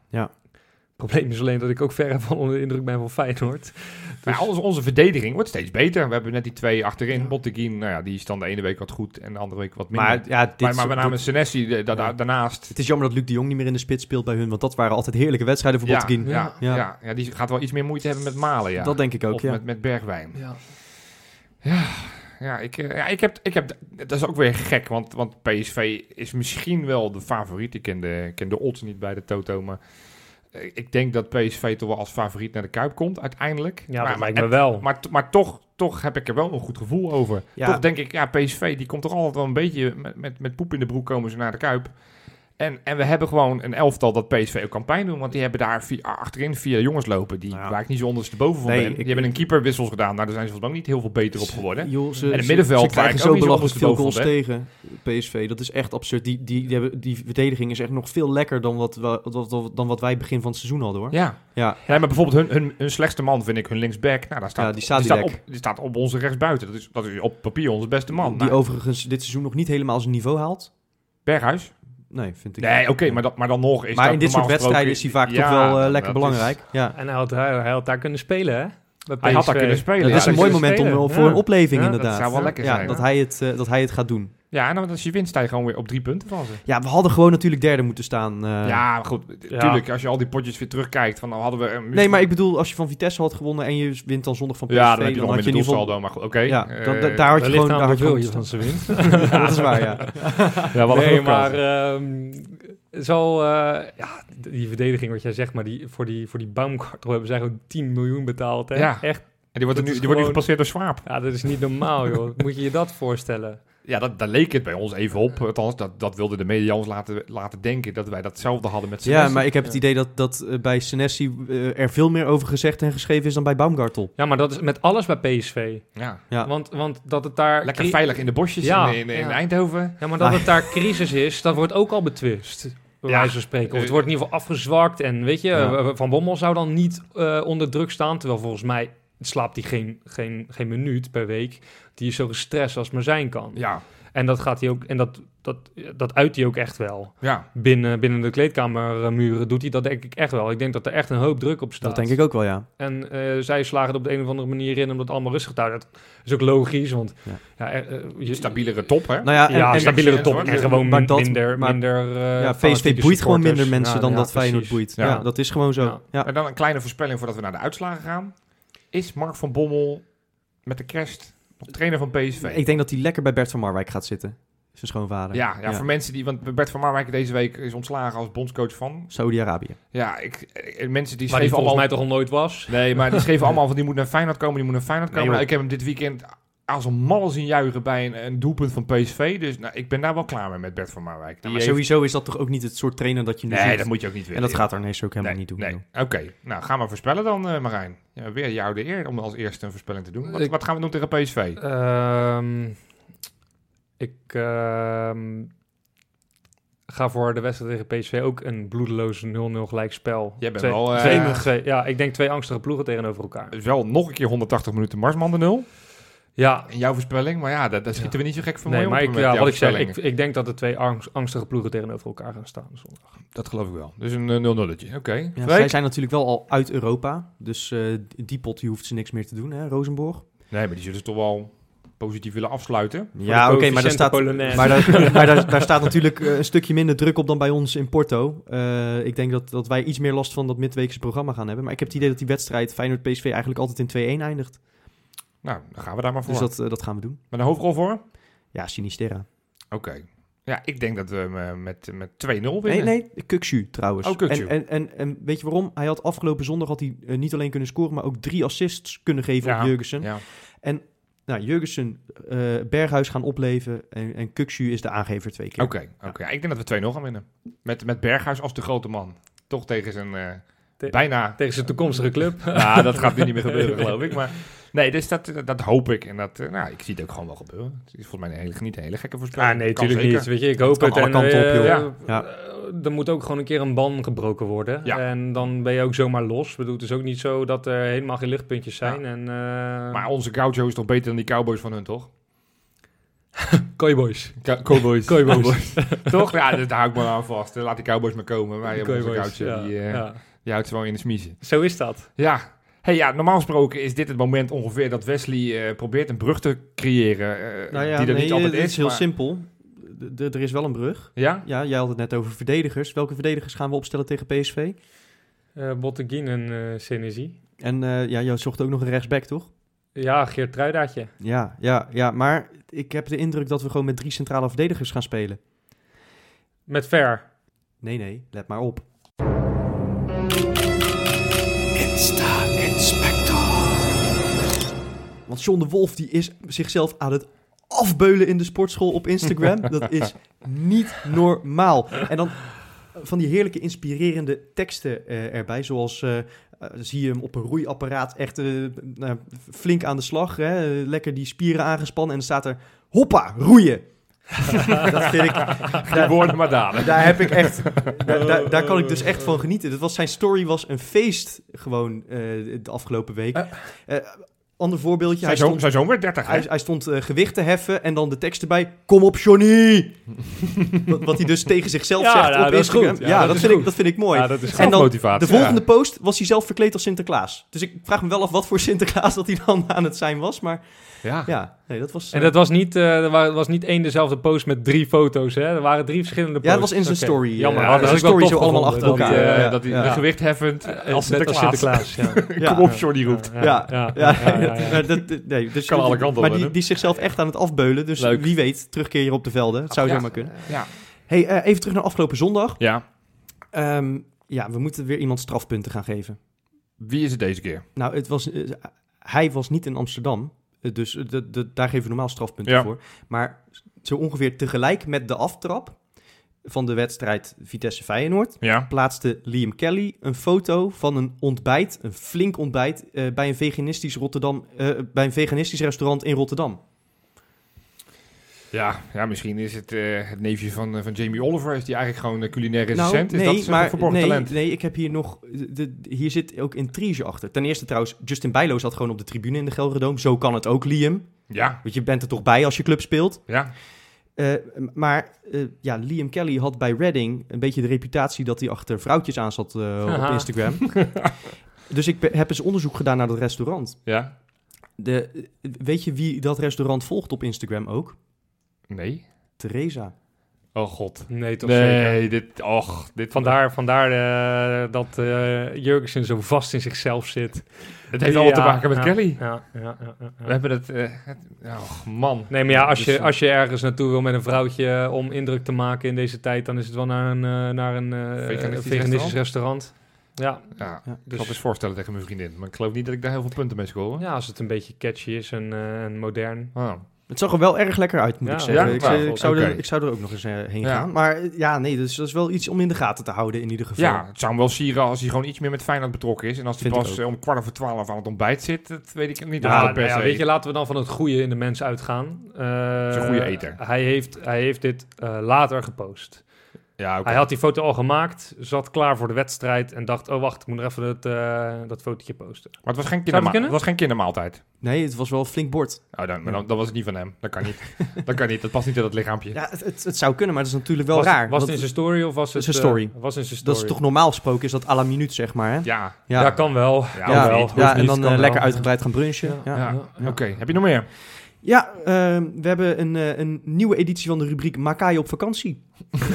Speaker 3: probleem is alleen dat ik ook verre van onder de indruk ben van Feyenoord. Dus-
Speaker 4: Maar onze, onze verdediging wordt steeds beter. We hebben net die twee achterin. Botteguin, nou ja, die is dan de ene week wat goed en de andere week wat minder. Maar,
Speaker 2: Maar ja, dit
Speaker 4: maar,
Speaker 2: soort-
Speaker 4: met name Senesi da- da-
Speaker 2: Ja.
Speaker 4: daarnaast.
Speaker 2: Het is jammer dat Luc de Jong niet meer in de spits speelt bij hun, want dat waren altijd heerlijke wedstrijden voor
Speaker 4: ja,
Speaker 2: Botteguin.
Speaker 4: Ja,
Speaker 2: Ja.
Speaker 4: ja. ja, die gaat wel iets meer moeite hebben met malen, ja.
Speaker 2: Dat denk ik ook,
Speaker 4: of
Speaker 2: ja.
Speaker 4: met, met Bergwijn.
Speaker 3: Ja.
Speaker 4: Ja, ik, eh, ja ik, heb, ik heb... Dat is ook weer gek, want, want PSV is misschien wel de favoriet. Ik ken de, ik ken de odds niet bij de Toto, maar... eh, Ik denk dat PSV toch wel als favoriet naar de Kuip komt, uiteindelijk.
Speaker 3: Ja,
Speaker 4: maar,
Speaker 3: dat lijkt
Speaker 4: maar-
Speaker 3: me wel.
Speaker 4: Maar, t- maar toch, toch heb ik er wel een goed gevoel over.
Speaker 2: Ja.
Speaker 4: Toch denk ik, ja, PSV die komt toch altijd wel een beetje met, met, met poep in de broek komen ze naar de Kuip. En, en we hebben gewoon een elftal dat PSV ook kan pijn doen. Want die hebben daar vi- achterin vier jongens lopen. Die
Speaker 2: Ja.
Speaker 4: waar ik niet zo ondersteboven van
Speaker 2: Nee,
Speaker 4: ben. Die
Speaker 2: ik-
Speaker 4: hebben een keeperwissel gedaan. Nou, daar zijn ze volgens mij ook niet heel veel beter op geworden.
Speaker 2: Joh, ze,
Speaker 4: En het
Speaker 2: ze-
Speaker 4: middenveld
Speaker 2: ze krijgen
Speaker 4: waar ik
Speaker 2: zo
Speaker 4: ook niet zo
Speaker 2: belachelijk veel goals
Speaker 4: ondersteboven
Speaker 2: tegen PSV. Dat is echt absurd. Die, die, die, hebben, die verdediging is echt nog veel lekker dan wat, we- wat- wat- dan wat wij begin van het seizoen hadden hoor.
Speaker 4: Ja.
Speaker 2: Ja.
Speaker 4: Nee, maar bijvoorbeeld hun, hun, hun slechtste man vind ik hun linksback. Nou, daar staat,
Speaker 2: Ja, die staat direct.
Speaker 4: op, die staat op onze rechtsbuiten. Dat is, dat is op papier onze beste man.
Speaker 2: die
Speaker 4: Nou,
Speaker 2: overigens dit seizoen nog niet helemaal zijn niveau haalt.
Speaker 4: Berghuis?
Speaker 2: Nee, vind ik
Speaker 4: Nee, oké,
Speaker 2: niet.
Speaker 4: maar, dat- maar dan nog is
Speaker 2: maar
Speaker 4: dat
Speaker 2: in dit soort
Speaker 4: normaal gesproken-
Speaker 2: wedstrijden is hij vaak toch
Speaker 4: Ja,
Speaker 2: wel eh,
Speaker 4: dat
Speaker 2: lekker
Speaker 4: is-
Speaker 2: belangrijk. Ja.
Speaker 3: En hij had, hij, hij had daar kunnen spelen, hè? Bij
Speaker 4: Hij had daar
Speaker 3: PSV.
Speaker 4: kunnen spelen.
Speaker 2: dat
Speaker 4: ja.
Speaker 2: is een
Speaker 3: dat
Speaker 2: mooi
Speaker 3: is
Speaker 2: moment om
Speaker 3: spelen.
Speaker 2: wel voor
Speaker 3: Ja.
Speaker 2: een opleving
Speaker 3: Ja, dat
Speaker 2: inderdaad.
Speaker 4: zou wel lekker
Speaker 2: ja,
Speaker 4: zijn.
Speaker 2: Dat, hij het, eh, dat hij het gaat doen.
Speaker 4: Ja, en dan als je wint, sta je gewoon weer op drie punten van ze.
Speaker 2: Ja, we hadden gewoon natuurlijk derde moeten staan. eh.
Speaker 4: ja, maar goed, natuurlijk, als je al die potjes weer terugkijkt, van nou hadden we... eh,
Speaker 2: Nee, maar ik bedoel, als je van Vitesse had gewonnen en je wint dan zondag van PSV...
Speaker 4: Ja, dan heb je
Speaker 2: dan
Speaker 4: nog
Speaker 2: had je
Speaker 4: minder
Speaker 2: in ieder geval...
Speaker 4: doelsaldo, maar goed, oké.
Speaker 2: Ja,
Speaker 4: eh,
Speaker 2: dan, da- daar had je
Speaker 3: Wellicht
Speaker 2: gewoon...
Speaker 3: aan
Speaker 2: Daar had je
Speaker 3: hoeveel
Speaker 2: gewoon
Speaker 3: je van ze wint.
Speaker 2: Ja, dat is waar, ja.
Speaker 4: ja, wat
Speaker 3: nee,
Speaker 4: een
Speaker 3: maar
Speaker 4: maar... eh,
Speaker 3: ehm, het is al, eh, ja, die verdediging wat jij zegt, maar die, voor die, voor die Baumgartel hebben zij gewoon 10 miljoen betaald, hè?
Speaker 4: Ja.
Speaker 3: Echt,
Speaker 4: En die wordt,
Speaker 3: dat is
Speaker 4: er nu, die wordt nu
Speaker 3: gewoon-
Speaker 4: gepasseerd door Swaap.
Speaker 3: ja, dat is niet normaal, joh. Moet je je dat voorstellen?
Speaker 4: Ja, dat, daar leek het bij ons even op. Althans, dat, dat wilde de media ons laten, laten denken, dat wij datzelfde hadden met
Speaker 2: Ja,
Speaker 4: Senesi.
Speaker 2: maar ik heb
Speaker 3: Ja.
Speaker 2: het idee dat, dat eh, bij Senesi eh, er veel meer over gezegd en geschreven is dan bij Baumgartel.
Speaker 3: Ja, maar dat is met alles bij PSV.
Speaker 4: Ja.
Speaker 2: Ja.
Speaker 3: Want, want dat het daar...
Speaker 4: Lekker
Speaker 3: cri-
Speaker 4: veilig in de bosjes
Speaker 3: Ja,
Speaker 4: in, in, in
Speaker 3: ja.
Speaker 4: Eindhoven.
Speaker 3: Ja, maar dat
Speaker 2: Maar-
Speaker 3: het daar crisis is, dat wordt ook al betwist. Bij
Speaker 4: Ja.
Speaker 3: wijze van spreken. Of het wordt in ieder geval afgezwakt. En weet je, eh,
Speaker 2: Ja.
Speaker 3: Van Bommel zou dan niet eh, onder druk staan. Terwijl volgens mij slaapt hij geen, geen, geen minuut per week. Die is zo gestrest als maar zijn kan.
Speaker 4: Ja,
Speaker 3: En dat gaat hij ook. En dat, dat, dat uit hij ook echt wel.
Speaker 4: ja.
Speaker 3: Binnen, binnen de kleedkamermuren doet hij dat denk ik echt wel. Ik denk dat er echt een hoop druk op staat.
Speaker 2: Dat denk ik ook wel, ja.
Speaker 3: En eh, zij slagen er op de een of andere manier in om dat allemaal rustig te houden. Dat is ook logisch, want
Speaker 2: Ja.
Speaker 3: ja, eh, eh, je,
Speaker 4: Stabielere top, hè?
Speaker 2: Nou ja, en,
Speaker 3: ja,
Speaker 2: en-
Speaker 3: stabielere
Speaker 4: en-
Speaker 3: top.
Speaker 4: en-
Speaker 3: En gewoon
Speaker 2: maar
Speaker 3: min-
Speaker 2: dat-
Speaker 3: minder...
Speaker 2: maar-
Speaker 3: minder eh,
Speaker 2: ja,
Speaker 3: fanatieke
Speaker 2: PSV boeit gewoon
Speaker 3: supporters.
Speaker 2: minder mensen
Speaker 3: Ja,
Speaker 2: dan
Speaker 3: ja,
Speaker 2: dat Feyenoord
Speaker 3: precies.
Speaker 2: boeit. Ja.
Speaker 4: Ja.
Speaker 2: dat is gewoon zo.
Speaker 3: Ja.
Speaker 2: Ja.
Speaker 4: En dan een kleine voorspelling voordat we naar de uitslagen gaan. Is Mark van Bommel met de kerst nog trainer van PSV?
Speaker 2: Ik denk dat hij lekker bij Bert van Marwijk gaat zitten. Zijn schoonvader.
Speaker 4: Ja, ja, voor mensen die... Want Bert van Marwijk deze week is ontslagen als bondscoach van.
Speaker 2: Saudi-Arabië.
Speaker 4: Ja, ik, eh, mensen die
Speaker 3: Maar die
Speaker 4: schreven
Speaker 3: volgens
Speaker 4: allemaal...
Speaker 3: mij toch al nooit was.
Speaker 4: Nee, maar die schreven allemaal van die moet naar Feyenoord komen, die moet naar Feyenoord komen.
Speaker 2: Nee, joh.
Speaker 4: nou, ik heb hem dit weekend als een malle zien juichen bij een, een doelpunt van PSV. Dus nou, ik ben daar wel klaar mee met Bert van Marwijk. Die
Speaker 2: maar
Speaker 4: heeft-
Speaker 2: sowieso is dat toch ook niet het soort trainer dat je nu
Speaker 4: Nee,
Speaker 2: ziet?
Speaker 4: dat moet je ook niet willen.
Speaker 2: En dat gaat Arnees ook helemaal
Speaker 4: nee,
Speaker 2: niet doen.
Speaker 4: Nee.
Speaker 2: joh.
Speaker 4: Oké, nou ga maar voorspellen dan, eh, Marijn. Ja, weer jouw de eer om als eerste een voorspelling te doen. Wat,
Speaker 3: Ik-
Speaker 4: wat gaan we doen tegen PSV?
Speaker 3: Ehm, ik ehm, ga voor de wedstrijd tegen PSV ook een bloedeloze 0-0 gelijkspel.
Speaker 4: Jij bent
Speaker 3: Twee-
Speaker 4: wel, eh,
Speaker 3: twee- twee- ja, ik denk twee angstige ploegen tegenover elkaar.
Speaker 4: Dus wel nog een keer 180 minuten Marsman de nul.
Speaker 3: Ja,
Speaker 4: In jouw voorspelling, maar ja, daar, daar schieten we niet zo gek van
Speaker 3: nee,
Speaker 4: mee
Speaker 3: maar
Speaker 4: op
Speaker 3: ik,
Speaker 4: met
Speaker 3: ja,
Speaker 4: jouw
Speaker 3: wat ik zeg, ik,
Speaker 4: voorspellingen.
Speaker 3: ik denk dat er twee angst- angstige ploegen tegenover elkaar gaan staan. zondag.
Speaker 4: Dat geloof ik wel. Dus een eh, 0-0'tje. Oké.
Speaker 2: Ja,
Speaker 4: Freek?
Speaker 2: zij zijn natuurlijk wel al uit Europa. Dus eh die pot die hoeft ze niks meer te doen, hè, Rosenborg.
Speaker 4: Nee, maar die zullen ze toch wel positief willen afsluiten.
Speaker 2: Ja, oké, maar daar staat,
Speaker 3: Polonaise.
Speaker 2: maar daar, maar daar, daar staat natuurlijk eh, een stukje minder druk op dan bij ons in Porto. Eh, ik denk dat, dat wij iets meer last van dat midweekse programma gaan hebben. Maar ik heb het idee dat die wedstrijd Feyenoord-PSV eigenlijk altijd in 2-1 eindigt.
Speaker 4: Nou, dan gaan we daar maar voor.
Speaker 2: Dus dat, eh, dat gaan we doen.
Speaker 4: Met een hoofdrol voor? Oké.
Speaker 2: Ja, Sinistera.
Speaker 4: Ja, ik denk dat we hem, eh, met, met 2-0 winnen.
Speaker 2: Nee, nee, Kuksu trouwens.
Speaker 4: Oh, Kukçu.
Speaker 2: En, en, en, en weet je waarom? Hij had afgelopen zondag had hij, eh, niet alleen kunnen scoren, maar ook drie assists kunnen geven
Speaker 4: Ja,
Speaker 2: op Jurgensen.
Speaker 4: Ja.
Speaker 2: Nou, Jurgensen, eh, Berghuis gaan opleven en, en Kuksu is de aangever twee keer.
Speaker 4: Oké, oké. Ja, ik denk dat we 2-0 gaan winnen. Met, met Berghuis als de grote man. Toch tegen zijn eh,
Speaker 3: Te-
Speaker 4: bijna...
Speaker 3: Tegen zijn toekomstige club.
Speaker 4: Nou, dat gaat nu niet meer gebeuren, geloof ik. Maar nee, dus dat, dat hoop ik. En dat, eh, nou, ik zie het ook gewoon wel gebeuren. Het is volgens mij een hele, niet een hele gekke voorspelling.
Speaker 3: Ah, nee,
Speaker 4: Kan
Speaker 3: natuurlijk
Speaker 4: zeker.
Speaker 3: niet. Weet je, ik hoop
Speaker 2: kan
Speaker 3: het.
Speaker 2: alle
Speaker 3: en,
Speaker 2: kanten op,
Speaker 3: eh,
Speaker 2: joh.
Speaker 3: ja,
Speaker 2: Ja.
Speaker 3: eh, Er moet ook gewoon een keer een ban gebroken worden.
Speaker 4: Ja.
Speaker 3: En dan ben je ook zomaar los. Ik bedoel, het is ook niet zo dat er helemaal geen lichtpuntjes zijn. En, eh
Speaker 4: Maar onze Gaucho is toch beter dan die Cowboys van hun, toch?
Speaker 3: Kooiboys.
Speaker 4: Cowboys.
Speaker 3: Kooiboys.
Speaker 4: toch? Ja, dus daar hou ik me aan vast. Laat die Cowboys maar komen. Wij hebben onze
Speaker 3: Kooiboys,
Speaker 4: Gaucho,
Speaker 3: ja,
Speaker 4: die, eh,
Speaker 3: ja.
Speaker 4: die houdt ze wel in de smiezen.
Speaker 3: Zo is dat.
Speaker 4: Ja. Hey, ja, normaal gesproken is dit het moment ongeveer dat Wesley eh, probeert een brug te creëren. eh,
Speaker 2: Nou ja,
Speaker 4: die er
Speaker 2: nee,
Speaker 4: niet altijd
Speaker 2: het
Speaker 4: is.
Speaker 2: is heel
Speaker 4: maar-
Speaker 2: simpel. D- d- er is wel een brug.
Speaker 4: Ja?
Speaker 2: Ja, jij had het net over verdedigers. Welke verdedigers gaan we opstellen tegen PSV?
Speaker 3: Eh Botteguin en eh Senesi.
Speaker 2: En eh, ja, jij zocht ook nog een rechtsback, toch?
Speaker 3: Ja, Geert Truidaatje.
Speaker 2: Ja, ja, ja. Maar ik heb de indruk dat we gewoon met drie centrale verdedigers gaan spelen.
Speaker 3: Met Ver.
Speaker 2: Nee, nee, let maar op. Want John de Wolf die is zichzelf aan het afbeulen in de sportschool op Instagram. Dat is niet normaal. En dan eh, van die heerlijke inspirerende teksten eh, erbij. Zoals eh, eh, zie je hem op een roeiapparaat echt eh, nou, flink aan de slag. Hè? Lekker die spieren aangespannen. En dan staat er hoppa, roeien. dat vind ik...
Speaker 4: Die woorden maar daden.
Speaker 2: Daar heb ik echt. Daar, daar, daar kan ik dus echt van genieten. Dat was, zijn story was een feest gewoon eh, de afgelopen week.
Speaker 3: Eh.
Speaker 2: Eh, ander voorbeeldje. Hij
Speaker 4: zijn, zoon,
Speaker 2: stond,
Speaker 4: zijn zoon werd 30, hè?
Speaker 2: hij, hij stond eh, gewicht te heffen en dan de tekst erbij. Kom op, Johnny! wat, wat hij dus tegen zichzelf
Speaker 3: Ja,
Speaker 2: zegt
Speaker 3: nou,
Speaker 2: op
Speaker 3: dat is
Speaker 2: Instagram.
Speaker 3: goed.
Speaker 2: Ja,
Speaker 3: Ja, dat
Speaker 2: dat,
Speaker 3: is
Speaker 2: vind
Speaker 3: goed.
Speaker 2: Ik, dat vind ik mooi.
Speaker 3: Ja, dat is
Speaker 2: en dan-
Speaker 4: Zelfmotivatie.
Speaker 2: de volgende post was hij zelf verkleed als Sinterklaas. Dus ik vraag me wel af wat voor Sinterklaas dat hij dan aan het zijn was. Maar
Speaker 4: Ja. Ja.
Speaker 2: ja, nee, dat was...
Speaker 3: En dat was niet, eh, er wa- was niet één dezelfde post met drie foto's, hè? Er waren drie verschillende
Speaker 2: ja,
Speaker 3: posts.
Speaker 2: dat was in zijn
Speaker 3: Oké.
Speaker 2: story. eh,
Speaker 3: Jammer,
Speaker 4: Ja,
Speaker 3: dat
Speaker 2: zijn
Speaker 3: is ook wel
Speaker 2: story
Speaker 3: tof
Speaker 2: zo allemaal achter
Speaker 3: gevonden,
Speaker 4: Dat,
Speaker 2: elkaar.
Speaker 4: hij, eh,
Speaker 2: Ja,
Speaker 4: dat hij
Speaker 2: ja.
Speaker 4: de gewicht heffend
Speaker 3: Eh,
Speaker 4: als
Speaker 3: net als
Speaker 4: Sinterklaas.
Speaker 3: Sinterklaas, ja.
Speaker 2: eh, Ja.
Speaker 4: Kom op, Jordi roept.
Speaker 3: Ja,
Speaker 2: Ja.
Speaker 3: ja,
Speaker 2: Ja,
Speaker 3: ja, ja, ja.
Speaker 2: maar dat- dat- nee, dus,
Speaker 4: Kan alle kanten op,
Speaker 2: Maar
Speaker 4: hè?
Speaker 2: die, die is zichzelf echt aan het afbeulen. Dus
Speaker 4: Leuk.
Speaker 2: wie weet, terugkeer hier op de velden. Het zou
Speaker 4: Ja.
Speaker 2: zomaar kunnen.
Speaker 4: Ja.
Speaker 2: Hey, eh, even terug naar afgelopen zondag.
Speaker 4: ja.
Speaker 2: Ehm, ja, we moeten weer iemand strafpunten gaan geven.
Speaker 4: Wie is het deze keer?
Speaker 2: Nou, het was, eh, hij was niet in Amsterdam. eh, Dus eh, dat- dat- daar geven we normaal strafpunten
Speaker 4: Ja.
Speaker 2: voor. Maar zo ongeveer tegelijk met de aftrap van de wedstrijd Vitesse-Feyenoord...
Speaker 4: Ja.
Speaker 2: plaatste Liam Kelly een foto van een ontbijt, een flink ontbijt, eh, bij, een veganistisch Rotterdam, eh, bij een veganistisch restaurant in Rotterdam.
Speaker 4: Ja, ja misschien is het eh, het neefje van, eh, van Jamie Oliver. Is die eigenlijk gewoon een culinaire
Speaker 3: Nou,
Speaker 4: recensent?
Speaker 2: Nou, nee,
Speaker 4: is dat zijn
Speaker 2: maar,
Speaker 4: verborgen
Speaker 2: nee,
Speaker 4: talent?
Speaker 2: nee, ik heb hier nog, de, de- hier zit ook intrige achter. Ten eerste trouwens, Justin Bijlo zat gewoon op de tribune in de Gelderdoom. Zo kan het ook, Liam.
Speaker 4: Ja,
Speaker 2: Want je bent er toch bij als je club speelt.
Speaker 4: ja.
Speaker 2: Eh, m- maar eh, ja, Liam Kelly had bij Reading een beetje de reputatie dat hij achter vrouwtjes aan zat eh, op
Speaker 3: Haha.
Speaker 2: Instagram. dus ik be- heb eens onderzoek gedaan naar dat restaurant.
Speaker 4: Ja.
Speaker 2: De, eh, weet je wie dat restaurant volgt op Instagram ook?
Speaker 4: Nee.
Speaker 2: Theresa.
Speaker 4: Oh god.
Speaker 3: Nee, toch zeker.
Speaker 4: Nee, dit, och, dit
Speaker 3: Vandaar, vandaar eh, dat eh Jurgensen zo vast in zichzelf zit.
Speaker 4: Het heeft allemaal te maken met
Speaker 3: ja,
Speaker 4: Kelly.
Speaker 3: Ja, ja, ja, ja, ja.
Speaker 4: We hebben het, eh, het- oh man.
Speaker 3: Nee, maar ja, als
Speaker 4: Dus,
Speaker 3: je,
Speaker 4: eh,
Speaker 3: als je ergens naartoe wil met een vrouwtje eh, om indruk te maken in deze tijd, dan is het wel naar een, eh, naar een eh,
Speaker 4: Veganistisch
Speaker 3: veganistisch restaurant. Ja.
Speaker 4: ja,
Speaker 2: Ja,
Speaker 4: ik
Speaker 3: dus-
Speaker 4: zal het eens voorstellen tegen mijn vriendin, maar ik geloof niet dat ik daar heel veel punten mee scoren.
Speaker 3: ja, als het een beetje catchy is en, eh, en modern.
Speaker 4: Ah.
Speaker 2: Het zag er wel erg lekker uit, moet
Speaker 3: Ja, nou,
Speaker 2: ik zeggen.
Speaker 4: ja,
Speaker 2: ik,
Speaker 4: wel.
Speaker 2: zou- ik zou
Speaker 4: Oké.
Speaker 2: er, ik zou er ook nog eens eh, heen
Speaker 4: Ja.
Speaker 2: gaan. Maar eh, ja, nee, dus dat is wel iets om in de gaten te houden in ieder geval.
Speaker 4: ja, eh, het zou hem wel sieren als hij gewoon iets meer met Feyenoord betrokken is. En als hij
Speaker 2: Vind ik
Speaker 4: pas
Speaker 2: ook.
Speaker 4: eh, om kwart over twaalf aan het ontbijt zit, dat weet ik niet.
Speaker 3: Ja,
Speaker 4: of dat
Speaker 3: nou
Speaker 4: per
Speaker 3: ja,
Speaker 4: se-
Speaker 3: weet je, laten we dan van het goede in de mens uitgaan. Eh,
Speaker 4: is een goede eter.
Speaker 3: Hij heeft, hij heeft dit eh, later gepost.
Speaker 4: Ja, oké.
Speaker 3: Hij had die foto al gemaakt, zat klaar voor de wedstrijd en dacht, oh wacht, ik moet nog even dat, eh, dat fotootje posten.
Speaker 4: Maar het was geen,
Speaker 3: dat
Speaker 4: kinderma-
Speaker 3: kunnen?
Speaker 4: het was geen kindermaaltijd.
Speaker 2: Nee, het was wel een flink bord.
Speaker 4: Oh, dan, maar dan, dan was het niet van hem. Dat kan niet. dat kan niet. Dat past niet in dat lichaampje.
Speaker 2: Ja, het, het, het zou kunnen, maar dat is natuurlijk wel
Speaker 3: was,
Speaker 2: raar.
Speaker 3: Was het
Speaker 2: want
Speaker 3: in zijn story of was het...
Speaker 2: Zijn
Speaker 3: eh,
Speaker 2: story.
Speaker 3: was in zijn story.
Speaker 2: dat is toch normaal gesproken, is dat à la minuut, zeg maar. Hè?
Speaker 4: Ja.
Speaker 3: Ja, kan wel.
Speaker 4: Ja,
Speaker 3: kan
Speaker 4: hoeft
Speaker 3: wel.
Speaker 4: niet,
Speaker 2: ja,
Speaker 4: hoeft
Speaker 2: ja,
Speaker 4: niet,
Speaker 2: en dan
Speaker 4: kan
Speaker 2: eh,
Speaker 4: wel.
Speaker 2: lekker uitgebreid gaan brunchen. Ja.
Speaker 4: Ja,
Speaker 3: Ja.
Speaker 4: Oké, heb je nog meer?
Speaker 2: Ja, eh, we hebben een, eh, een nieuwe editie van de rubriek Makai op vakantie.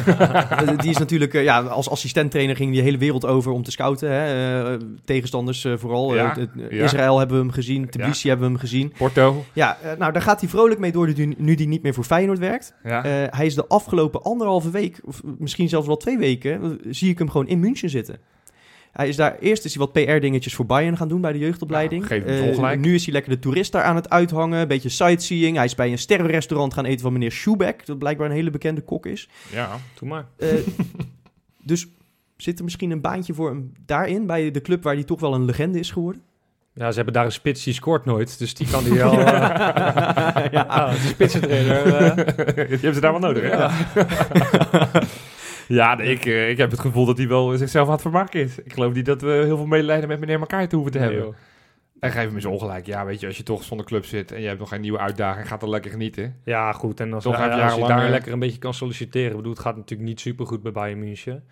Speaker 2: Eh, die is natuurlijk, eh, ja, als assistenttrainer ging die de hele wereld over om te scouten. Hè? Eh, tegenstanders eh, vooral.
Speaker 4: Ja,
Speaker 2: Eh, eh,
Speaker 4: ja.
Speaker 2: Israël hebben we hem gezien, Tbilisi hebben we hem gezien.
Speaker 4: Porto.
Speaker 2: Ja, eh, nou daar gaat hij vrolijk mee door nu- nu die niet meer voor Feyenoord werkt.
Speaker 4: Ja.
Speaker 2: Eh, hij is de afgelopen anderhalve week, of misschien zelfs wel twee weken, eh, zie ik hem gewoon in München zitten. Hij is daar, eerst is hij wat PR-dingetjes voor Bayern gaan doen bij de jeugdopleiding.
Speaker 4: Ja, geef hem
Speaker 2: Eh,
Speaker 4: ongelijk.
Speaker 2: nu is hij lekker de toerist daar aan het uithangen, een beetje sightseeing. Hij is bij een sterrenrestaurant gaan eten van meneer Schubeck, dat blijkbaar een hele bekende kok is.
Speaker 4: ja.
Speaker 3: Doe maar.
Speaker 2: Eh, dus zit er misschien een baantje voor hem daarin, bij de club waar hij toch wel een legende is geworden?
Speaker 3: Ja, ze hebben daar een spits die scoort nooit, dus die kan die wel... eh,
Speaker 2: Ja.
Speaker 3: ah, die spitsentrainer. eh,
Speaker 4: Je hebt ze daar wel nodig, hè? Ja, nee, ik, eh, ik heb het gevoel dat hij wel zichzelf aan het vermaken is. Ik geloof niet dat we heel veel medelijden met meneer Makaay te hoeven te hebben.
Speaker 3: joh.
Speaker 4: en geef hem eens ongelijk. Ja, weet je, als je toch zonder club zit en je hebt nog geen nieuwe uitdaging, gaat dan lekker genieten.
Speaker 3: Ja, goed. En als,
Speaker 4: Toch
Speaker 3: ja,
Speaker 4: heb
Speaker 3: als
Speaker 4: je
Speaker 3: je
Speaker 4: jarenlang,
Speaker 3: daar
Speaker 4: eh,
Speaker 3: lekker een beetje kan solliciteren. Ik bedoel, het gaat natuurlijk niet supergoed bij Bayern München.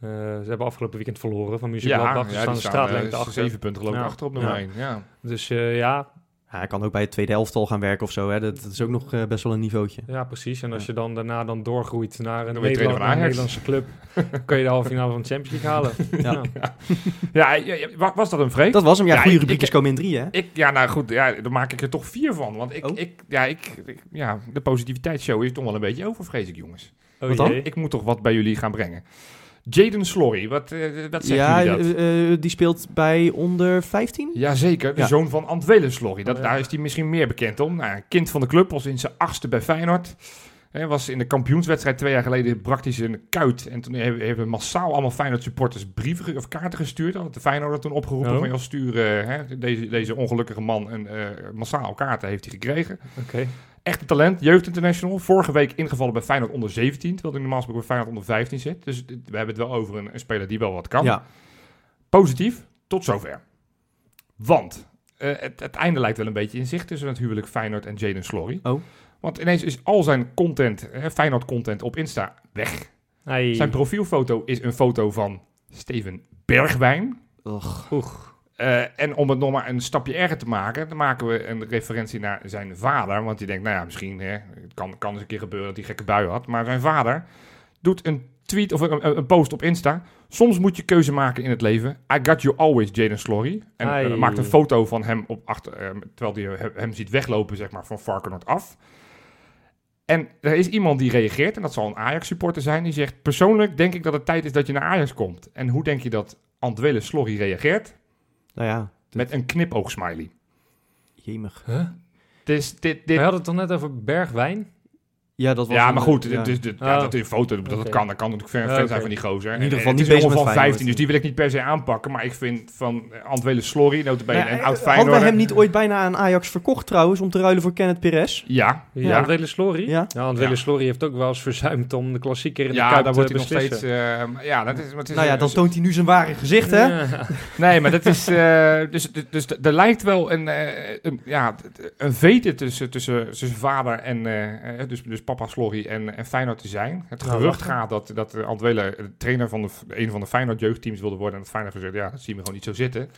Speaker 3: Eh, ze hebben afgelopen weekend verloren van München.
Speaker 4: ja,
Speaker 3: Gladbach. Ze staan
Speaker 4: die
Speaker 3: de
Speaker 4: staan,
Speaker 3: straatlengte
Speaker 4: eh,
Speaker 3: achter.
Speaker 4: Zeven punten geloof ik
Speaker 3: Ja.
Speaker 4: achter op nummer
Speaker 3: Ja.
Speaker 4: 1. Ja.
Speaker 3: Dus eh, ja,
Speaker 2: Ja, hij kan ook bij het tweede elftal gaan werken of zo, hè? Dat, dat is ook nog eh, best wel een niveautje.
Speaker 3: ja, precies. En als
Speaker 2: Ja.
Speaker 3: je dan daarna dan doorgroeit naar een,
Speaker 4: Dan word je trainer
Speaker 3: Nederland,
Speaker 4: van
Speaker 3: naar een
Speaker 4: Ajax.
Speaker 3: Nederlandse club... dan kun je de halve finale van de Champions League halen.
Speaker 2: Ja.
Speaker 3: Ja.
Speaker 4: Ja, ja, ja, wa- was dat een vreemd?
Speaker 2: Dat was hem. Ja,
Speaker 4: Ja,
Speaker 2: goede
Speaker 4: ik-
Speaker 2: rubriekjes
Speaker 4: ik-
Speaker 2: komen in drie, hè?
Speaker 4: Ik, ja, nou goed, ja, dan maak ik er toch vier van. Want ik,
Speaker 2: Oh.
Speaker 4: ik, ja, ik, ik- ja, de positiviteitsshow is toch wel een beetje over, vrees ik, jongens.
Speaker 3: Oh,
Speaker 2: Wat dan?
Speaker 3: jee.
Speaker 4: Ik moet toch wat bij jullie gaan brengen. Jaden Slory, wat, eh, wat zegt
Speaker 2: ja,
Speaker 4: jullie dat?
Speaker 2: eh, eh, die speelt bij onder 15.
Speaker 4: Jazeker, de
Speaker 2: Ja.
Speaker 4: zoon van Antwelen Slorry. Dat,
Speaker 3: Oh, ja.
Speaker 4: Daar is hij misschien meer bekend om. Nou, een kind van de club, was in zijn achtste bij Feyenoord. Hij was in de kampioenswedstrijd twee jaar geleden praktisch een kuit. En toen hebben hebben massaal allemaal Feyenoord supporters brieven ge- of kaarten gestuurd. Dan had de Feyenoord toen opgeroepen
Speaker 3: Oh.
Speaker 4: van... Joh, stuur eh, hè, deze, deze ongelukkige man een eh, massaal kaarten heeft hij gekregen.
Speaker 3: Oké.
Speaker 4: Echte talent, jeugd international. Vorige week ingevallen bij Feyenoord onder 17. Terwijl hij normaal gesproken bij Feyenoord onder 15 zit. Dus dit- we hebben het wel over een, een speler die wel wat kan
Speaker 2: Ja.
Speaker 4: positief tot zover. Want eh, het, het einde lijkt wel een beetje in zicht tussen het huwelijk Feyenoord en Jaden Slory.
Speaker 2: Oh.
Speaker 4: Want ineens is al zijn content, eh, Feyenoord-content op Insta weg.
Speaker 3: Hey.
Speaker 4: Zijn profielfoto is een foto van Steven Bergwijn.
Speaker 3: Oeg.
Speaker 4: Eh, en om het nog maar een stapje erger te maken, dan maken we een referentie naar zijn vader. Want je denkt, nou ja, misschien hè, het kan, kan eens een keer gebeuren dat hij gekke bui had. Maar zijn vader doet een tweet of een, een- een post op Insta. Soms moet je keuze maken in het leven. I got you always, Jaden Slory. En eh,
Speaker 3: Ai.
Speaker 4: maakt een foto van hem op achter, eh, terwijl hij hem- hem ziet weglopen zeg maar, van Varkenoord af. En er is iemand die reageert, en dat zal een Ajax-supporter zijn, die zegt... Persoonlijk denk ik dat het tijd is dat je naar Ajax komt. En hoe denk je dat Antwele Slory reageert?
Speaker 2: Nou ja,
Speaker 4: Met een knipoog-smiley.
Speaker 2: jemig.
Speaker 3: Huh?
Speaker 4: Dus dit...
Speaker 3: We
Speaker 4: dit
Speaker 3: hadden het dan net over Bergwijn.
Speaker 2: Ja, dat was
Speaker 4: ja,
Speaker 2: een,
Speaker 4: maar goed,
Speaker 2: eh,
Speaker 4: dit-
Speaker 2: ja.
Speaker 4: dit- dit- ja,
Speaker 3: Oh.
Speaker 4: dat is een foto, dat
Speaker 3: Oké.
Speaker 4: dat kan. Dat kan natuurlijk fan,
Speaker 3: Ja,
Speaker 4: fan zijn
Speaker 3: oké.
Speaker 4: van die gozer.
Speaker 2: In ieder geval
Speaker 4: En
Speaker 2: niet
Speaker 4: het is
Speaker 2: bezig
Speaker 4: jongen
Speaker 2: met
Speaker 4: van
Speaker 2: Feyenoord.
Speaker 4: 15, dus die wil ik niet per se aanpakken. Maar ik vind van eh, Antwele Slory, notabene,
Speaker 2: Nou ja,
Speaker 4: een
Speaker 3: eh,
Speaker 4: oud
Speaker 2: Hadden wij
Speaker 4: Feyenoorder...
Speaker 2: hem niet ooit bijna aan Ajax verkocht trouwens, om te ruilen voor Kenneth Perez?
Speaker 4: Ja,
Speaker 3: Ja,
Speaker 4: ja.
Speaker 3: André Slory.
Speaker 2: Ja.
Speaker 3: Nou, André
Speaker 4: Ja.
Speaker 3: Slory heeft ook wel eens verzuimd om de klassieker in de
Speaker 4: Ja,
Speaker 3: Kuip
Speaker 4: daar
Speaker 3: te
Speaker 4: wordt hij nog
Speaker 3: beslissen.
Speaker 4: steeds... eh, maar ja, dat is, maar het is
Speaker 2: Nou ja,
Speaker 4: een-
Speaker 2: dan toont hij nu zijn ware gezicht,
Speaker 4: eh,
Speaker 2: hè?
Speaker 3: Ja.
Speaker 4: Nee, maar dat is. eh, dus dus, dus er lijkt wel een, eh, een, ja, een vete tussen, tussen, tussen vader en. eh, eh, dus, dus papa Slorry en, en Feyenoord te zijn. Het
Speaker 3: Nou,
Speaker 4: gerucht
Speaker 3: lachen.
Speaker 4: gaat dat, dat eh, Antwele eh, trainer van de, een van de Feyenoord jeugdteams wilde worden. En dat Feyenoord heeft gezegd: ja, dat zien we gewoon niet zo zitten.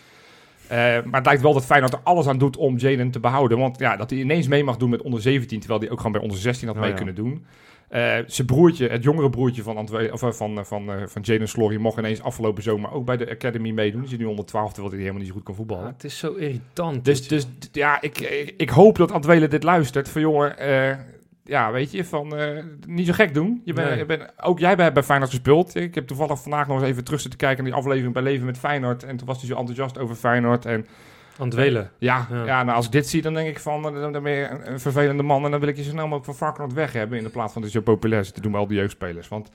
Speaker 4: Eh, maar het lijkt wel dat Feyenoord er alles aan doet om Jaden te behouden. Want ja, dat hij ineens mee mag doen met onder 17, terwijl hij ook gewoon bij onder 16 had
Speaker 2: Oh,
Speaker 4: mee
Speaker 2: ja.
Speaker 4: kunnen doen. Eh, zijn broertje, het jongere broertje van, Antwe of, eh, van, eh, van, eh, van Jaden Slory, mocht ineens afgelopen zomer ook bij de Academy meedoen. Die is nu onder 12, terwijl hij helemaal niet zo goed kan
Speaker 3: Ah,
Speaker 4: voetballen.
Speaker 3: het is zo irritant.
Speaker 4: Dus,
Speaker 3: dit.
Speaker 4: dus d- ja, ik, ik, ik hoop dat Antwele dit luistert. Van jongen, eh, ja, weet je, van eh, niet zo gek doen. Je bent,
Speaker 3: Nee.
Speaker 4: je bent- ook jij bent bij Feyenoord gespeeld. Ik heb toevallig vandaag nog eens even terug zitten kijken naar die aflevering bij Leven met Feyenoord. En toen was hij zo enthousiast over Feyenoord. En
Speaker 3: Antwelen.
Speaker 4: ja, ja.
Speaker 3: Ja.
Speaker 4: nou, als ik dit zie, dan denk ik van, eh, dan, dan ben je een, een vervelende man. En dan wil ik je zo snel mogelijk van Varkenoord weg hebben. In de plaats van dat je zo populair zit te doen bij al die jeugdspelers. Want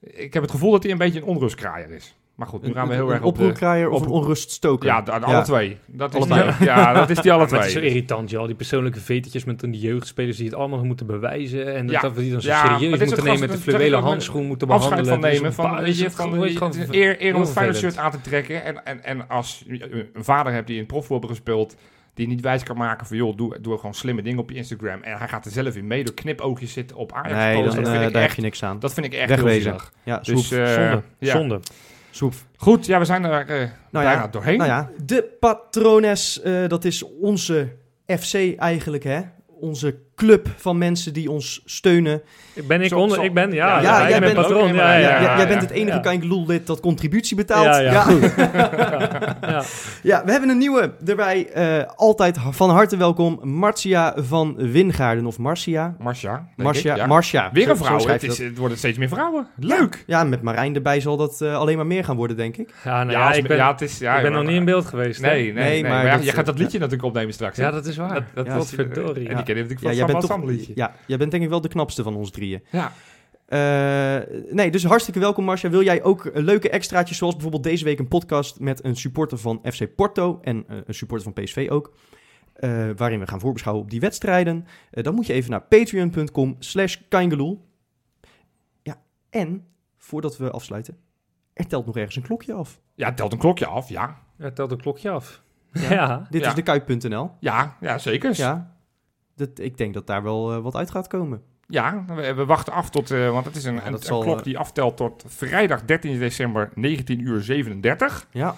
Speaker 4: ik heb het gevoel dat hij een beetje een onrustkraaier is. Maar goed, nu gaan we heel
Speaker 2: een
Speaker 4: erg op de-
Speaker 2: oproerkraaier of
Speaker 4: op-
Speaker 2: een onruststoker.
Speaker 4: Ja, de- de- alle twee. Dat is
Speaker 2: Allebei.
Speaker 4: die, ja, dat is die alle
Speaker 3: Maar het is zo
Speaker 4: twee.
Speaker 3: irritant, joh. Die persoonlijke vetetjes met dan die jeugdspelers die het allemaal moeten bewijzen. En dat-
Speaker 4: Ja.
Speaker 3: dat we die dan zo
Speaker 4: Ja, maar dit
Speaker 3: serieus
Speaker 4: is
Speaker 3: moeten
Speaker 4: ook
Speaker 3: nemen
Speaker 4: gast-
Speaker 3: met de
Speaker 4: dat zeg ik
Speaker 3: fluwelen
Speaker 4: ook, maar
Speaker 3: handschoen moeten
Speaker 4: Afscheid
Speaker 3: behandelen.
Speaker 4: van
Speaker 3: Het is
Speaker 4: nemen.
Speaker 3: een
Speaker 4: Van,
Speaker 3: pa-
Speaker 4: weet je,
Speaker 3: het
Speaker 4: van,
Speaker 3: gewoon-
Speaker 4: weet je,
Speaker 3: het
Speaker 4: het is een
Speaker 3: gewoon
Speaker 4: eer, eer om
Speaker 3: heel
Speaker 4: het Feyenoord shirt
Speaker 3: vervelend.
Speaker 4: aan te trekken. En, en, en als je een vader hebt die in profvoetbal heeft gespeeld... die niet wijs kan maken van... joh, doe, doe gewoon slimme dingen op je Instagram. En hij gaat er zelf in mee door knipoogjes zitten op Ajax.
Speaker 2: Nee, dan,
Speaker 4: dat, vind
Speaker 2: eh,
Speaker 4: ik
Speaker 2: daar heb
Speaker 4: echt,
Speaker 2: je niks aan.
Speaker 4: dat vind ik echt heel
Speaker 2: Wegwezen.
Speaker 4: zielig.
Speaker 2: Ja, soep.
Speaker 4: Dus, eh,
Speaker 3: Zonde.
Speaker 4: ja.
Speaker 3: Zonde.
Speaker 2: soep.
Speaker 4: Goed, ja, we zijn er eh,
Speaker 2: Nou
Speaker 4: bijna
Speaker 2: ja,
Speaker 4: doorheen.
Speaker 2: Nou ja, de patrones, eh, dat is onze FC eigenlijk, hè? onze club van mensen die ons steunen.
Speaker 3: Ben ik
Speaker 4: Zo-
Speaker 3: onder?
Speaker 4: zo-
Speaker 3: Ik ben, ja.
Speaker 4: Ja,
Speaker 3: ja,
Speaker 4: jij
Speaker 3: ik ben
Speaker 4: bent ook
Speaker 3: patroon.
Speaker 4: een-
Speaker 3: Ja, ja,
Speaker 2: Jij-
Speaker 3: ja.
Speaker 2: jij bent het enige
Speaker 3: ja.
Speaker 2: Kijkloel-lid dat contributie betaalt.
Speaker 3: Ja, ja, goed. ja.
Speaker 2: Ja, we hebben een nieuwe erbij. eh, altijd van harte welkom. Marcia van Wingaarden of Marcia.
Speaker 4: Marcia. denk ik,
Speaker 2: Marcia,
Speaker 4: ja.
Speaker 2: Marcia.
Speaker 4: Weer
Speaker 2: Zo-
Speaker 4: een
Speaker 2: zo
Speaker 4: vrouw.
Speaker 2: schrijf je
Speaker 4: Het, is, eh,
Speaker 2: dat.
Speaker 4: het worden steeds meer vrouwen. Leuk.
Speaker 2: Ja, met Marijn erbij zal dat eh, alleen maar meer gaan worden, denk ik.
Speaker 3: Ja, nou ja,
Speaker 4: als-
Speaker 3: ik ben,
Speaker 4: ja, het is, ja,
Speaker 3: ik ben
Speaker 4: maar-
Speaker 3: nog niet in beeld geweest. hè?
Speaker 4: Nee, nee,
Speaker 2: Nee,
Speaker 4: nee,
Speaker 2: maar
Speaker 4: maar, ja,
Speaker 2: dat-
Speaker 4: je gaat dat liedje natuurlijk opnemen straks. hè?
Speaker 3: Ja, dat is waar.
Speaker 4: dat, dat
Speaker 2: Ja,
Speaker 4: was
Speaker 3: verdorie,
Speaker 4: En
Speaker 3: ja.
Speaker 4: ik ken natuurlijk
Speaker 2: Ja,
Speaker 4: van
Speaker 2: jij
Speaker 4: Sam
Speaker 2: bent
Speaker 4: Sam
Speaker 2: toch,
Speaker 4: liedje.
Speaker 2: ja, jij bent denk ik wel de knapste van ons drieën.
Speaker 4: Ja.
Speaker 2: Eh, nee, dus hartstikke welkom Marcia. Wil jij ook eh, leuke extraatjes, zoals bijvoorbeeld deze week een podcast met een supporter van FC Porto en eh, een supporter van PSV ook, eh, waarin we gaan voorbeschouwen op die wedstrijden. Eh, dan moet je even naar patreon.com slash kaingeloel. Ja, en voordat we afsluiten, er telt nog ergens een klokje af.
Speaker 4: Ja, het telt een klokje af, ja.
Speaker 3: Er telt een klokje af.
Speaker 2: Ja.
Speaker 3: Ja.
Speaker 2: Dit
Speaker 4: Ja. Dus-
Speaker 2: is de Kuip.nl.
Speaker 4: Ja, ja zeker. Ja,
Speaker 2: Ja, dat, ik denk dat daar wel eh, wat uit gaat komen.
Speaker 4: we, we wachten af tot, eh, want het is een,
Speaker 2: Ja,
Speaker 4: een-
Speaker 2: dat
Speaker 4: een
Speaker 2: zal, eh,
Speaker 4: klok die aftelt tot vrijdag 13 december 19 uur 37.
Speaker 2: Ja,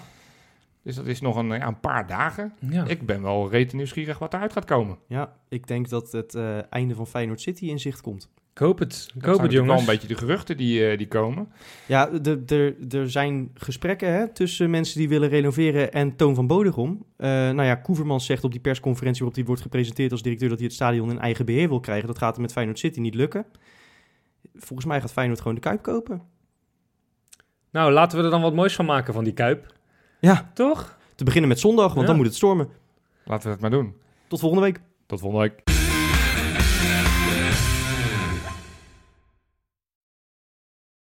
Speaker 4: Dus dat is nog een, eh, ja, een paar dagen.
Speaker 3: Ja.
Speaker 4: Ik ben wel rete nieuwsgierig wat eruit gaat komen.
Speaker 2: ja ik denk dat het eh, einde van Feyenoord City in zicht komt.
Speaker 3: Ik hoop het. Ik
Speaker 4: Dat
Speaker 3: hoop het,
Speaker 4: zijn natuurlijk wel
Speaker 3: jongens.
Speaker 4: een beetje de geruchten die, eh, die komen.
Speaker 2: Ja, de- de- er zijn gesprekken hè, tussen mensen die willen renoveren en Toon van Bodegom. Eh, nou ja, Koevermans zegt op die persconferentie waarop hij wordt gepresenteerd als directeur dat hij het stadion in eigen beheer wil krijgen. Dat gaat hem met Feyenoord City niet lukken. Volgens mij gaat Feyenoord gewoon de Kuip kopen.
Speaker 3: Nou, laten we er dan wat moois van maken van die Kuip.
Speaker 2: Ja.
Speaker 3: Toch?
Speaker 2: Te beginnen met zondag, want
Speaker 3: Ja.
Speaker 2: dan moet het stormen.
Speaker 4: Laten we dat maar doen.
Speaker 2: Tot volgende week.
Speaker 4: Tot volgende week.